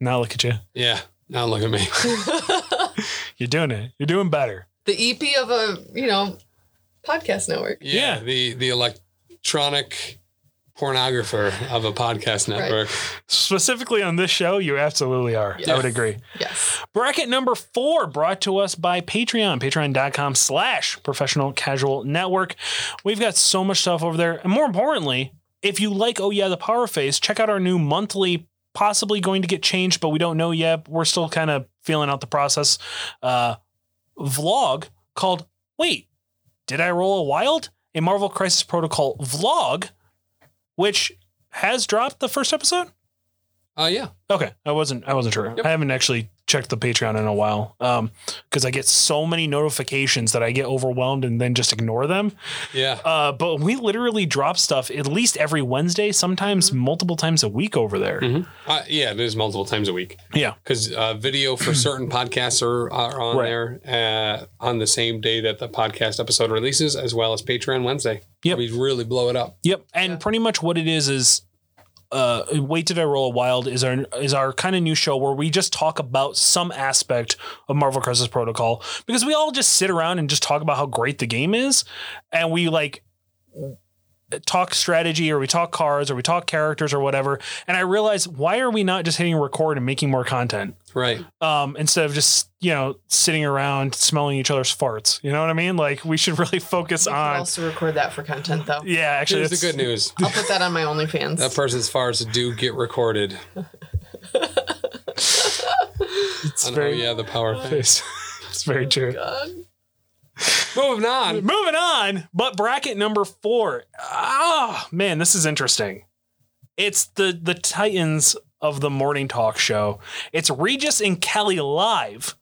[SPEAKER 2] now look at you,
[SPEAKER 3] yeah. Now look at me.
[SPEAKER 2] you're doing it. You're doing better.
[SPEAKER 6] The EP of a, you know, podcast network.
[SPEAKER 2] Yeah.
[SPEAKER 3] Yeah, the the electronic pornographer of a podcast network.
[SPEAKER 2] Specifically on this show, you absolutely are. I would agree.
[SPEAKER 6] Yes.
[SPEAKER 2] Bracket number four brought to us by Patreon, patreon.com slash professional casual network. We've got so much stuff over there. And more importantly, if you like Oh Yeah, the Power Face, check out our new monthly, possibly going to get changed, but we don't know yet. We're still kind of feeling out the process. Uh, vlog called Wait, Did I Roll a Wild? A Marvel Crisis Protocol vlog, which has dropped the first episode.
[SPEAKER 3] Oh yeah,
[SPEAKER 2] Okay, I wasn't I wasn't sure. I haven't actually checked the Patreon in a while um because I get so many notifications that I get overwhelmed and then just ignore them.
[SPEAKER 3] yeah.
[SPEAKER 2] Uh, but we literally drop stuff at least every Wednesday, sometimes multiple times a week over there.
[SPEAKER 3] Uh, yeah, there's multiple times a week
[SPEAKER 2] Yeah,
[SPEAKER 3] because uh, video for certain podcasts are, are on
[SPEAKER 2] Right.
[SPEAKER 3] there uh, on the same day that the podcast episode releases, as well as Patreon Wednesday.
[SPEAKER 2] Yep.
[SPEAKER 3] we really blow it up.
[SPEAKER 2] Yep, and pretty much what it is is, uh, wait did I roll a wild is our is our kind of new show where we just talk about some aspect of Marvel Crisis Protocol because we all just sit around and just talk about how great the game is, and we like talk strategy or we talk cards or we talk characters or whatever. And I realize why are we not just hitting record and making more content?
[SPEAKER 3] Right.
[SPEAKER 2] um, instead of just you know sitting around smelling each other's farts. You know what I mean? Like we should really focus
[SPEAKER 6] We
[SPEAKER 2] on.
[SPEAKER 6] can also record that for content, though.
[SPEAKER 2] yeah, actually,
[SPEAKER 3] Here's the
[SPEAKER 2] that's-
[SPEAKER 3] good news:
[SPEAKER 6] I'll put that on my OnlyFans.
[SPEAKER 3] that person's farts do get recorded.
[SPEAKER 2] It's
[SPEAKER 3] on,
[SPEAKER 2] very
[SPEAKER 3] oh yeah, the power face.
[SPEAKER 2] It's, it's very true.
[SPEAKER 3] Moving on.
[SPEAKER 2] Oh, Moving on, but bracket number four. Ah, man, this is interesting. It's the the Titans of the morning talk show. It's Regis and Kelly live.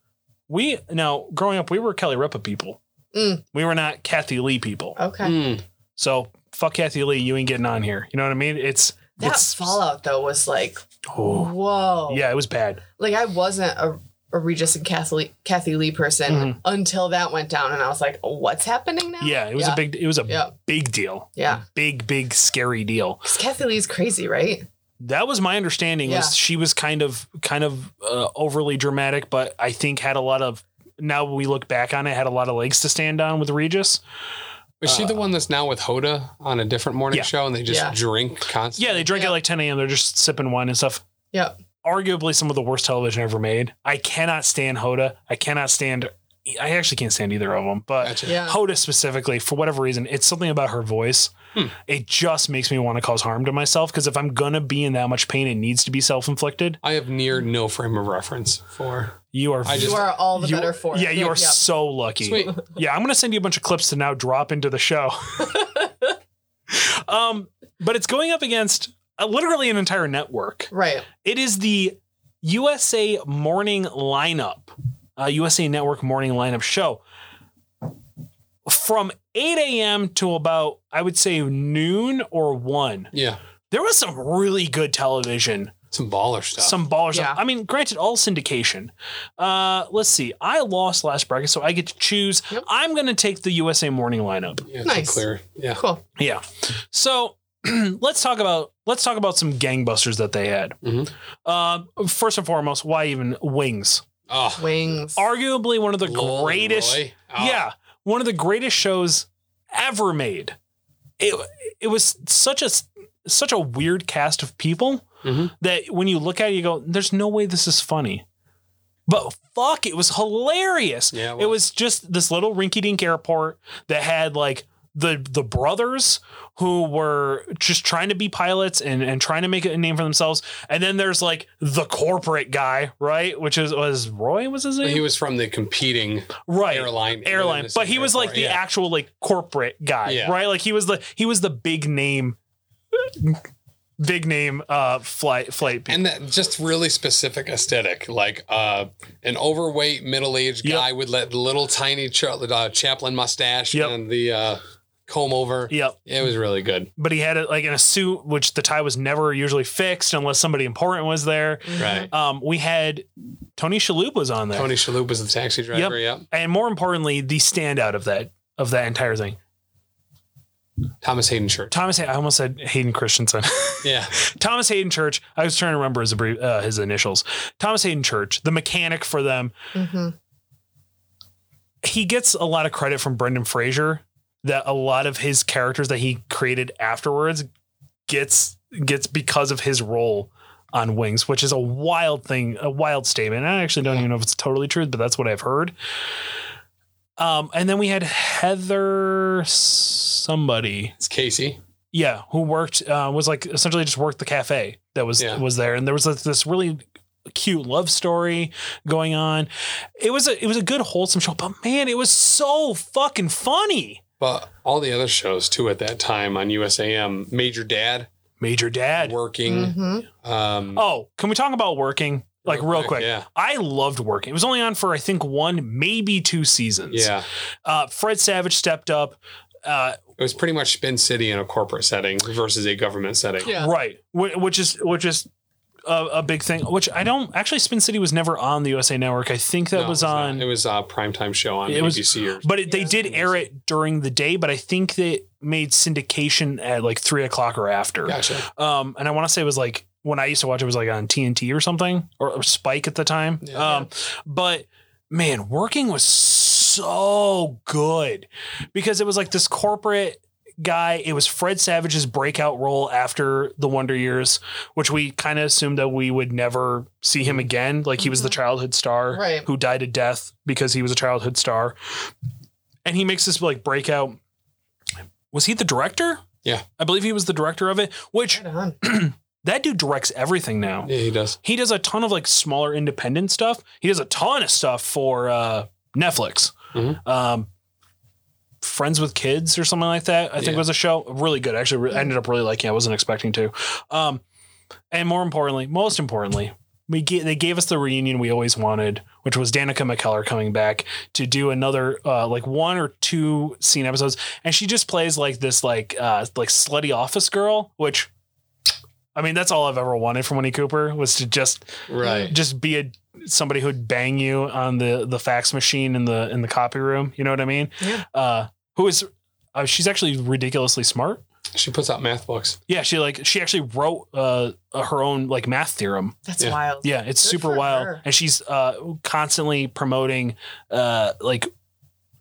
[SPEAKER 2] We now growing up, we were Kelly Ripa people.
[SPEAKER 6] Mm.
[SPEAKER 2] We were not Kathy Lee people.
[SPEAKER 6] okay.
[SPEAKER 3] Hmm.
[SPEAKER 2] So fuck Kathy Lee. You ain't getting on here. You know what I mean? It's
[SPEAKER 6] That
[SPEAKER 2] it's,
[SPEAKER 6] Fallout though was like,
[SPEAKER 2] Oh.
[SPEAKER 6] whoa.
[SPEAKER 2] Yeah, it was bad.
[SPEAKER 6] Like I wasn't a, a Regis and Kathy Kathy Lee person
[SPEAKER 2] Mhm.
[SPEAKER 6] until that went down, and I was like, what's happening now?
[SPEAKER 2] Yeah, it was a big it was a
[SPEAKER 6] Yeah.
[SPEAKER 2] big deal.
[SPEAKER 6] Yeah.
[SPEAKER 2] Big big scary deal.
[SPEAKER 6] 'Cause Kathy Lee's crazy, right?
[SPEAKER 2] That was my understanding
[SPEAKER 6] Yeah.
[SPEAKER 2] was she was kind of kind of uh, overly dramatic but I think had a lot of now we look back on it had a lot of legs to stand on with Regis.
[SPEAKER 3] Is she the one that's now with Hoda on a different morning
[SPEAKER 2] Uh, Yeah.
[SPEAKER 3] show and they just
[SPEAKER 6] Yeah.
[SPEAKER 3] drink constantly?
[SPEAKER 2] Yeah, they drink at
[SPEAKER 6] Yeah.
[SPEAKER 2] like 10 a.m. They're just sipping wine and stuff.
[SPEAKER 6] Yep.
[SPEAKER 2] Arguably some of the worst television ever made. I cannot stand Hoda. I cannot stand I actually can't stand either of them, but
[SPEAKER 3] Gotcha.
[SPEAKER 6] Yeah.
[SPEAKER 2] Hoda specifically, for whatever reason, it's something about her voice.
[SPEAKER 3] Hmm.
[SPEAKER 2] It just makes me want to cause harm to myself because if I'm gonna be in that much pain, it needs to be self inflicted.
[SPEAKER 3] I have near no frame of reference for.
[SPEAKER 2] You are,
[SPEAKER 3] I
[SPEAKER 6] You
[SPEAKER 3] just-
[SPEAKER 6] are all the
[SPEAKER 2] you-
[SPEAKER 6] better for it.
[SPEAKER 2] yeah, you are
[SPEAKER 6] Yep.
[SPEAKER 2] so lucky.
[SPEAKER 3] Sweet.
[SPEAKER 2] Yeah, I'm gonna send you a bunch of clips to now drop into the show. um, but it's going up against uh, literally an entire network.
[SPEAKER 6] Right.
[SPEAKER 2] It is the USA morning lineup, uh, USA Network morning lineup show from 8 a.m. to about, I would say, noon or 1.
[SPEAKER 3] Yeah.
[SPEAKER 2] There was some really good television,
[SPEAKER 3] Some baller stuff.
[SPEAKER 2] some baller stuff.
[SPEAKER 6] Yeah.
[SPEAKER 2] I mean, granted, all syndication. Uh, let's see. I lost last bracket, so I get to choose.
[SPEAKER 6] Yep.
[SPEAKER 2] I'm going to take the USA morning lineup.
[SPEAKER 3] yeah,
[SPEAKER 6] Nice.
[SPEAKER 3] nice. clear. Yeah.
[SPEAKER 6] Cool.
[SPEAKER 2] Yeah. So let's talk about let's talk about some gangbusters that they had.
[SPEAKER 3] Mhm.
[SPEAKER 2] Um, first and foremost, why even wings?
[SPEAKER 3] Oh,
[SPEAKER 6] Wings.
[SPEAKER 2] Arguably one of the
[SPEAKER 3] Lil
[SPEAKER 2] greatest,
[SPEAKER 3] Roy. Oh,
[SPEAKER 2] yeah, one of the greatest shows ever made. It it was such a such a weird cast of people, that when you look at it, you go, there's no way this is funny. But fuck, it was hilarious.
[SPEAKER 3] Yeah, it
[SPEAKER 2] it was just this little rinky dink airport that had like the the brothers who were just trying to be pilots and, and trying to make a name for themselves. And then there's like the corporate guy, right? Which is was Roy was his name?
[SPEAKER 3] He was from the competing
[SPEAKER 2] right
[SPEAKER 3] airline.
[SPEAKER 2] airline but he was like the
[SPEAKER 3] yeah.
[SPEAKER 2] actual like corporate guy
[SPEAKER 3] Yeah.
[SPEAKER 2] right like he was the he was the big name big name uh flight flight people.
[SPEAKER 3] and that just really specific aesthetic, like uh, an overweight middle-aged
[SPEAKER 2] Yep.
[SPEAKER 3] guy with that little tiny cha- uh, Chaplin mustache
[SPEAKER 2] Yep.
[SPEAKER 3] and the uh, comb over.
[SPEAKER 2] yep
[SPEAKER 3] It was really good.
[SPEAKER 2] but he had it like in a suit which the tie was never usually fixed unless somebody important was there
[SPEAKER 3] Right.
[SPEAKER 2] um we had tony shalhoub was on there
[SPEAKER 3] Tony Shalhoub was the taxi driver. Yep.
[SPEAKER 2] and more importantly the standout of that of that entire thing
[SPEAKER 3] Thomas Hayden Church.
[SPEAKER 2] thomas i almost said hayden christensen
[SPEAKER 3] Yeah.
[SPEAKER 2] Thomas Hayden Church. I was trying to remember his abbre- uh, his initials. Thomas Hayden Church, the mechanic for them.
[SPEAKER 6] Mm-hmm,
[SPEAKER 2] He gets a lot of credit from Brendan Fraser. That a lot of his characters that he created afterwards gets gets because of his role on Wings, which is a wild thing, a wild statement. I actually don't even know if it's totally true, but that's what I've heard. Um, and then we had Heather somebody
[SPEAKER 3] It's Casey.
[SPEAKER 2] yeah, who worked uh, was like essentially just worked the cafe that was
[SPEAKER 3] Yeah.
[SPEAKER 2] was there, and there was this, this really cute love story going on. It was a it was a good wholesome show, but man, it was so fucking funny.
[SPEAKER 3] But all the other shows too at that time on USAM, Major Dad,
[SPEAKER 2] Major Dad.
[SPEAKER 3] Working,
[SPEAKER 6] hmm
[SPEAKER 3] um,
[SPEAKER 2] Oh, can we talk about working like real
[SPEAKER 3] quick,
[SPEAKER 2] quick?
[SPEAKER 3] yeah.
[SPEAKER 2] I loved working. It was only on for I think one, maybe two seasons.
[SPEAKER 3] yeah,
[SPEAKER 2] Uh, Fred Savage stepped up. Uh,
[SPEAKER 3] it was pretty much Spin City in a corporate setting versus a government setting.
[SPEAKER 6] Yeah.
[SPEAKER 2] Right. Wh- Which is which is a, a big thing. Which I don't actually. Spin City was never on the USA Network. I think that
[SPEAKER 3] No,
[SPEAKER 2] was
[SPEAKER 3] it not.
[SPEAKER 2] on.
[SPEAKER 3] It was a primetime show on
[SPEAKER 2] It was-
[SPEAKER 3] ABC or
[SPEAKER 2] but it, they did air it during the day. But I think they made syndication at like three o'clock or after.
[SPEAKER 3] Gotcha.
[SPEAKER 2] Um, and I want to say it was like when I used to watch it was like on TNT or something or, or Spike at the time.
[SPEAKER 3] Yeah.
[SPEAKER 2] Um, but man, working was so good because it was like this corporate guy. It was Fred Savage's breakout role after the Wonder Years, which we kind of assumed that we would never see him again. Like he was the childhood star
[SPEAKER 6] Right.
[SPEAKER 2] who died a death because he was a childhood star. And he makes this like breakout. Was he the director?
[SPEAKER 3] Yeah.
[SPEAKER 2] I believe he was the director of it, which
[SPEAKER 6] Right on.
[SPEAKER 2] that dude directs everything now.
[SPEAKER 3] Yeah, he does.
[SPEAKER 2] He does a ton of like smaller independent stuff. He does a ton of stuff for uh, Netflix.
[SPEAKER 3] Mhm.
[SPEAKER 2] Um, Friends with Kids or something like that. I think
[SPEAKER 3] Yeah.
[SPEAKER 2] was a show really good. Actually, re- I ended up really liking. it. I wasn't expecting to. Um, and more importantly, most importantly, we get, they gave us the reunion we always wanted, which was Danica McKellar coming back to do another uh, like one or two scene episodes, and she just plays like this like uh, like slutty office girl, which. I mean, that's all I've ever wanted from Winnie Cooper was to just
[SPEAKER 3] Right.
[SPEAKER 2] just be a somebody who'd bang you on the the fax machine in the in the copy room. You know what I mean?
[SPEAKER 6] Yeah.
[SPEAKER 2] Uh, who is uh, she's actually ridiculously smart.
[SPEAKER 3] She puts out math books.
[SPEAKER 2] Yeah, she like she actually wrote uh, her own like math theorem.
[SPEAKER 6] That's
[SPEAKER 3] Yeah.
[SPEAKER 6] wild.
[SPEAKER 2] Yeah, it's
[SPEAKER 6] Good
[SPEAKER 2] super
[SPEAKER 6] for
[SPEAKER 2] wild,
[SPEAKER 6] her.
[SPEAKER 2] and she's uh, constantly promoting uh, like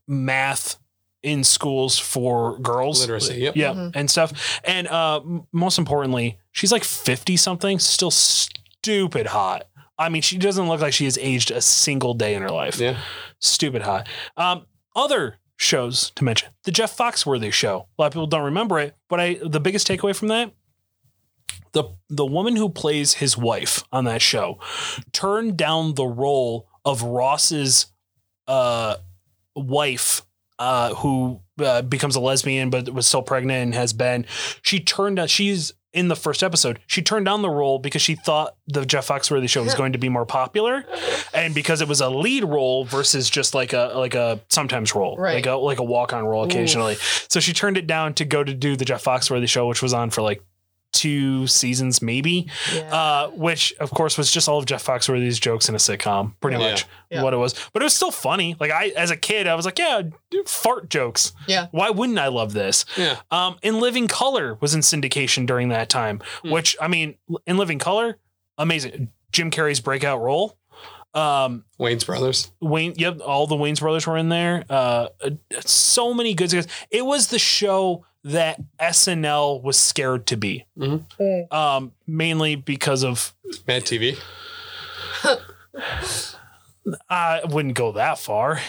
[SPEAKER 2] math in schools for girls
[SPEAKER 3] Literacy. Yep.
[SPEAKER 2] yeah
[SPEAKER 6] Mhm.
[SPEAKER 2] and stuff and uh m- most importantly she's like 50 something still stupid hot i mean she doesn't look like she has aged a single day in her life
[SPEAKER 3] Yeah.
[SPEAKER 2] stupid hot um other shows to mention the jeff foxworthy show a lot of people don't remember it but i the biggest takeaway from that the the woman who plays his wife on that show turned down the role of ross's uh wife uh, who uh, becomes a lesbian but was still pregnant and has been. She turned down. She's in the first episode. She turned down the role because she thought the Jeff Foxworthy show was going to be more popular, and because it was a lead role versus just like a like a sometimes role,
[SPEAKER 6] Right.
[SPEAKER 2] like a like a walk on role occasionally. So she turned it down to go to do the Jeff Foxworthy show, which was on for like two seasons maybe
[SPEAKER 6] Yeah.
[SPEAKER 2] uh, which of course was just all of Jeff Foxworthy's jokes in a sitcom, pretty
[SPEAKER 3] Yeah.
[SPEAKER 2] much
[SPEAKER 6] Yeah.
[SPEAKER 2] what it was. But it was still funny. Like I, as a kid, I was like, yeah, dude, fart jokes.
[SPEAKER 6] Yeah.
[SPEAKER 2] Why wouldn't I love this?
[SPEAKER 3] Yeah.
[SPEAKER 2] Um, In Living Color was in syndication during that time,
[SPEAKER 3] Hmm.
[SPEAKER 2] which I mean, In Living Color, amazing. Jim Carrey's breakout role. Um,
[SPEAKER 3] Wayne's Brothers.
[SPEAKER 2] Wayne, yep, all the Wayne's brothers were in there. Uh, uh, so many good. It was the show that SNL was scared to be,
[SPEAKER 3] Mhm.
[SPEAKER 2] um, mainly because of
[SPEAKER 3] Mad TV.
[SPEAKER 2] I wouldn't go that far.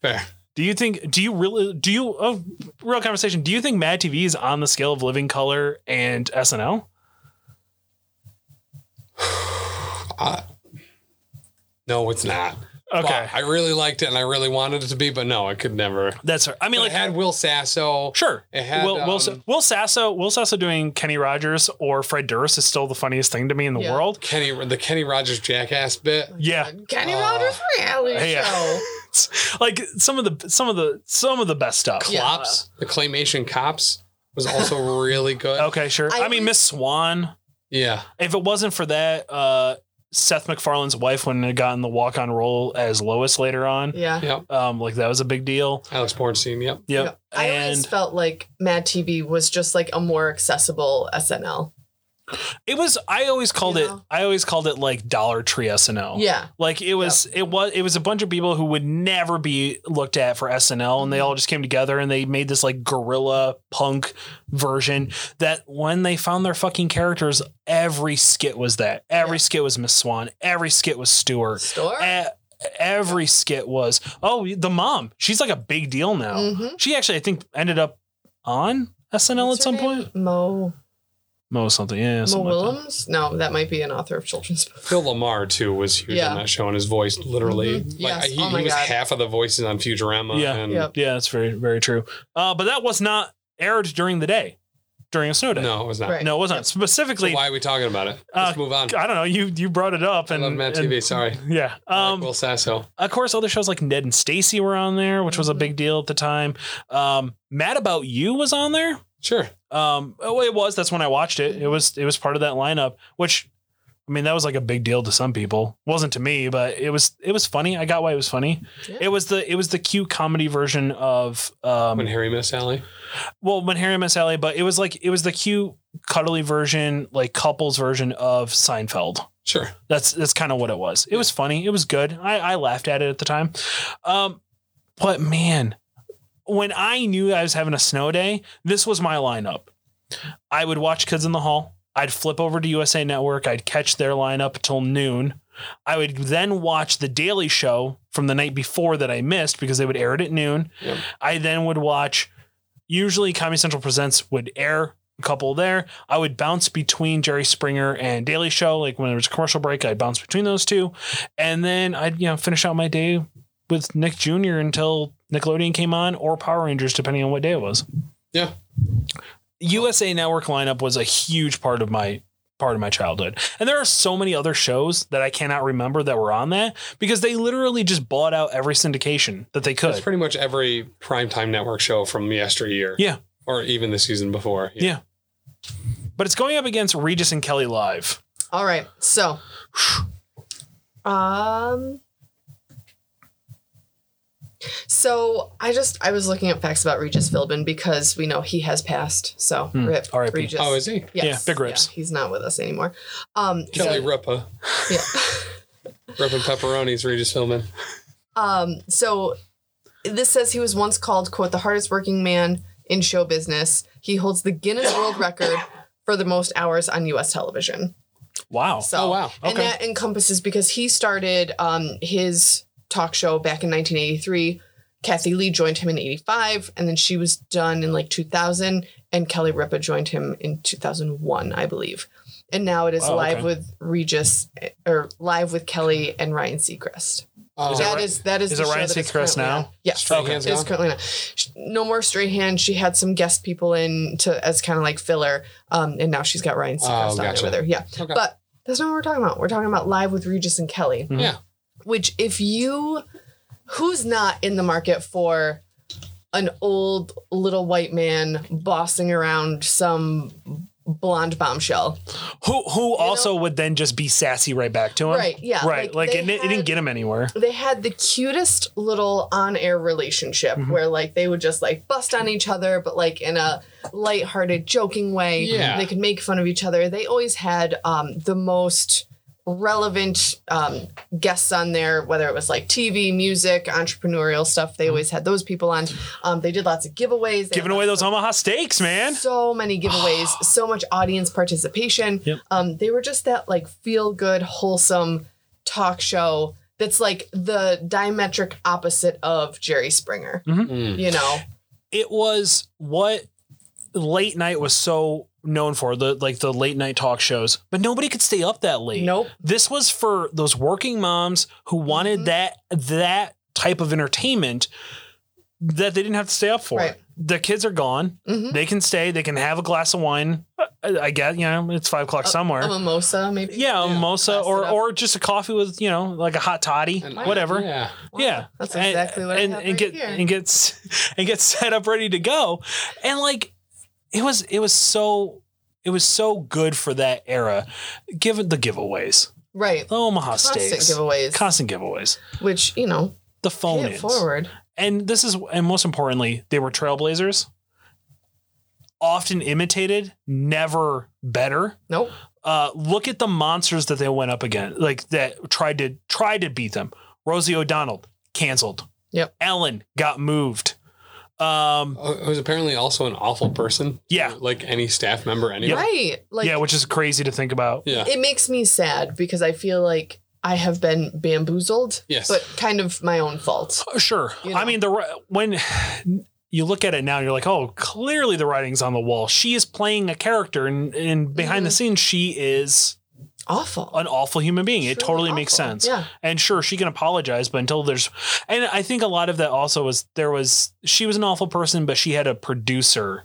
[SPEAKER 3] Fair.
[SPEAKER 2] Do you think? Do you really? Do you? Oh, real conversation. Do you think Mad TV is on the scale of Living Color and SNL?
[SPEAKER 3] I, no, it's not.
[SPEAKER 2] Okay,
[SPEAKER 3] But I really liked it and I really wanted it to be, but no, I could never.
[SPEAKER 2] that's. I mean,
[SPEAKER 3] But it
[SPEAKER 2] like,
[SPEAKER 3] had Will Sasso.
[SPEAKER 2] sure.
[SPEAKER 3] it had,
[SPEAKER 2] Will, Will, Sa-
[SPEAKER 3] um,
[SPEAKER 2] Will Sasso, Will Sasso doing Kenny Rogers or Fred Durst is still the funniest thing to me in the
[SPEAKER 6] Yeah.
[SPEAKER 2] world.
[SPEAKER 3] Kenny, the Kenny Rogers jackass bit.
[SPEAKER 2] Yeah,
[SPEAKER 6] Kenny
[SPEAKER 3] Oh.
[SPEAKER 6] Rogers reality
[SPEAKER 2] Hey, yeah.
[SPEAKER 6] show.
[SPEAKER 2] like some of the some of the some of the best stuff.
[SPEAKER 6] Yeah.
[SPEAKER 3] Cops, the claymation cops was also really good.
[SPEAKER 2] Okay, sure. I,
[SPEAKER 6] I
[SPEAKER 2] mean,
[SPEAKER 6] would-
[SPEAKER 2] Miss Swan.
[SPEAKER 3] Yeah.
[SPEAKER 2] If it wasn't for that, uh, Seth MacFarlane's wife wouldn't have gotten the walk on role as Lois later on.
[SPEAKER 6] Yeah.
[SPEAKER 3] Yep.
[SPEAKER 2] Um, like that was a big deal.
[SPEAKER 3] Alex Bornstein. Yep.
[SPEAKER 2] Yep.
[SPEAKER 6] I always
[SPEAKER 2] And
[SPEAKER 6] felt like Mad TV was just like a more accessible SNL.
[SPEAKER 2] it was. I always called
[SPEAKER 6] You
[SPEAKER 2] it.
[SPEAKER 6] know?
[SPEAKER 2] I always called it like Dollar Tree SNL.
[SPEAKER 6] Yeah.
[SPEAKER 2] Like it was, it was, it was a bunch of people who would never be looked at for SNL, and they all just came together and they made this like guerrilla punk version. That when they found their fucking characters, every skit was that. Every
[SPEAKER 6] Yeah.
[SPEAKER 2] skit was Miss Swan. Every skit was Stewart.
[SPEAKER 6] Store.
[SPEAKER 2] E- every skit was oh the mom. She's like a big deal now.
[SPEAKER 6] Mhm.
[SPEAKER 2] She actually, I think, ended up on SNL
[SPEAKER 6] What's
[SPEAKER 2] at some
[SPEAKER 6] her name?
[SPEAKER 2] point.
[SPEAKER 6] Mo
[SPEAKER 2] Mo something, yeah.
[SPEAKER 6] Mo
[SPEAKER 2] something like that.
[SPEAKER 6] Willems? no, that might be an author of children's books.
[SPEAKER 3] Phil Lamar too was huge
[SPEAKER 6] Yeah.
[SPEAKER 3] on that show, and his voice literally
[SPEAKER 6] Mhm.
[SPEAKER 3] like
[SPEAKER 6] Yes.
[SPEAKER 3] he,
[SPEAKER 6] Oh my
[SPEAKER 3] he was
[SPEAKER 6] God.
[SPEAKER 3] half of the voices on Futurama.
[SPEAKER 2] Yeah.
[SPEAKER 3] and
[SPEAKER 6] Yep.
[SPEAKER 2] Yeah, that's very, very true. Uh, but that was not aired during the day, during a snow day.
[SPEAKER 3] no, it was not.
[SPEAKER 6] Right.
[SPEAKER 2] No, it wasn't. Specifically,
[SPEAKER 3] Why are we talking about it? Let's
[SPEAKER 2] Uh,
[SPEAKER 3] move on.
[SPEAKER 2] I don't know. You you brought it up.
[SPEAKER 3] I
[SPEAKER 2] And,
[SPEAKER 3] love Matt
[SPEAKER 2] and-
[SPEAKER 3] TV. Sorry.
[SPEAKER 2] Yeah.
[SPEAKER 3] I
[SPEAKER 2] Um,
[SPEAKER 3] like Will Sasso.
[SPEAKER 2] of course, other shows like Ned and Stacy were on there, which was a
[SPEAKER 3] Mm-hmm.
[SPEAKER 2] big deal at the time. Um, Mad About You was on there.
[SPEAKER 3] Sure.
[SPEAKER 2] Um, oh, it was. That's when I watched it. It was it was part of that lineup, which I mean, that was like a big deal to some people. Wasn't to me, but it was it was funny. I got why it was funny.
[SPEAKER 6] Yeah.
[SPEAKER 2] It was the it was the cute comedy version of um,
[SPEAKER 3] When Harry met Sally.
[SPEAKER 2] well, when Harry Met Sally, but it was like it was the cute, cuddly version, like couples version of Seinfeld.
[SPEAKER 3] Sure.
[SPEAKER 2] That's that's kind of what it was. It was funny. It was good. I, I laughed at it at the time. Um, but man, when I knew I was having a snow day, this was my lineup. I would watch Kids in the Hall. I'd flip over to USA Network. I'd catch their lineup till noon. I would then watch The Daily Show from the night before that I missed because they would air it at noon.
[SPEAKER 3] Yep.
[SPEAKER 2] I then would watch, usually Comedy Central Presents would air a couple there. I would bounce between Jerry Springer and Daily Show. Like when there was a commercial break, I'd bounce between those two. And then I'd, you know, finish out my day with Nick Jr. until Nickelodeon came on or Power Rangers, depending on what day it was.
[SPEAKER 3] Yeah.
[SPEAKER 2] USA Network lineup was a huge part of my part of my childhood. And there are so many other shows that I cannot remember that were on that because they literally just bought out every syndication that they could.
[SPEAKER 3] That's pretty much every primetime network show from yesteryear.
[SPEAKER 2] Yeah.
[SPEAKER 3] Or even the season before.
[SPEAKER 2] Yeah. but it's going up against Regis and Kelly Live.
[SPEAKER 6] All right. So, um, so I just I was looking up facts about Regis Philbin because we know he has passed. So rip
[SPEAKER 2] R.I.P..
[SPEAKER 6] Regis.
[SPEAKER 3] Oh, is he?
[SPEAKER 2] Yeah, big rips.
[SPEAKER 6] he's not with us anymore. Um, so-
[SPEAKER 3] Kelly Ripa.
[SPEAKER 6] yeah.
[SPEAKER 3] Ripping pepperonis, Regis Philbin.
[SPEAKER 6] Um, so this says he was once called, quote, the hardest working man in show business. He holds the Guinness World Record for the most hours on US television.
[SPEAKER 2] Wow.
[SPEAKER 6] So,
[SPEAKER 3] Oh, wow.
[SPEAKER 6] And
[SPEAKER 2] Okay.
[SPEAKER 6] that encompasses because he started um, his talk show back in 1983. Kathy Lee joined him in 85, and then she was done in like 2000, and Kelly Ripa joined him in 2001, I believe. And now it is
[SPEAKER 2] Wow,
[SPEAKER 6] live
[SPEAKER 2] okay.
[SPEAKER 6] with Regis, eh, or live with Kelly and Ryan Seacrest.
[SPEAKER 3] Oh,
[SPEAKER 6] That is that is
[SPEAKER 2] Is
[SPEAKER 6] the
[SPEAKER 2] it
[SPEAKER 6] show
[SPEAKER 2] Ryan
[SPEAKER 6] that is
[SPEAKER 2] Seacrest
[SPEAKER 6] currently
[SPEAKER 2] now?
[SPEAKER 6] on. Yeah,
[SPEAKER 3] Straight Hands
[SPEAKER 6] it's
[SPEAKER 3] Gone?
[SPEAKER 6] currently not. No more straight hand. She had some guest people in to as kind of like filler, um, and now she's got Ryan Seacrest on there
[SPEAKER 3] gotcha.
[SPEAKER 6] with her. Yeah,
[SPEAKER 3] Okay. Hmm.
[SPEAKER 6] but that's not what we're talking about. We're talking about live with Regis and Kelly.
[SPEAKER 3] Yeah.
[SPEAKER 6] Which, if you, who's not in the market for an old little white man bossing around some blonde bombshell?
[SPEAKER 2] Who who also would then just be sassy right back to him?
[SPEAKER 6] Right, yeah,
[SPEAKER 2] Right. Like,
[SPEAKER 6] like,
[SPEAKER 2] it,
[SPEAKER 6] they
[SPEAKER 2] it didn't
[SPEAKER 6] had-
[SPEAKER 2] get him anywhere.
[SPEAKER 6] they had the cutest little on-air relationship
[SPEAKER 2] Mm-hmm.
[SPEAKER 6] where like they would just like bust on each other but like in a light-hearted joking way
[SPEAKER 3] Yeah.
[SPEAKER 6] they could make fun of each other they always had um the most relevant um, guests on there, whether it was like TV, music, entrepreneurial stuff. They always had those people on. Um, they did lots of giveaways. They
[SPEAKER 2] Mm-hmm. Giving
[SPEAKER 6] had
[SPEAKER 2] away
[SPEAKER 6] lots
[SPEAKER 2] those Omaha steaks, man.
[SPEAKER 6] so many giveaways, so much audience participation.
[SPEAKER 2] Yep.
[SPEAKER 6] Um, they were just that like feel good, wholesome talk show that's like the diametric opposite of Jerry Springer.
[SPEAKER 2] Mm-hmm.
[SPEAKER 3] Mm.
[SPEAKER 2] Mm.
[SPEAKER 6] You know,
[SPEAKER 2] It was what late night was so known for the like the late night talk shows, but nobody could stay up that late.
[SPEAKER 6] nope.
[SPEAKER 2] This was for those working moms who wanted
[SPEAKER 6] Mhm.
[SPEAKER 2] that that type of entertainment that they didn't have to stay up for.
[SPEAKER 6] Right.
[SPEAKER 2] The kids are gone.
[SPEAKER 6] Mhm.
[SPEAKER 2] They can stay. They can have a glass of wine. I, I guess you know it's five o'clock somewhere.
[SPEAKER 6] A mimosa, maybe.
[SPEAKER 2] yeah, a mimosa
[SPEAKER 6] Class it
[SPEAKER 2] or
[SPEAKER 6] up.
[SPEAKER 2] or just a coffee with you know like a hot toddy,
[SPEAKER 3] And-
[SPEAKER 2] whatever.
[SPEAKER 3] Yeah.
[SPEAKER 2] Yeah,
[SPEAKER 6] That's exactly what I
[SPEAKER 2] and,
[SPEAKER 6] have
[SPEAKER 2] and
[SPEAKER 6] right
[SPEAKER 2] get
[SPEAKER 6] here.
[SPEAKER 2] and gets and gets set up ready to go, and like it was it was so it was so good for that era, given the giveaways,
[SPEAKER 6] Right.
[SPEAKER 2] the Omaha
[SPEAKER 6] Constant
[SPEAKER 2] Steaks,
[SPEAKER 6] giveaways,
[SPEAKER 2] constant giveaways,
[SPEAKER 6] which you know,
[SPEAKER 2] the phone
[SPEAKER 6] pay it
[SPEAKER 2] ins,
[SPEAKER 6] forward.
[SPEAKER 2] and this is and most importantly, they were trailblazers, often imitated, never better
[SPEAKER 6] Nope.
[SPEAKER 2] uh, look at the monsters that they went up against, like that tried to tried to beat them. Rosie O'Donnell canceled.
[SPEAKER 6] Yep.
[SPEAKER 2] Ellen got moved. Um,
[SPEAKER 3] Uh, Who's apparently also an awful person.
[SPEAKER 2] Yeah.
[SPEAKER 3] Like any staff member, anyway.
[SPEAKER 6] Right. Like
[SPEAKER 2] yeah, which is crazy to think about.
[SPEAKER 3] Yeah.
[SPEAKER 6] it makes me sad because I feel like I have been bamboozled.
[SPEAKER 3] Yes.
[SPEAKER 6] But kind of my own fault.
[SPEAKER 2] Uh, Sure.
[SPEAKER 6] You know.
[SPEAKER 2] I mean, the ri- when you look at it now, you're like, oh, clearly the writing's on the wall. She is playing a character, and, and behind
[SPEAKER 6] Mm-hmm.
[SPEAKER 2] the scenes, she is
[SPEAKER 6] Awful.
[SPEAKER 2] an awful human being. it
[SPEAKER 6] Truly
[SPEAKER 2] totally makes
[SPEAKER 6] awful.
[SPEAKER 2] sense.
[SPEAKER 6] Yeah.
[SPEAKER 2] And sure, she can apologize, but until there's, and I think a lot of that also was there was she was an awful person, but she had a producer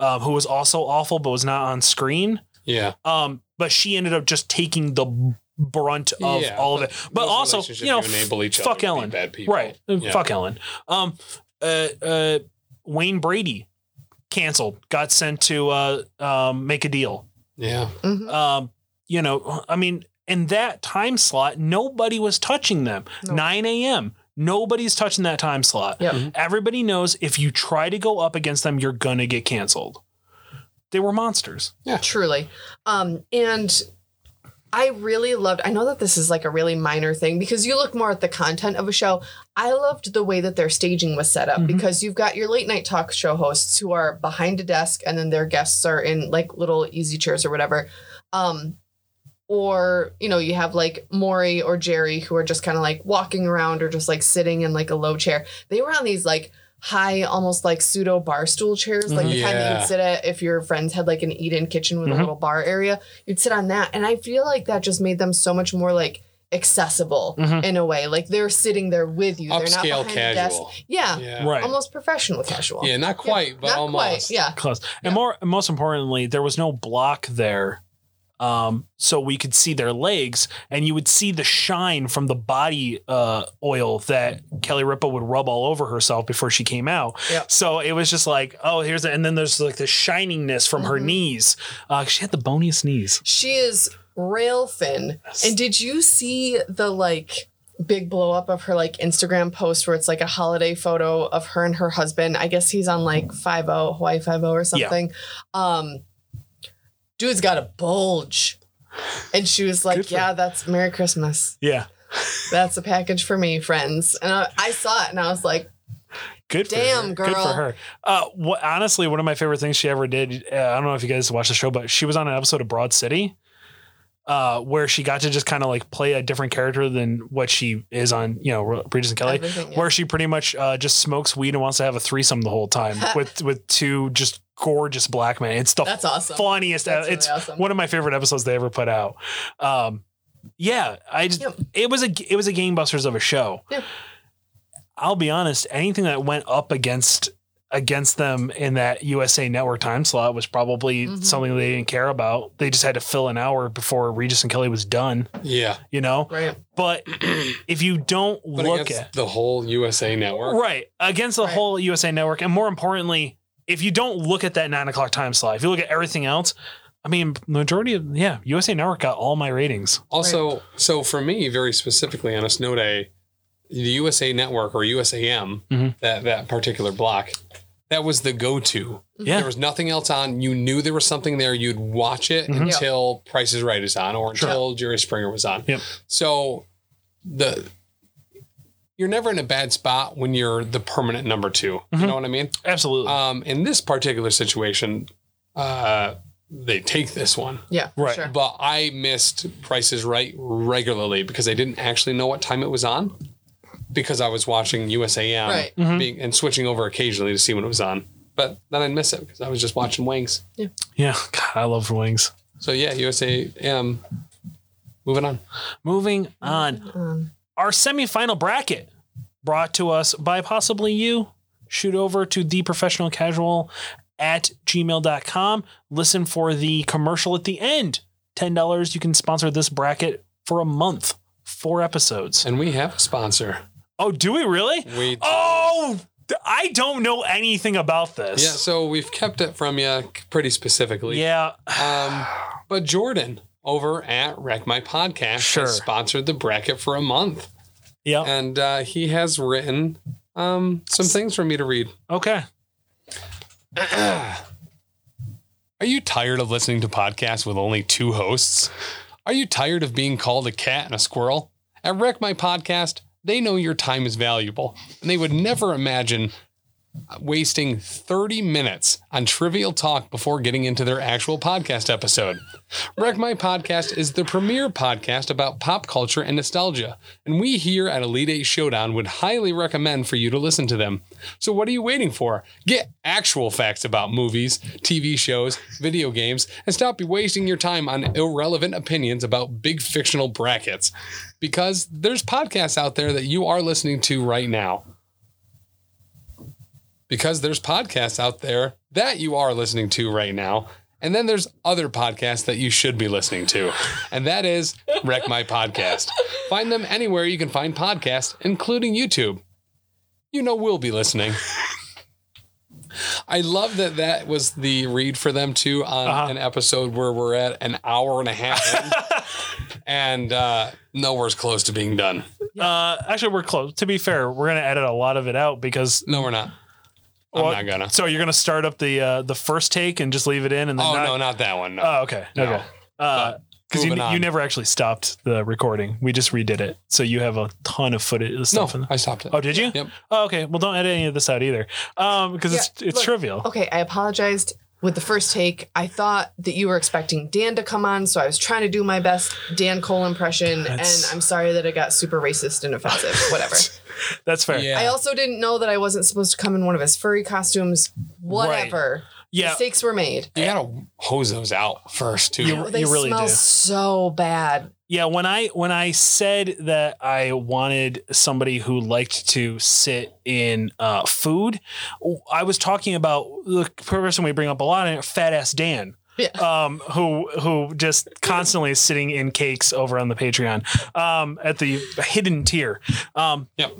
[SPEAKER 2] um, who was also awful, but was not on screen.
[SPEAKER 3] Yeah.
[SPEAKER 2] Um, but she ended up just taking the brunt of
[SPEAKER 3] Yeah,
[SPEAKER 2] all of it. But
[SPEAKER 3] those
[SPEAKER 2] also,
[SPEAKER 3] relationships
[SPEAKER 2] you know,
[SPEAKER 3] enable each
[SPEAKER 2] fuck
[SPEAKER 3] other to be
[SPEAKER 2] Ellen.
[SPEAKER 3] bad people.
[SPEAKER 2] right?
[SPEAKER 3] Yeah.
[SPEAKER 2] Fuck Ellen. Um, uh, uh, Wayne Brady canceled, got sent to uh, um, make a deal
[SPEAKER 3] Yeah.
[SPEAKER 6] Mhm.
[SPEAKER 2] um, you know, I mean, in that time slot, nobody was touching them.
[SPEAKER 6] No.
[SPEAKER 2] 9 a.m. Nobody's touching that time slot.
[SPEAKER 6] Yep.
[SPEAKER 2] Everybody knows if you try to go up against them, you're gonna get canceled. They were monsters.
[SPEAKER 6] Truly. Um, and I really loved, I know that this is like a really minor thing because you look more at the content of a show. I loved the way that their staging was set up because you've got your late night talk show hosts who are behind a desk and then their guests are in like little easy chairs or whatever. Um, or, you know, you have like Maury or Jerry who are just kind of like walking around or just like sitting in like a low chair. They were on these like high, almost like pseudo bar stool chairs, like the kind that
[SPEAKER 3] Yeah.
[SPEAKER 6] you'd sit at if your friends had like an eat in kitchen with a little bar area. You'd sit on that. And I feel like that just made them so much more like accessible in a way. Like they're sitting there with you. they're not
[SPEAKER 3] Mm-hmm. Upscale
[SPEAKER 6] behind a desk.
[SPEAKER 3] casual.
[SPEAKER 6] Yeah.
[SPEAKER 3] Yeah.
[SPEAKER 2] Right.
[SPEAKER 6] Almost professional casual.
[SPEAKER 3] Yeah. Not quite, but
[SPEAKER 6] Not
[SPEAKER 3] almost.
[SPEAKER 6] Quite. Yeah.
[SPEAKER 2] Close. And more most importantly, there was no block there. Um, so we could see their legs and you would see the shine from the body uh, oil that Kelly Ripa would rub all over herself before she came out.
[SPEAKER 6] Yeah.
[SPEAKER 2] So it was just like, oh, here's the, and then there's like the shiningness from
[SPEAKER 6] Mm-hmm.
[SPEAKER 2] her knees. Uh, she had the boniest knees.
[SPEAKER 6] She is rail thin. And did you see the like big blow up of her like Instagram post where it's like a holiday photo of her and her husband? I guess he's on like 50 Hawaii 50 or something. Um dude's got a bulge. And she was like, "Yeah, that's Merry Christmas.
[SPEAKER 2] Yeah.
[SPEAKER 6] That's a package for me, friends." And I, I saw it and I was like,
[SPEAKER 2] Good for
[SPEAKER 6] Damn,
[SPEAKER 2] her.
[SPEAKER 6] girl.
[SPEAKER 2] Good for her. Uh, what, honestly, one of my favorite things she ever did. Uh, I don't know if you guys watched the show, but she was on an episode of Broad City, uh, where she got to just kind of like play a different character than what she is on, you know, Re- Regis and Kelly,
[SPEAKER 6] Everything, yeah.
[SPEAKER 2] where she pretty much uh, just smokes weed and wants to have a threesome the whole time with with two just gorgeous black men. It's the
[SPEAKER 6] "That's awesome."
[SPEAKER 2] funniest. e,
[SPEAKER 6] That's really
[SPEAKER 2] it's
[SPEAKER 6] awesome.
[SPEAKER 2] one of my favorite episodes they ever put out. Um, yeah, I just
[SPEAKER 6] Yep.
[SPEAKER 2] it was a it was a gangbusters of a show.
[SPEAKER 6] Yeah.
[SPEAKER 2] I'll be honest, anything that went up against against them in that USA Network time slot was probably something they didn't care about. They just had to fill an hour before Regis and Kelly was done,
[SPEAKER 3] Yeah.
[SPEAKER 2] you know?
[SPEAKER 6] Right.
[SPEAKER 2] But if you don't
[SPEAKER 3] But
[SPEAKER 2] look
[SPEAKER 3] against
[SPEAKER 2] at
[SPEAKER 3] the whole USA network.
[SPEAKER 2] Right. Against the
[SPEAKER 6] Right.
[SPEAKER 2] whole USA network. And more importantly, if you don't look at that nine o'clock time slot, if you look at everything else, I mean, majority of, yeah, USA network got all my ratings.
[SPEAKER 3] Also, so for me, very specifically on a snow day, the USA Network or USAM,
[SPEAKER 2] Mhm.
[SPEAKER 3] that that particular block, that was the go-to.
[SPEAKER 2] Yeah.
[SPEAKER 3] There was nothing else on. You knew there was something there. You'd watch it until Price is Right is on or until Jerry Springer was on.
[SPEAKER 7] Yep.
[SPEAKER 3] So the you're never in a bad spot when you're the permanent number 2 You know what I mean?
[SPEAKER 2] Absolutely.
[SPEAKER 3] Um, in this particular situation, uh, they take this one.
[SPEAKER 6] Yeah.
[SPEAKER 2] Right.
[SPEAKER 6] Sure.
[SPEAKER 3] But I missed Price is Right regularly because I didn't actually know what time it was on because I was watching USAM
[SPEAKER 6] Right.
[SPEAKER 2] Mm-hmm.
[SPEAKER 3] being, and switching over occasionally to see when it was on. But then I'd miss it because I was just watching Wings.
[SPEAKER 2] yeah. God, I love wings.
[SPEAKER 3] So yeah, USAM. Moving on.
[SPEAKER 2] Moving on. Our semifinal bracket brought to us by possibly you. Shoot over to the professional casual at gmail.com. Listen for the commercial at the end. $10. You can sponsor this bracket for a month, four episodes.
[SPEAKER 3] And we have a sponsor.
[SPEAKER 2] Oh, do we really?
[SPEAKER 3] We
[SPEAKER 2] Oh, th- I don't know anything about this.
[SPEAKER 3] yeah. So we've kept it from you pretty specifically.
[SPEAKER 2] Yeah.
[SPEAKER 3] Um, but Jordan over at Wreck My Podcast
[SPEAKER 2] Sure.
[SPEAKER 3] has sponsored the bracket for a month,
[SPEAKER 2] Yeah.
[SPEAKER 3] and uh, he has written um, some things for me to read.
[SPEAKER 2] Okay.
[SPEAKER 3] Are you tired of listening to podcasts with only two hosts? Are you tired of being called a cat and a squirrel? At Wreck My Podcast, they know your time is valuable, and they would never imagine wasting 30 minutes on trivial talk before getting into their actual podcast episode. Wreck My Podcast is the premier podcast about pop culture and nostalgia, and we here at Elite Eight Showdown would highly recommend for you to listen to them. So, what are you waiting for? Get actual facts about movies, TV shows, video games, and stop wasting your time on irrelevant opinions about big fictional brackets. Because there's podcasts out there that you are listening to right now because there's podcasts out there that you are listening to right now. And then there's other podcasts that you should be listening to. And that is Wreck My Podcast. Find them anywhere you can find podcasts, including YouTube. You know we'll be listening. I love that that was the read for them too on
[SPEAKER 2] Uh-huh.
[SPEAKER 3] an episode where we're at an hour and a half in, and uh, nowhere's close to being done.
[SPEAKER 2] Uh, actually, we're close. To be fair, we're going to edit a lot of it out because
[SPEAKER 3] No, we're not. I'm
[SPEAKER 2] Well,
[SPEAKER 3] not gonna.
[SPEAKER 2] So you're gonna start up the uh, the first take and just leave it in, and then
[SPEAKER 3] Oh
[SPEAKER 2] not,
[SPEAKER 3] no, not that one. No.
[SPEAKER 2] Oh, okay, okay. Because
[SPEAKER 3] moving
[SPEAKER 2] you,
[SPEAKER 3] on.
[SPEAKER 2] you never actually stopped the recording. We just redid it, so you have a ton of footage. Of stuff in
[SPEAKER 3] no,
[SPEAKER 2] there.
[SPEAKER 3] I stopped it.
[SPEAKER 2] Oh, did you?
[SPEAKER 3] Yep.
[SPEAKER 2] Oh, okay. Well, don't edit any of this out either, because it's
[SPEAKER 6] Yeah,
[SPEAKER 2] it's
[SPEAKER 6] look,
[SPEAKER 2] trivial.
[SPEAKER 6] Okay, I apologized with the first take. I thought that you were expecting Dan to come on, so I was trying to do my best Dan Cole impression,
[SPEAKER 2] That's-
[SPEAKER 6] and I'm sorry that it got super racist and offensive. Whatever.
[SPEAKER 2] That's fair.
[SPEAKER 3] Yeah.
[SPEAKER 6] I also didn't know that I wasn't supposed to come in one of his furry costumes. Whatever.
[SPEAKER 2] Yeah.
[SPEAKER 6] Mistakes were made.
[SPEAKER 3] You gotta hose those out first too.
[SPEAKER 2] You-
[SPEAKER 6] They
[SPEAKER 2] really
[SPEAKER 6] smell
[SPEAKER 2] do.
[SPEAKER 6] so bad.
[SPEAKER 2] Yeah, when I when I said that I wanted somebody who liked to sit in uh, food, I was talking about the person we bring up a lot, fat ass Dan.
[SPEAKER 6] Yeah.
[SPEAKER 2] Um, who who just constantly is sitting in cakes over on the Patreon, um, at the hidden tier. Um,
[SPEAKER 3] Yep.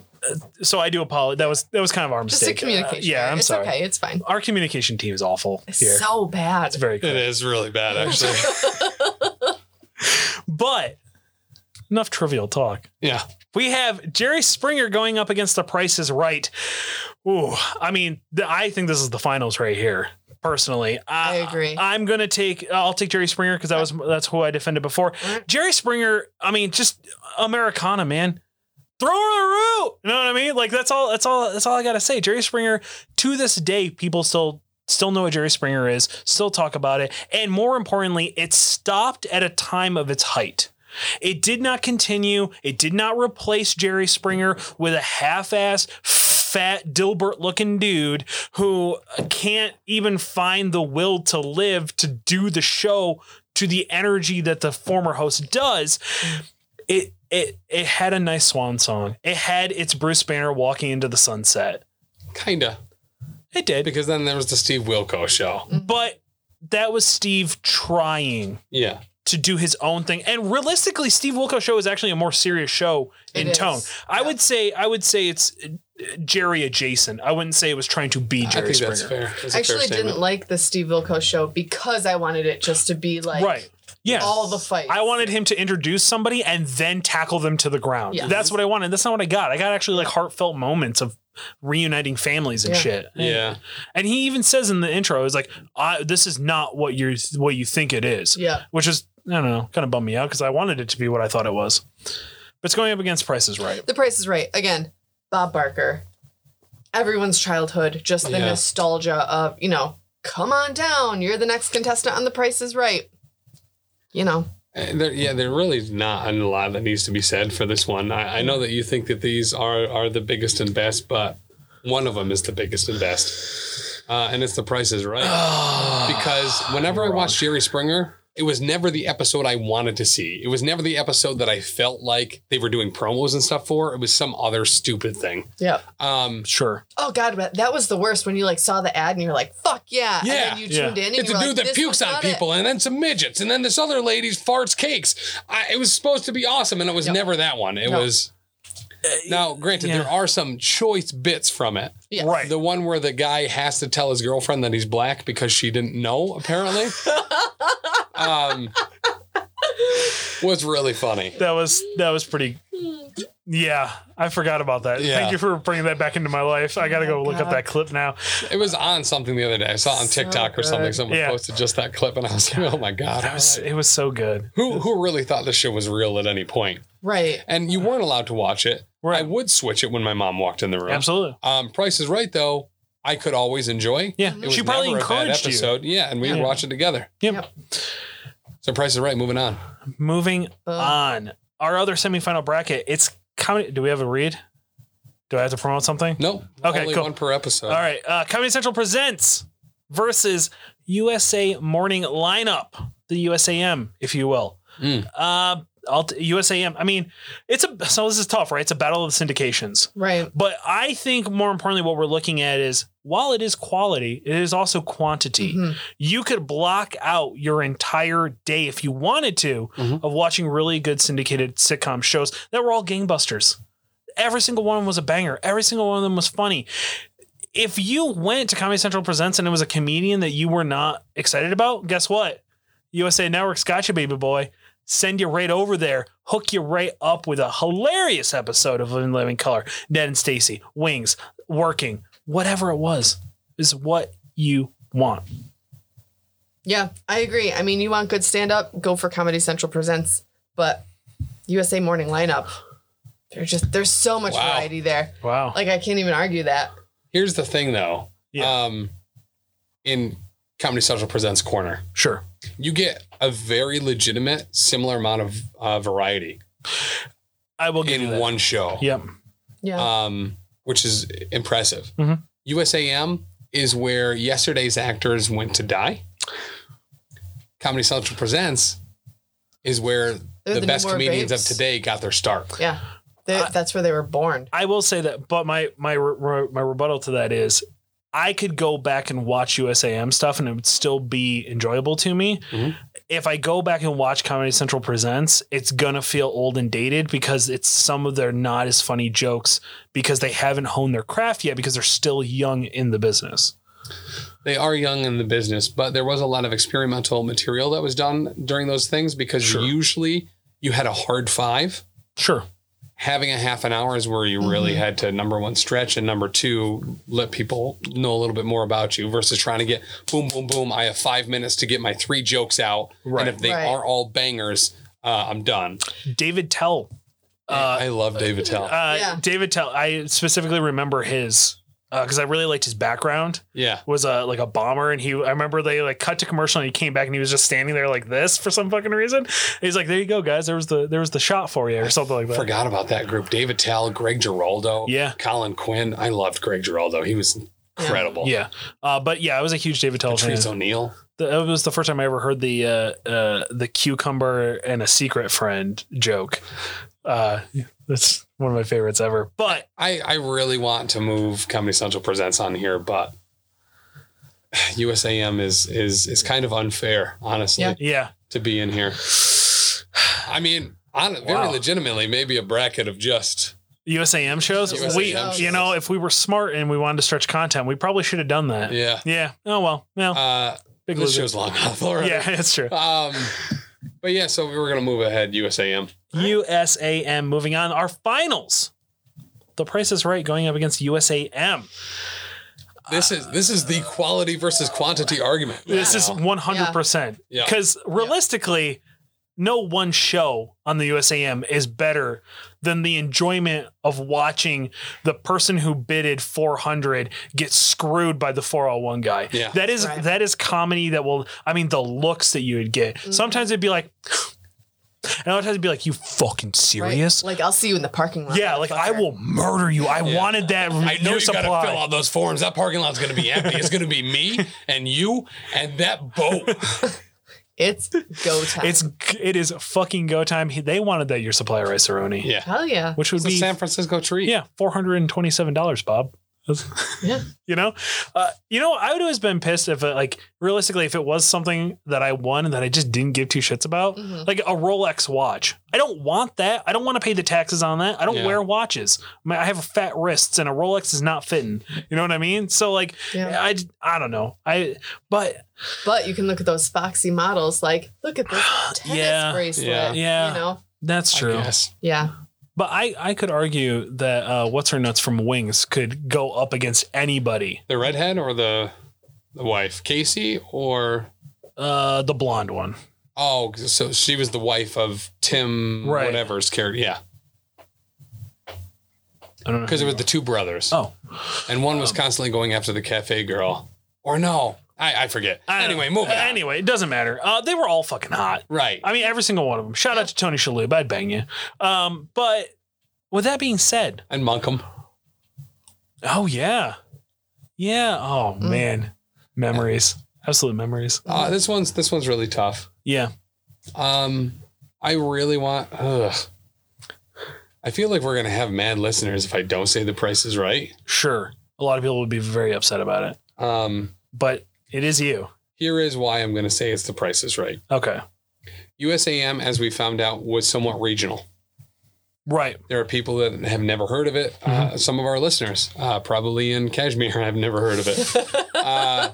[SPEAKER 2] so I do apologize. That was that was kind of our
[SPEAKER 6] Just
[SPEAKER 2] mistake.
[SPEAKER 6] a communication.
[SPEAKER 2] Uh, yeah,
[SPEAKER 6] error.
[SPEAKER 2] I'm
[SPEAKER 6] it's
[SPEAKER 2] sorry.
[SPEAKER 6] okay. It's fine.
[SPEAKER 2] Our communication team is awful
[SPEAKER 6] It's
[SPEAKER 2] here.
[SPEAKER 6] so bad.
[SPEAKER 2] it's very
[SPEAKER 3] It
[SPEAKER 2] good.
[SPEAKER 3] is really bad, actually.
[SPEAKER 2] But enough trivial talk.
[SPEAKER 3] yeah.
[SPEAKER 2] We have Jerry Springer going up against The Price is Right. Ooh, I mean, th- I think this is the finals right here. Personally, I,
[SPEAKER 6] agree.
[SPEAKER 2] I'm gonna take. I'll take Jerry Springer because that was that's who I defended before. Jerry Springer. I mean, just Americana, man. Throw her a root. You know what I mean? Like that's all. That's all. That's all I gotta say. Jerry Springer. To this day, people still still know what Jerry Springer is. Still talk about it. And more importantly, it stopped at a time of its height. It did not continue. It did not replace Jerry Springer with a half-ass, fat Dilbert-looking dude who can't even find the will to live to do the show to the energy that the former host does. It it it had a nice swan song. It had its Bruce Banner walking into the sunset.
[SPEAKER 3] Kinda.
[SPEAKER 2] It did,
[SPEAKER 3] Because then there was the Steve Wilco show.
[SPEAKER 2] but that was Steve trying
[SPEAKER 3] Yeah.
[SPEAKER 2] to do his own thing. And realistically, Steve Wilco show is actually a more serious show in
[SPEAKER 6] It is.
[SPEAKER 2] tone. I would say I would say it's uh, Jerry adjacent. I wouldn't say it was trying to be
[SPEAKER 3] I
[SPEAKER 2] Jerry
[SPEAKER 3] think
[SPEAKER 2] Springer.
[SPEAKER 3] that's fair. That's
[SPEAKER 6] I
[SPEAKER 3] a fair
[SPEAKER 6] actually didn't
[SPEAKER 3] statement.
[SPEAKER 6] like the Steve Wilco show because I wanted it just to be like
[SPEAKER 2] right. Yeah.
[SPEAKER 6] all the fights.
[SPEAKER 2] I wanted him to introduce somebody and then tackle them to the ground.
[SPEAKER 6] Yeah.
[SPEAKER 2] That's what I wanted. That's not what I got. I got actually like heartfelt moments of reuniting families and
[SPEAKER 6] Yeah.
[SPEAKER 2] shit. And-
[SPEAKER 3] Yeah.
[SPEAKER 2] and he even says in the intro, "Is like, I, this is not what you are what you think it is."
[SPEAKER 6] Yeah.
[SPEAKER 2] which is I don't know, kind of bummed me out because I wanted it to be what I thought it was. But it's going up against prices right.
[SPEAKER 6] The Price is Right again. Bob Barker. Everyone's childhood, just the
[SPEAKER 3] Yeah.
[SPEAKER 6] nostalgia of you know, come on down. You're the next contestant on The Price is Right. You know,
[SPEAKER 3] And There, yeah, there really is not a lot that needs to be said for this one. I, I know that you think that these are, are the biggest and best, but one of them is the biggest and best. Uh, and it's The Price is Right. because whenever I watched Jerry Springer, it was never the episode I wanted to see. It was never the episode that I felt like they were doing promos and stuff for. It was some other stupid thing.
[SPEAKER 6] yeah.
[SPEAKER 3] Um,
[SPEAKER 2] Sure,
[SPEAKER 6] Oh God, but that was the worst when you like saw the ad and you're like, "Fuck yeah!"
[SPEAKER 3] Yeah,
[SPEAKER 6] and then you
[SPEAKER 2] yeah.
[SPEAKER 6] tuned in. And
[SPEAKER 3] It's
[SPEAKER 6] you
[SPEAKER 3] a
[SPEAKER 6] were
[SPEAKER 3] dude
[SPEAKER 6] like,
[SPEAKER 3] that
[SPEAKER 6] "This
[SPEAKER 3] pukes
[SPEAKER 6] was
[SPEAKER 3] on
[SPEAKER 6] not it."
[SPEAKER 3] people, and then some midgets, and then this other lady farts cakes. I, it was supposed to be awesome, and it was
[SPEAKER 6] Yep.
[SPEAKER 3] never that one. It
[SPEAKER 6] No.
[SPEAKER 3] was. Now, granted,
[SPEAKER 2] yeah.
[SPEAKER 3] there are some choice bits from it.
[SPEAKER 6] Yeah.
[SPEAKER 2] right?
[SPEAKER 3] The one where the guy has to tell his girlfriend that he's black because she didn't know, apparently, um, was really funny.
[SPEAKER 2] that was that was pretty. Yeah, I forgot about that.
[SPEAKER 3] Yeah.
[SPEAKER 2] Thank you for bringing that back into my life. I got to
[SPEAKER 6] my
[SPEAKER 2] go look up
[SPEAKER 6] God.
[SPEAKER 2] that clip now.
[SPEAKER 3] It was on something the other day. I saw it on
[SPEAKER 6] So
[SPEAKER 3] TikTok or something.
[SPEAKER 6] good.
[SPEAKER 3] Someone
[SPEAKER 2] Yeah.
[SPEAKER 3] posted just that clip, and I was like, "Oh my god!"
[SPEAKER 2] That was it was so good.
[SPEAKER 3] who who really thought this shit was real at any point?
[SPEAKER 6] Right.
[SPEAKER 3] and you weren't allowed to watch it.
[SPEAKER 2] Right.
[SPEAKER 3] I would switch it when my mom walked in the room.
[SPEAKER 2] Absolutely.
[SPEAKER 3] Um, Price is Right though. I could always enjoy.
[SPEAKER 2] Yeah,
[SPEAKER 3] It was
[SPEAKER 2] she probably
[SPEAKER 3] never a bad
[SPEAKER 2] encouraged you.
[SPEAKER 3] episode. Yeah, and we
[SPEAKER 2] Yeah.
[SPEAKER 3] would watch it together.
[SPEAKER 2] Yep.
[SPEAKER 6] Yep.
[SPEAKER 3] So Price is Right. Moving on.
[SPEAKER 2] Moving
[SPEAKER 6] Uh,
[SPEAKER 2] on, our other semifinal bracket. It's comedy. Do we have a read? Do I have to promote something?
[SPEAKER 3] Nope.
[SPEAKER 2] Okay,
[SPEAKER 3] Only
[SPEAKER 2] cool.
[SPEAKER 3] one per episode.
[SPEAKER 2] All right. Uh, Comedy Central presents versus USA Morning Lineup, the USAM, if you will.
[SPEAKER 3] Mm.
[SPEAKER 2] Uh, I'll t- USAM. I mean, it's a so this is tough, right? It's a battle of syndications.
[SPEAKER 6] Right.
[SPEAKER 2] But I think more importantly, what we're looking at is while it is quality, it is also quantity.
[SPEAKER 6] Mhm.
[SPEAKER 2] You could block out your entire day if you wanted to
[SPEAKER 3] Mhm.
[SPEAKER 2] of watching really good syndicated sitcom shows that were all gangbusters. Every single one was a banger. Every single one of them was funny. If you went to Comedy Central Presents and it was a comedian that you were not excited about, guess what? USA Network's got you, baby boy. Send you right over there, hook you right up with a hilarious episode of In Living Color, Ned and Stacy, Wings, Working, whatever it was, is what you want.
[SPEAKER 6] Yeah, I agree. I mean, you want good stand up, go for Comedy Central presents, but USA Morning lineup. They're just there's so much
[SPEAKER 3] Wow.
[SPEAKER 6] variety there.
[SPEAKER 2] Wow.
[SPEAKER 6] Like I can't even argue that.
[SPEAKER 3] Here's the thing though.
[SPEAKER 2] Yeah.
[SPEAKER 3] Um, in Comedy Central presents corner,
[SPEAKER 2] sure.
[SPEAKER 3] you get a very legitimate similar amount of uh, variety
[SPEAKER 2] I will give you
[SPEAKER 3] in
[SPEAKER 2] that.
[SPEAKER 3] one show.
[SPEAKER 2] Yep.
[SPEAKER 6] Yeah. Mm-hmm.
[SPEAKER 3] um, which is impressive.
[SPEAKER 2] Mhm.
[SPEAKER 3] USAM is where yesterday's actors went to die. Comedy Central Presents is where
[SPEAKER 6] They're
[SPEAKER 3] the,
[SPEAKER 6] the
[SPEAKER 3] best
[SPEAKER 6] newer
[SPEAKER 3] comedians
[SPEAKER 6] babes.
[SPEAKER 3] of today got their start.
[SPEAKER 6] yeah. They-
[SPEAKER 2] Uh,
[SPEAKER 6] that's where they were born.
[SPEAKER 2] I will say that, but my my re- my rebuttal to that is, I could go back and watch USAM stuff, and it would still be enjoyable to me.
[SPEAKER 3] Mhm.
[SPEAKER 2] If I go back and watch Comedy Central Presents, it's gonna feel old and dated because it's some of their not as funny jokes because they haven't honed their craft yet because they're still young in the business.
[SPEAKER 3] They are young in the business, but there was a lot of experimental material that was done during those things because
[SPEAKER 2] Sure.
[SPEAKER 3] usually you had a hard five.
[SPEAKER 2] Sure.
[SPEAKER 3] Having a half an hour is where you really
[SPEAKER 2] Mm-hmm.
[SPEAKER 3] had to number one stretch and number two let people know a little bit more about you versus trying to get boom boom boom. I have five minutes to get my three jokes out,
[SPEAKER 2] Right.
[SPEAKER 3] and if they
[SPEAKER 6] Right.
[SPEAKER 3] are all bangers, uh, I'm done.
[SPEAKER 2] David Tell. Uh,
[SPEAKER 3] I love David Tell.
[SPEAKER 2] uh,
[SPEAKER 6] Yeah.
[SPEAKER 2] David Tell. I specifically remember his because I really liked his background.
[SPEAKER 3] yeah,
[SPEAKER 2] was a like a bomber and he I remember they like cut to commercial and he came back and he was just standing there like this for some fucking reason. And he's like, There you go, guys, there was the there was the shot for you or something like that.
[SPEAKER 3] forgot about that group. David Tell, Greg Giraldo,
[SPEAKER 2] Yeah.
[SPEAKER 3] Colin Quinn. I loved Greg Giraldo. He was incredible.
[SPEAKER 2] Yeah. Uh, but yeah, I was a huge David Tell fan.
[SPEAKER 3] Patrice O'Neill.
[SPEAKER 2] The- That was the first time I ever heard the uh, uh, the cucumber and a secret friend joke. Uh, that's one of my favorites ever. But
[SPEAKER 3] I, I really want to move Comedy Central Presents on here, but USAM is is is kind of unfair, honestly,
[SPEAKER 6] Yeah.
[SPEAKER 2] yeah,
[SPEAKER 3] to be in here. I mean, on, very
[SPEAKER 2] Wow.
[SPEAKER 3] legitimately, maybe a bracket of just
[SPEAKER 2] USAM shows. we,
[SPEAKER 3] USAM
[SPEAKER 2] you
[SPEAKER 6] shows.
[SPEAKER 2] know, if we were smart and we wanted to stretch content, we probably should have done that.
[SPEAKER 3] yeah.
[SPEAKER 2] Yeah. Oh well. No.
[SPEAKER 3] Uh,
[SPEAKER 2] big
[SPEAKER 3] this
[SPEAKER 2] loser.
[SPEAKER 3] show's long enough already.
[SPEAKER 2] Yeah, it's true.
[SPEAKER 3] Um, but yeah, so we were gonna move ahead. USAM.
[SPEAKER 2] USAM moving on. Our finals The Price is Right going up against USAM.
[SPEAKER 3] This is this is the quality versus quantity argument.
[SPEAKER 2] This is one hundred percent
[SPEAKER 3] Yeah.
[SPEAKER 2] because realistically, no one show on the USAM is better than the enjoyment of watching the person who bidded four hundred get screwed by the four hundred one guy.
[SPEAKER 3] Yeah.
[SPEAKER 2] that is
[SPEAKER 6] Right.
[SPEAKER 2] that is comedy that will. I mean, the looks that you would get.
[SPEAKER 6] Mm-hmm.
[SPEAKER 2] Sometimes it'd be like, and other times it'd be like, "You fucking
[SPEAKER 6] Right?
[SPEAKER 2] serious."
[SPEAKER 6] Like I'll see you in the parking lot.
[SPEAKER 2] yeah, like I
[SPEAKER 6] motherfucker.
[SPEAKER 2] will murder you. I wanted that.
[SPEAKER 3] I know
[SPEAKER 2] your
[SPEAKER 3] you got to
[SPEAKER 2] supply.
[SPEAKER 3] fill out those forms. That parking lot's going to be empty. It's going to be me and you and that boat.
[SPEAKER 6] It's go time.
[SPEAKER 2] It's it is fucking go time. He- They wanted that your supply rice aroni.
[SPEAKER 3] Yeah.
[SPEAKER 6] hell yeah.
[SPEAKER 2] which would
[SPEAKER 3] It's a
[SPEAKER 2] be
[SPEAKER 3] San Francisco treat.
[SPEAKER 2] yeah, four hundred and twenty-seven dollars, Bob.
[SPEAKER 6] Yeah.
[SPEAKER 2] You know, uh, you know, I would have always been pissed if, uh, like, realistically, if it was something that I won and that I just didn't give two shits about,
[SPEAKER 6] Mm-hmm.
[SPEAKER 2] like a Rolex watch. I don't want that. I don't want to pay the taxes on that. I don't
[SPEAKER 3] Yeah.
[SPEAKER 2] wear watches. I, mean, I have fat wrists, and a Rolex is not fitting. You know what I mean? So, like,
[SPEAKER 6] Yeah.
[SPEAKER 2] I, I don't know. I, but
[SPEAKER 6] But you can look at those foxy models. Like, look at this tennis
[SPEAKER 2] Yeah.
[SPEAKER 6] bracelet.
[SPEAKER 3] Yeah.
[SPEAKER 2] Yeah.
[SPEAKER 6] You know?
[SPEAKER 2] that's
[SPEAKER 3] I
[SPEAKER 2] true.
[SPEAKER 3] guess.
[SPEAKER 6] Yeah.
[SPEAKER 2] But I, I could argue that uh, what's her nuts from Wings could go up against anybody.
[SPEAKER 3] The redhead or the the wife, Casey, or
[SPEAKER 2] Uh, the blonde one.
[SPEAKER 3] oh, so she was the wife of Tim
[SPEAKER 2] Right.
[SPEAKER 3] whatever's character. Yeah,
[SPEAKER 2] I don't know.
[SPEAKER 3] because it was the two brothers,
[SPEAKER 2] Oh,
[SPEAKER 3] and one was constantly going after the cafe girl. Or no, I, I forget.
[SPEAKER 2] I don't
[SPEAKER 3] anyway,
[SPEAKER 2] know.
[SPEAKER 3] moving.
[SPEAKER 2] Uh,
[SPEAKER 3] on.
[SPEAKER 2] Anyway, it doesn't matter. Uh, they were all fucking hot.
[SPEAKER 3] right.
[SPEAKER 2] I mean, every single one of them. Shout out to Tony Shalhoub. I'd bang you. Um, but with that being said,
[SPEAKER 3] and Monkum.
[SPEAKER 2] oh yeah, yeah. Oh
[SPEAKER 3] Hmm.
[SPEAKER 2] man, memories, absolute memories.
[SPEAKER 3] Uh, this one's this one's really tough.
[SPEAKER 2] Yeah,
[SPEAKER 3] Um, I really want. Ugh. I feel like we're gonna have mad listeners if I don't say the price is right.
[SPEAKER 2] sure. A lot of people would be very upset about it,
[SPEAKER 3] Um,
[SPEAKER 2] but it is you.
[SPEAKER 3] here is why I'm gonna say it's the price is right.
[SPEAKER 2] Okay,
[SPEAKER 3] USAM, as we found out, was somewhat regional.
[SPEAKER 2] right.
[SPEAKER 3] There are people that have never heard of it.
[SPEAKER 2] Mm-hmm.
[SPEAKER 3] Uh, some of our listeners, uh, probably in Kashmir, have never heard of it. uh,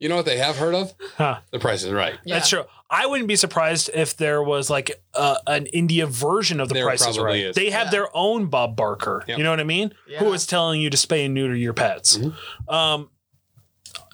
[SPEAKER 3] you know what they have heard of?
[SPEAKER 2] Huh.
[SPEAKER 3] The Price is Right.
[SPEAKER 6] Yeah.
[SPEAKER 2] That's true. I wouldn't be surprised if there was like uh, an India version of the
[SPEAKER 3] There
[SPEAKER 2] Price is
[SPEAKER 3] probably
[SPEAKER 2] Right.
[SPEAKER 3] is.
[SPEAKER 2] They have
[SPEAKER 6] Yeah.
[SPEAKER 2] their own Bob Barker.
[SPEAKER 3] Yep.
[SPEAKER 2] You know what I mean?
[SPEAKER 6] Yeah.
[SPEAKER 2] Who is telling you to spay and neuter your pets?
[SPEAKER 3] Mm-hmm.
[SPEAKER 2] Um,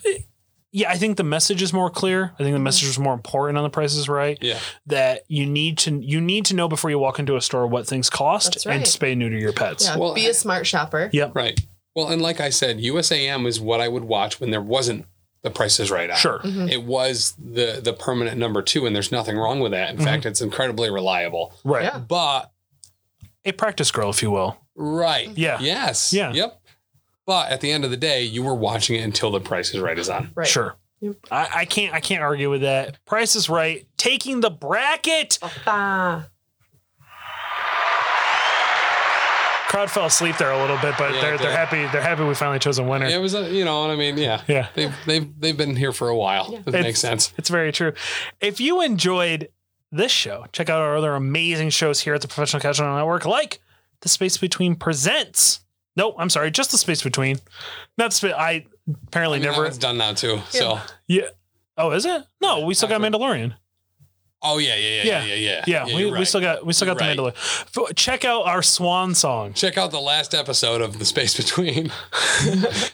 [SPEAKER 2] it- yeah, I think the message is more clear. I think
[SPEAKER 6] Mm-hmm.
[SPEAKER 2] the message is more important on the Price is Right.
[SPEAKER 3] Yeah.
[SPEAKER 2] That you need to you need to know before you walk into a store what things cost
[SPEAKER 6] That's
[SPEAKER 2] and
[SPEAKER 6] right.
[SPEAKER 2] spay and neuter your pets.
[SPEAKER 6] Yeah.
[SPEAKER 3] Well,
[SPEAKER 6] Be a smart shopper.
[SPEAKER 2] Yeah.
[SPEAKER 3] Right. Well, and like I said, USAM is what I would watch when there wasn't The Price is Right on.
[SPEAKER 2] Sure.
[SPEAKER 6] Mm-hmm.
[SPEAKER 3] It was the the permanent number two, and there's nothing wrong with that. In fact,
[SPEAKER 2] Mm-hmm.
[SPEAKER 3] it's incredibly reliable.
[SPEAKER 2] Right.
[SPEAKER 6] Yeah.
[SPEAKER 3] But
[SPEAKER 2] A practice girl, if you will.
[SPEAKER 3] right,
[SPEAKER 2] Yeah.
[SPEAKER 3] yes,
[SPEAKER 2] Yeah.
[SPEAKER 3] yep. But at the end of the day, you were watching it until The Price is Right is on.
[SPEAKER 6] Right.
[SPEAKER 2] Sure.
[SPEAKER 6] Yep.
[SPEAKER 2] I, I can't I can't argue with that. Price is right. Taking the bracket.
[SPEAKER 6] Bah.
[SPEAKER 2] crowd fell asleep there a little bit, but
[SPEAKER 3] Yeah,
[SPEAKER 2] they're
[SPEAKER 3] it
[SPEAKER 2] they're
[SPEAKER 3] did.
[SPEAKER 2] happy they're happy we finally chose a winner.
[SPEAKER 3] It was, a, you know what I mean? Yeah.
[SPEAKER 2] Yeah.
[SPEAKER 3] They've, they've, they've been here for a while. It
[SPEAKER 2] It's-
[SPEAKER 3] makes sense.
[SPEAKER 2] It's very true. If you enjoyed this show, check out our other amazing shows here at the Professional Casual Network, like The Space Between Presents. No, I'm sorry, just The Space Between. Not Space. I apparently
[SPEAKER 3] I mean,
[SPEAKER 2] never.
[SPEAKER 3] It's done now too. So,
[SPEAKER 2] Yeah. Oh, is it? No, we still got
[SPEAKER 3] After-
[SPEAKER 2] Mandalorian.
[SPEAKER 3] oh yeah, yeah, yeah,
[SPEAKER 2] Yeah.
[SPEAKER 3] yeah, yeah, yeah.
[SPEAKER 2] Yeah, we,
[SPEAKER 3] you're
[SPEAKER 2] we
[SPEAKER 3] right.
[SPEAKER 2] still got we still got
[SPEAKER 3] You're
[SPEAKER 2] the
[SPEAKER 3] right.
[SPEAKER 2] Mandalorian. F- Check out our swan song.
[SPEAKER 3] Check out the last episode of The Space Between.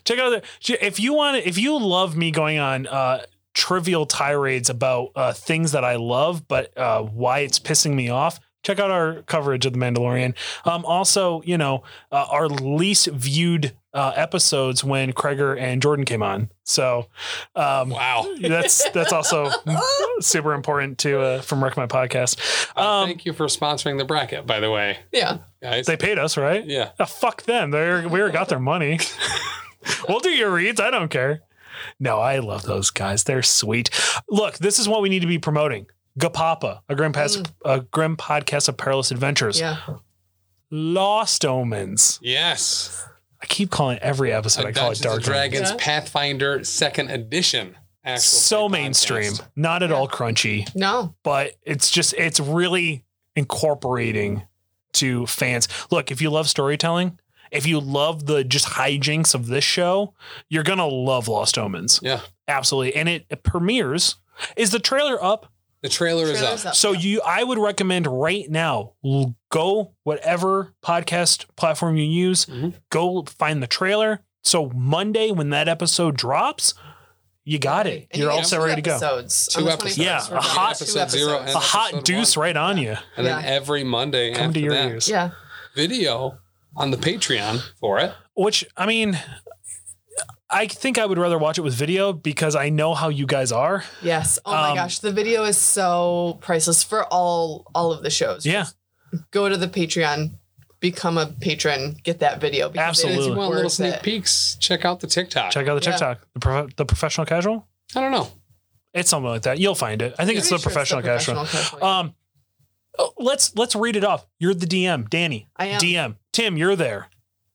[SPEAKER 2] Check out the if you want if you love me going on uh trivial tirades about uh things that I love but uh why it's pissing me off. Check out our coverage of The Mandalorian. Um, also, you know, uh, our least viewed uh, episodes when Kreger and Jordan came on. So um,
[SPEAKER 3] Wow.
[SPEAKER 2] that's that's also super important to uh, from Wreck My Podcast.
[SPEAKER 3] Uh,
[SPEAKER 2] Um,
[SPEAKER 3] thank you for sponsoring the bracket, by the way,
[SPEAKER 6] Yeah.
[SPEAKER 3] guys.
[SPEAKER 2] they paid us, right?
[SPEAKER 3] yeah.
[SPEAKER 2] Oh, fuck them. They we already got their money. we'll do your reads. I don't care. No, I love those guys. They're sweet. Look, this is what we need to be promoting. Gapapa, a grim past, a grim podcast of perilous adventures.
[SPEAKER 6] Yeah.
[SPEAKER 2] Lost Omens.
[SPEAKER 3] Yes.
[SPEAKER 2] I keep calling it every episode. I
[SPEAKER 3] A
[SPEAKER 2] call it
[SPEAKER 3] Dungeons and
[SPEAKER 2] Dark Omens.
[SPEAKER 3] Dragons
[SPEAKER 6] Yeah.
[SPEAKER 3] Pathfinder Second Edition. Actual
[SPEAKER 2] So
[SPEAKER 3] play podcast.
[SPEAKER 2] mainstream, not at all crunchy,
[SPEAKER 6] No.
[SPEAKER 2] but it's just it's really incorporating to fans. Look, if you love storytelling, if you love the just hijinks of this show, you're gonna love Lost Omens.
[SPEAKER 3] Yeah.
[SPEAKER 2] Absolutely. And it, it premieres. Is the trailer up?
[SPEAKER 3] The trailer is up.
[SPEAKER 6] Trailer's up.
[SPEAKER 2] So you, I would recommend right now l- go whatever podcast platform you use,
[SPEAKER 3] Mhm.
[SPEAKER 2] go find the trailer. So Monday when that episode drops, you got it.
[SPEAKER 6] And
[SPEAKER 2] You're
[SPEAKER 6] you
[SPEAKER 2] all
[SPEAKER 6] get
[SPEAKER 2] set
[SPEAKER 6] two
[SPEAKER 2] ready to go.
[SPEAKER 6] episodes on
[SPEAKER 3] Two
[SPEAKER 6] the
[SPEAKER 3] episodes.
[SPEAKER 6] 21st.
[SPEAKER 2] Yeah,
[SPEAKER 6] We're
[SPEAKER 2] a
[SPEAKER 6] doing
[SPEAKER 2] hot-
[SPEAKER 6] two
[SPEAKER 3] Episode zero
[SPEAKER 6] episodes.
[SPEAKER 2] A
[SPEAKER 3] and-
[SPEAKER 2] hot
[SPEAKER 3] Episode
[SPEAKER 2] deuce right on you.
[SPEAKER 3] And then
[SPEAKER 6] Yeah.
[SPEAKER 3] every Monday
[SPEAKER 2] Come
[SPEAKER 3] after
[SPEAKER 2] to your
[SPEAKER 3] that,
[SPEAKER 2] ears.
[SPEAKER 6] Yeah.
[SPEAKER 3] video on the Patreon for it.
[SPEAKER 2] Which I mean, I think I would rather watch it with video because I know how you guys are.
[SPEAKER 6] Yes. Oh
[SPEAKER 2] Um,
[SPEAKER 6] my gosh, the video is so priceless for all all of the shows.
[SPEAKER 2] Yeah,
[SPEAKER 6] Go to the Patreon, become a patron, get that video. because it is
[SPEAKER 2] Absolutely.
[SPEAKER 3] If you want little
[SPEAKER 6] worth
[SPEAKER 3] sneak
[SPEAKER 6] it.
[SPEAKER 3] peeks, check out the TikTok.
[SPEAKER 2] check out the
[SPEAKER 6] Yeah.
[SPEAKER 2] TikTok, the, pro- the professional casual.
[SPEAKER 3] I don't know.
[SPEAKER 2] It's something like that. You'll find it. I think it's the
[SPEAKER 6] Pretty sure
[SPEAKER 2] professional
[SPEAKER 6] the
[SPEAKER 2] casual.
[SPEAKER 6] professional casual.
[SPEAKER 2] Um, oh, let's let's read it off. You're the DM, Danny.
[SPEAKER 6] I am.
[SPEAKER 2] DM Tim. You're there.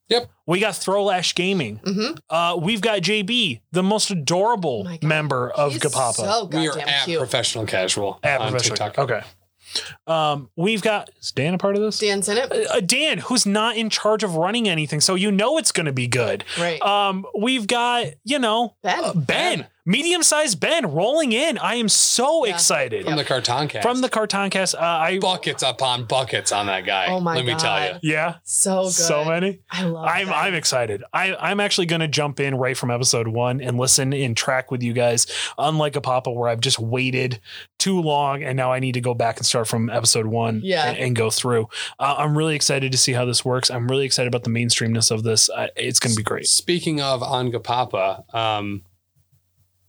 [SPEAKER 3] Yep.
[SPEAKER 2] We got Throwlash Gaming.
[SPEAKER 6] Mhm.
[SPEAKER 2] Uh, we've got JB, the most adorable
[SPEAKER 6] Oh my God.
[SPEAKER 2] member of
[SPEAKER 6] He's
[SPEAKER 2] Gapapa.
[SPEAKER 6] So goddamn
[SPEAKER 3] we are at
[SPEAKER 6] cute.
[SPEAKER 3] professional casual
[SPEAKER 2] at
[SPEAKER 3] on
[SPEAKER 2] Professional-
[SPEAKER 3] TikTok.
[SPEAKER 2] Okay. Um, we've got is Dan a part of this?
[SPEAKER 6] Dan's in it.
[SPEAKER 2] Uh, Dan, who's not in charge of running anything, so you know it's going to be good.
[SPEAKER 6] Right.
[SPEAKER 2] Um, we've got you know
[SPEAKER 6] Ben.
[SPEAKER 2] uh, ben, medium-sized Ben, rolling in. I am so
[SPEAKER 6] Yeah.
[SPEAKER 2] excited
[SPEAKER 3] From the Carton Cast.
[SPEAKER 2] from the Carton Cast. Uh, I
[SPEAKER 3] buckets upon buckets on that guy.
[SPEAKER 6] Oh my
[SPEAKER 3] Let me
[SPEAKER 6] God.
[SPEAKER 3] tell you.
[SPEAKER 2] yeah,
[SPEAKER 6] so good.
[SPEAKER 2] so many.
[SPEAKER 6] I love
[SPEAKER 2] I'm
[SPEAKER 6] that.
[SPEAKER 2] I'm excited. I I'm actually going to jump in right from episode one and listen and track with you guys. Unlike a Papa, where I've just waited too long and now I need to go back and start from episode one.
[SPEAKER 6] Yeah.
[SPEAKER 2] and, and go through. Uh, I'm really excited to see how this works. I'm really excited about the mainstreamness of this. Uh, it's going to be great.
[SPEAKER 3] Speaking of Angapapa, um,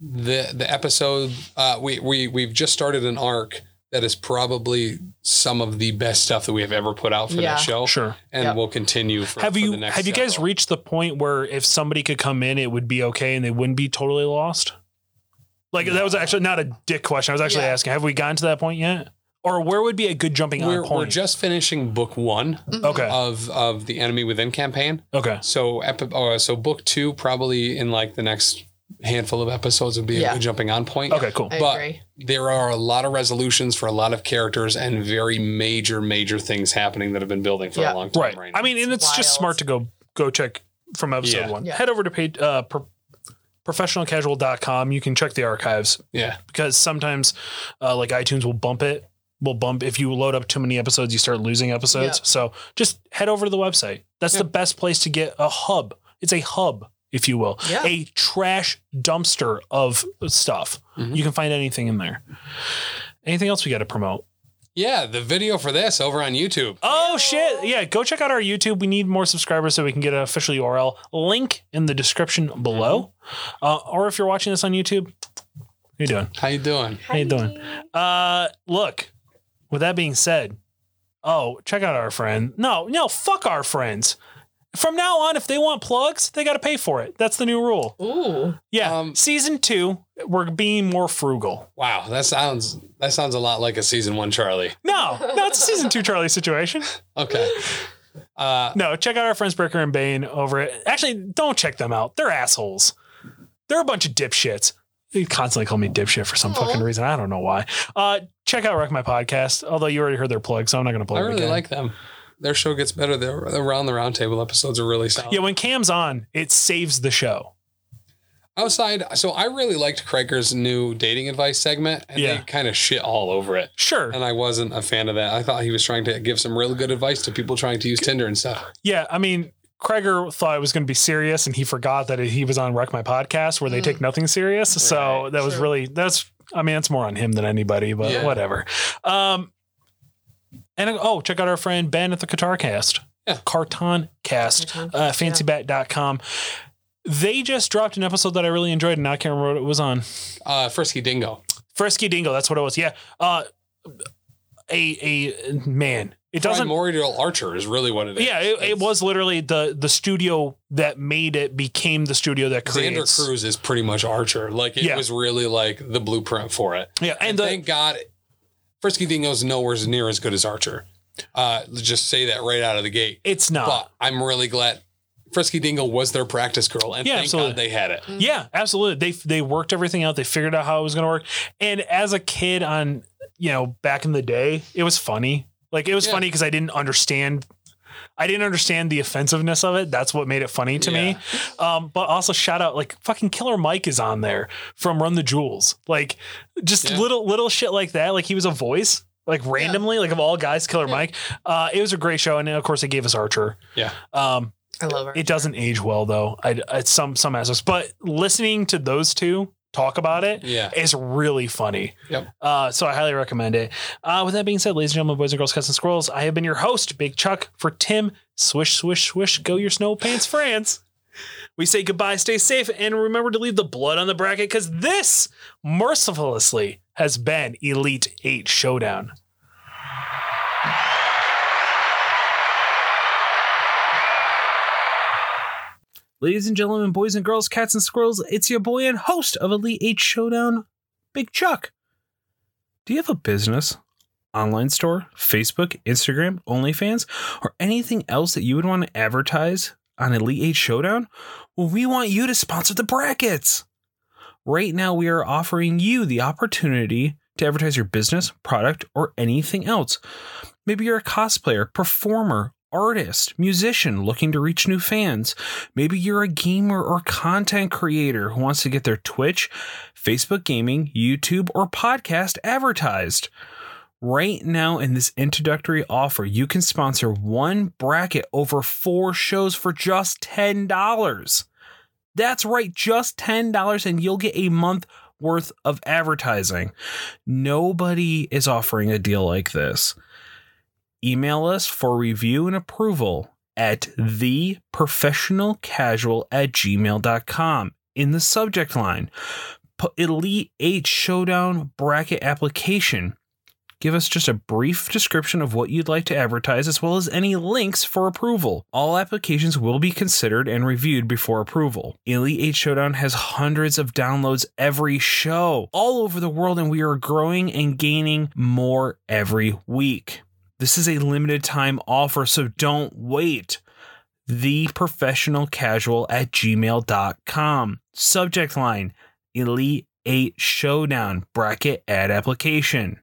[SPEAKER 3] the the episode uh, we we we've just started an arc that is probably some of the best stuff that we have ever put out for
[SPEAKER 6] Yeah.
[SPEAKER 3] that show,
[SPEAKER 2] Sure.
[SPEAKER 3] and
[SPEAKER 6] Yep.
[SPEAKER 3] we'll continue. For,
[SPEAKER 2] Have
[SPEAKER 3] for
[SPEAKER 2] you
[SPEAKER 3] the next
[SPEAKER 2] have you guys
[SPEAKER 3] several.
[SPEAKER 2] reached the point where if somebody could come in, it would be okay and they wouldn't be totally lost? Like that was actually not a dick question. I was actually
[SPEAKER 6] Yeah.
[SPEAKER 2] asking, have we gotten to that point yet? Or where would be a good jumping on
[SPEAKER 3] We're,
[SPEAKER 2] point?
[SPEAKER 3] we're just finishing book one
[SPEAKER 6] Mm.
[SPEAKER 2] okay.
[SPEAKER 3] of of the Enemy Within campaign.
[SPEAKER 2] okay.
[SPEAKER 3] So epi- or so book two probably in like the next handful of episodes would be
[SPEAKER 6] Yeah.
[SPEAKER 3] a jumping on point.
[SPEAKER 2] Okay, cool.
[SPEAKER 6] I
[SPEAKER 3] but-
[SPEAKER 6] agree.
[SPEAKER 3] there are a lot of resolutions for a lot of characters and very major, major things happening that have been building for
[SPEAKER 6] Yeah.
[SPEAKER 3] a long time.
[SPEAKER 2] right.
[SPEAKER 3] Right. now.
[SPEAKER 2] I mean, and it's just
[SPEAKER 6] Wild.
[SPEAKER 2] smart to go go check from episode
[SPEAKER 3] Yeah.
[SPEAKER 2] one.
[SPEAKER 6] Yeah.
[SPEAKER 2] Head over to page uh, pro- professionalcasual.com. You can check the archives
[SPEAKER 3] yeah.
[SPEAKER 2] because sometimes uh, like iTunes will bump it. Will bump if you load up too many episodes, you start losing episodes.
[SPEAKER 6] Yeah.
[SPEAKER 2] So just head over to the website. That's the best place to get a hub. It's a hub, if you will,
[SPEAKER 6] Yeah.
[SPEAKER 2] a trash dumpster of stuff. You can find anything in there. Anything else we got to promote?
[SPEAKER 3] Yeah. The video for this over on YouTube.
[SPEAKER 2] Oh shit! Yeah, go check out our YouTube. We need more subscribers so we can get an official URL link in the description below. Uh, or if you're watching this on YouTube, how you doing?
[SPEAKER 3] How you doing?
[SPEAKER 2] How you doing? Uh, look. With that being said, oh, check out our friend. No, no, fuck our friends. From now on, if they want plugs, they got to pay for it. That's the new rule.
[SPEAKER 6] Ooh.
[SPEAKER 2] Yeah,
[SPEAKER 3] Um,
[SPEAKER 2] season two, we're being more frugal.
[SPEAKER 3] Wow. That sounds, that sounds a lot like a season one, Charlie.
[SPEAKER 2] No, no, it's a season two Charlie situation.
[SPEAKER 3] Okay. Uh,
[SPEAKER 2] No, check out our friends Bricker and Bane over it. Actually, don't check them out. They're assholes. They're a bunch of dipshits. They constantly call me dipshit for some fucking reason. I don't know why. Uh, check out Wreck My Podcast. Although you already heard their plug, so I'm not going to plug
[SPEAKER 3] I
[SPEAKER 2] it
[SPEAKER 3] really
[SPEAKER 2] again.
[SPEAKER 3] like them. Their show gets better. Their around the round table episodes are really solid.
[SPEAKER 2] yeah, when Cam's on, it saves the show.
[SPEAKER 3] Outside, so I really liked Craiger's new dating advice segment, and
[SPEAKER 2] Yeah.
[SPEAKER 3] they kind of shit all over it.
[SPEAKER 2] Sure.
[SPEAKER 3] And I wasn't a fan of that. I thought he was trying to give some real good advice to people trying to use Tinder and stuff.
[SPEAKER 2] Yeah, I mean, Kreger thought it was going to be serious, and he forgot that he was on Wreck My Podcast, where they take nothing serious. so
[SPEAKER 3] Mm. Right,
[SPEAKER 2] that was
[SPEAKER 6] true.
[SPEAKER 2] really that's. I mean, it's more on him than anybody, but
[SPEAKER 3] Yeah.
[SPEAKER 2] whatever. Um, and oh, check out our friend Ben at the Qatar Cast,
[SPEAKER 3] Yeah. Mm-hmm.
[SPEAKER 2] Carton Cast,
[SPEAKER 6] Carton
[SPEAKER 2] uh, fancybat.com. They just dropped an episode that I really enjoyed, and I can't remember what it was on.
[SPEAKER 3] Uh, Frisky Dingo.
[SPEAKER 2] Frisky Dingo, that's what it was. Yeah. Uh, a a man. It doesn't
[SPEAKER 3] Primordial Archer is really what it is.
[SPEAKER 2] Yeah, it, it
[SPEAKER 3] It's-
[SPEAKER 2] was literally the the studio that made it became the studio that
[SPEAKER 3] Xander
[SPEAKER 2] creates.
[SPEAKER 3] Cruz is pretty much Archer. Like it
[SPEAKER 2] Yeah.
[SPEAKER 3] was really like the blueprint for it.
[SPEAKER 2] Yeah, and
[SPEAKER 3] And
[SPEAKER 2] the,
[SPEAKER 3] thank God, Frisky Dingo's nowhere near as good as Archer. Uh, let's just say that right out of the gate.
[SPEAKER 2] it's not.
[SPEAKER 3] But I'm really glad Frisky Dingo was their practice girl, and
[SPEAKER 2] Yeah,
[SPEAKER 3] thank
[SPEAKER 2] absolutely. Mm.
[SPEAKER 3] God they had it.
[SPEAKER 2] Yeah, absolutely. They they worked everything out. They figured out how it was going to work. And as a kid on, you know, back in the day, it was funny. Like it was
[SPEAKER 3] Yeah.
[SPEAKER 2] funny because I didn't understand
[SPEAKER 8] I didn't understand the offensiveness of it. That's what made it funny to me. Um, but also shout out like fucking Killer Mike is on there from Run the Jewels. Like just
[SPEAKER 3] Yeah.
[SPEAKER 8] little little shit like that. Like he was a voice. Like randomly, like of all guys, Killer Mike. Uh, it was a great show, and then of course they gave us Archer.
[SPEAKER 3] Yeah.
[SPEAKER 8] Um,
[SPEAKER 6] I love her.
[SPEAKER 8] it doesn't age well though. I, I some some aspects, but listening to those two talk about it is
[SPEAKER 3] Yeah.
[SPEAKER 8] really funny.
[SPEAKER 3] Yep.
[SPEAKER 8] Uh, so I highly recommend it. Uh, with that being said, ladies and gentlemen, boys and girls, cuts and squirrels, I have been your host, Big Chuck, for Tim. Swish, swish, swish. Go your snow pants, France. We say goodbye, stay safe, and remember to leave the blood on the bracket because this mercilessly has been Elite Eight Showdown. Ladies and gentlemen, boys and girls, cats and squirrels, it's your boy and host of Elite Eight Showdown, Big Chuck. Do you have a business, online store, Facebook, Instagram, OnlyFans, or anything else that you would want to advertise on Elite Eight Showdown? Well, we want you to sponsor the brackets. Right now, we are offering you the opportunity to advertise your business, product, or anything else. Maybe you're a cosplayer, performer, artist, musician looking to reach new fans. Maybe you're a gamer or content creator who wants to get their Twitch, Facebook gaming, YouTube, or podcast advertised. Right now, in this introductory offer, you can sponsor one bracket over four shows for just $10. That's right, just $10, and you'll get a month worth of advertising. Nobody is offering a deal like this. Email us for review and approval at theprofessionalcasual at gmail.com in the subject line. Put Elite 8 Showdown Bracket Application. Give us just a brief description of what you'd like to advertise, as well as any links for approval. All applications will be considered and reviewed before approval. Elite 8 Showdown has hundreds of downloads every show all over the world, and we are growing and gaining more every week. This is a limited time offer, so don't wait. TheProfessionalCasual at gmail.com. Subject line Elite 8 Showdown bracket ad application.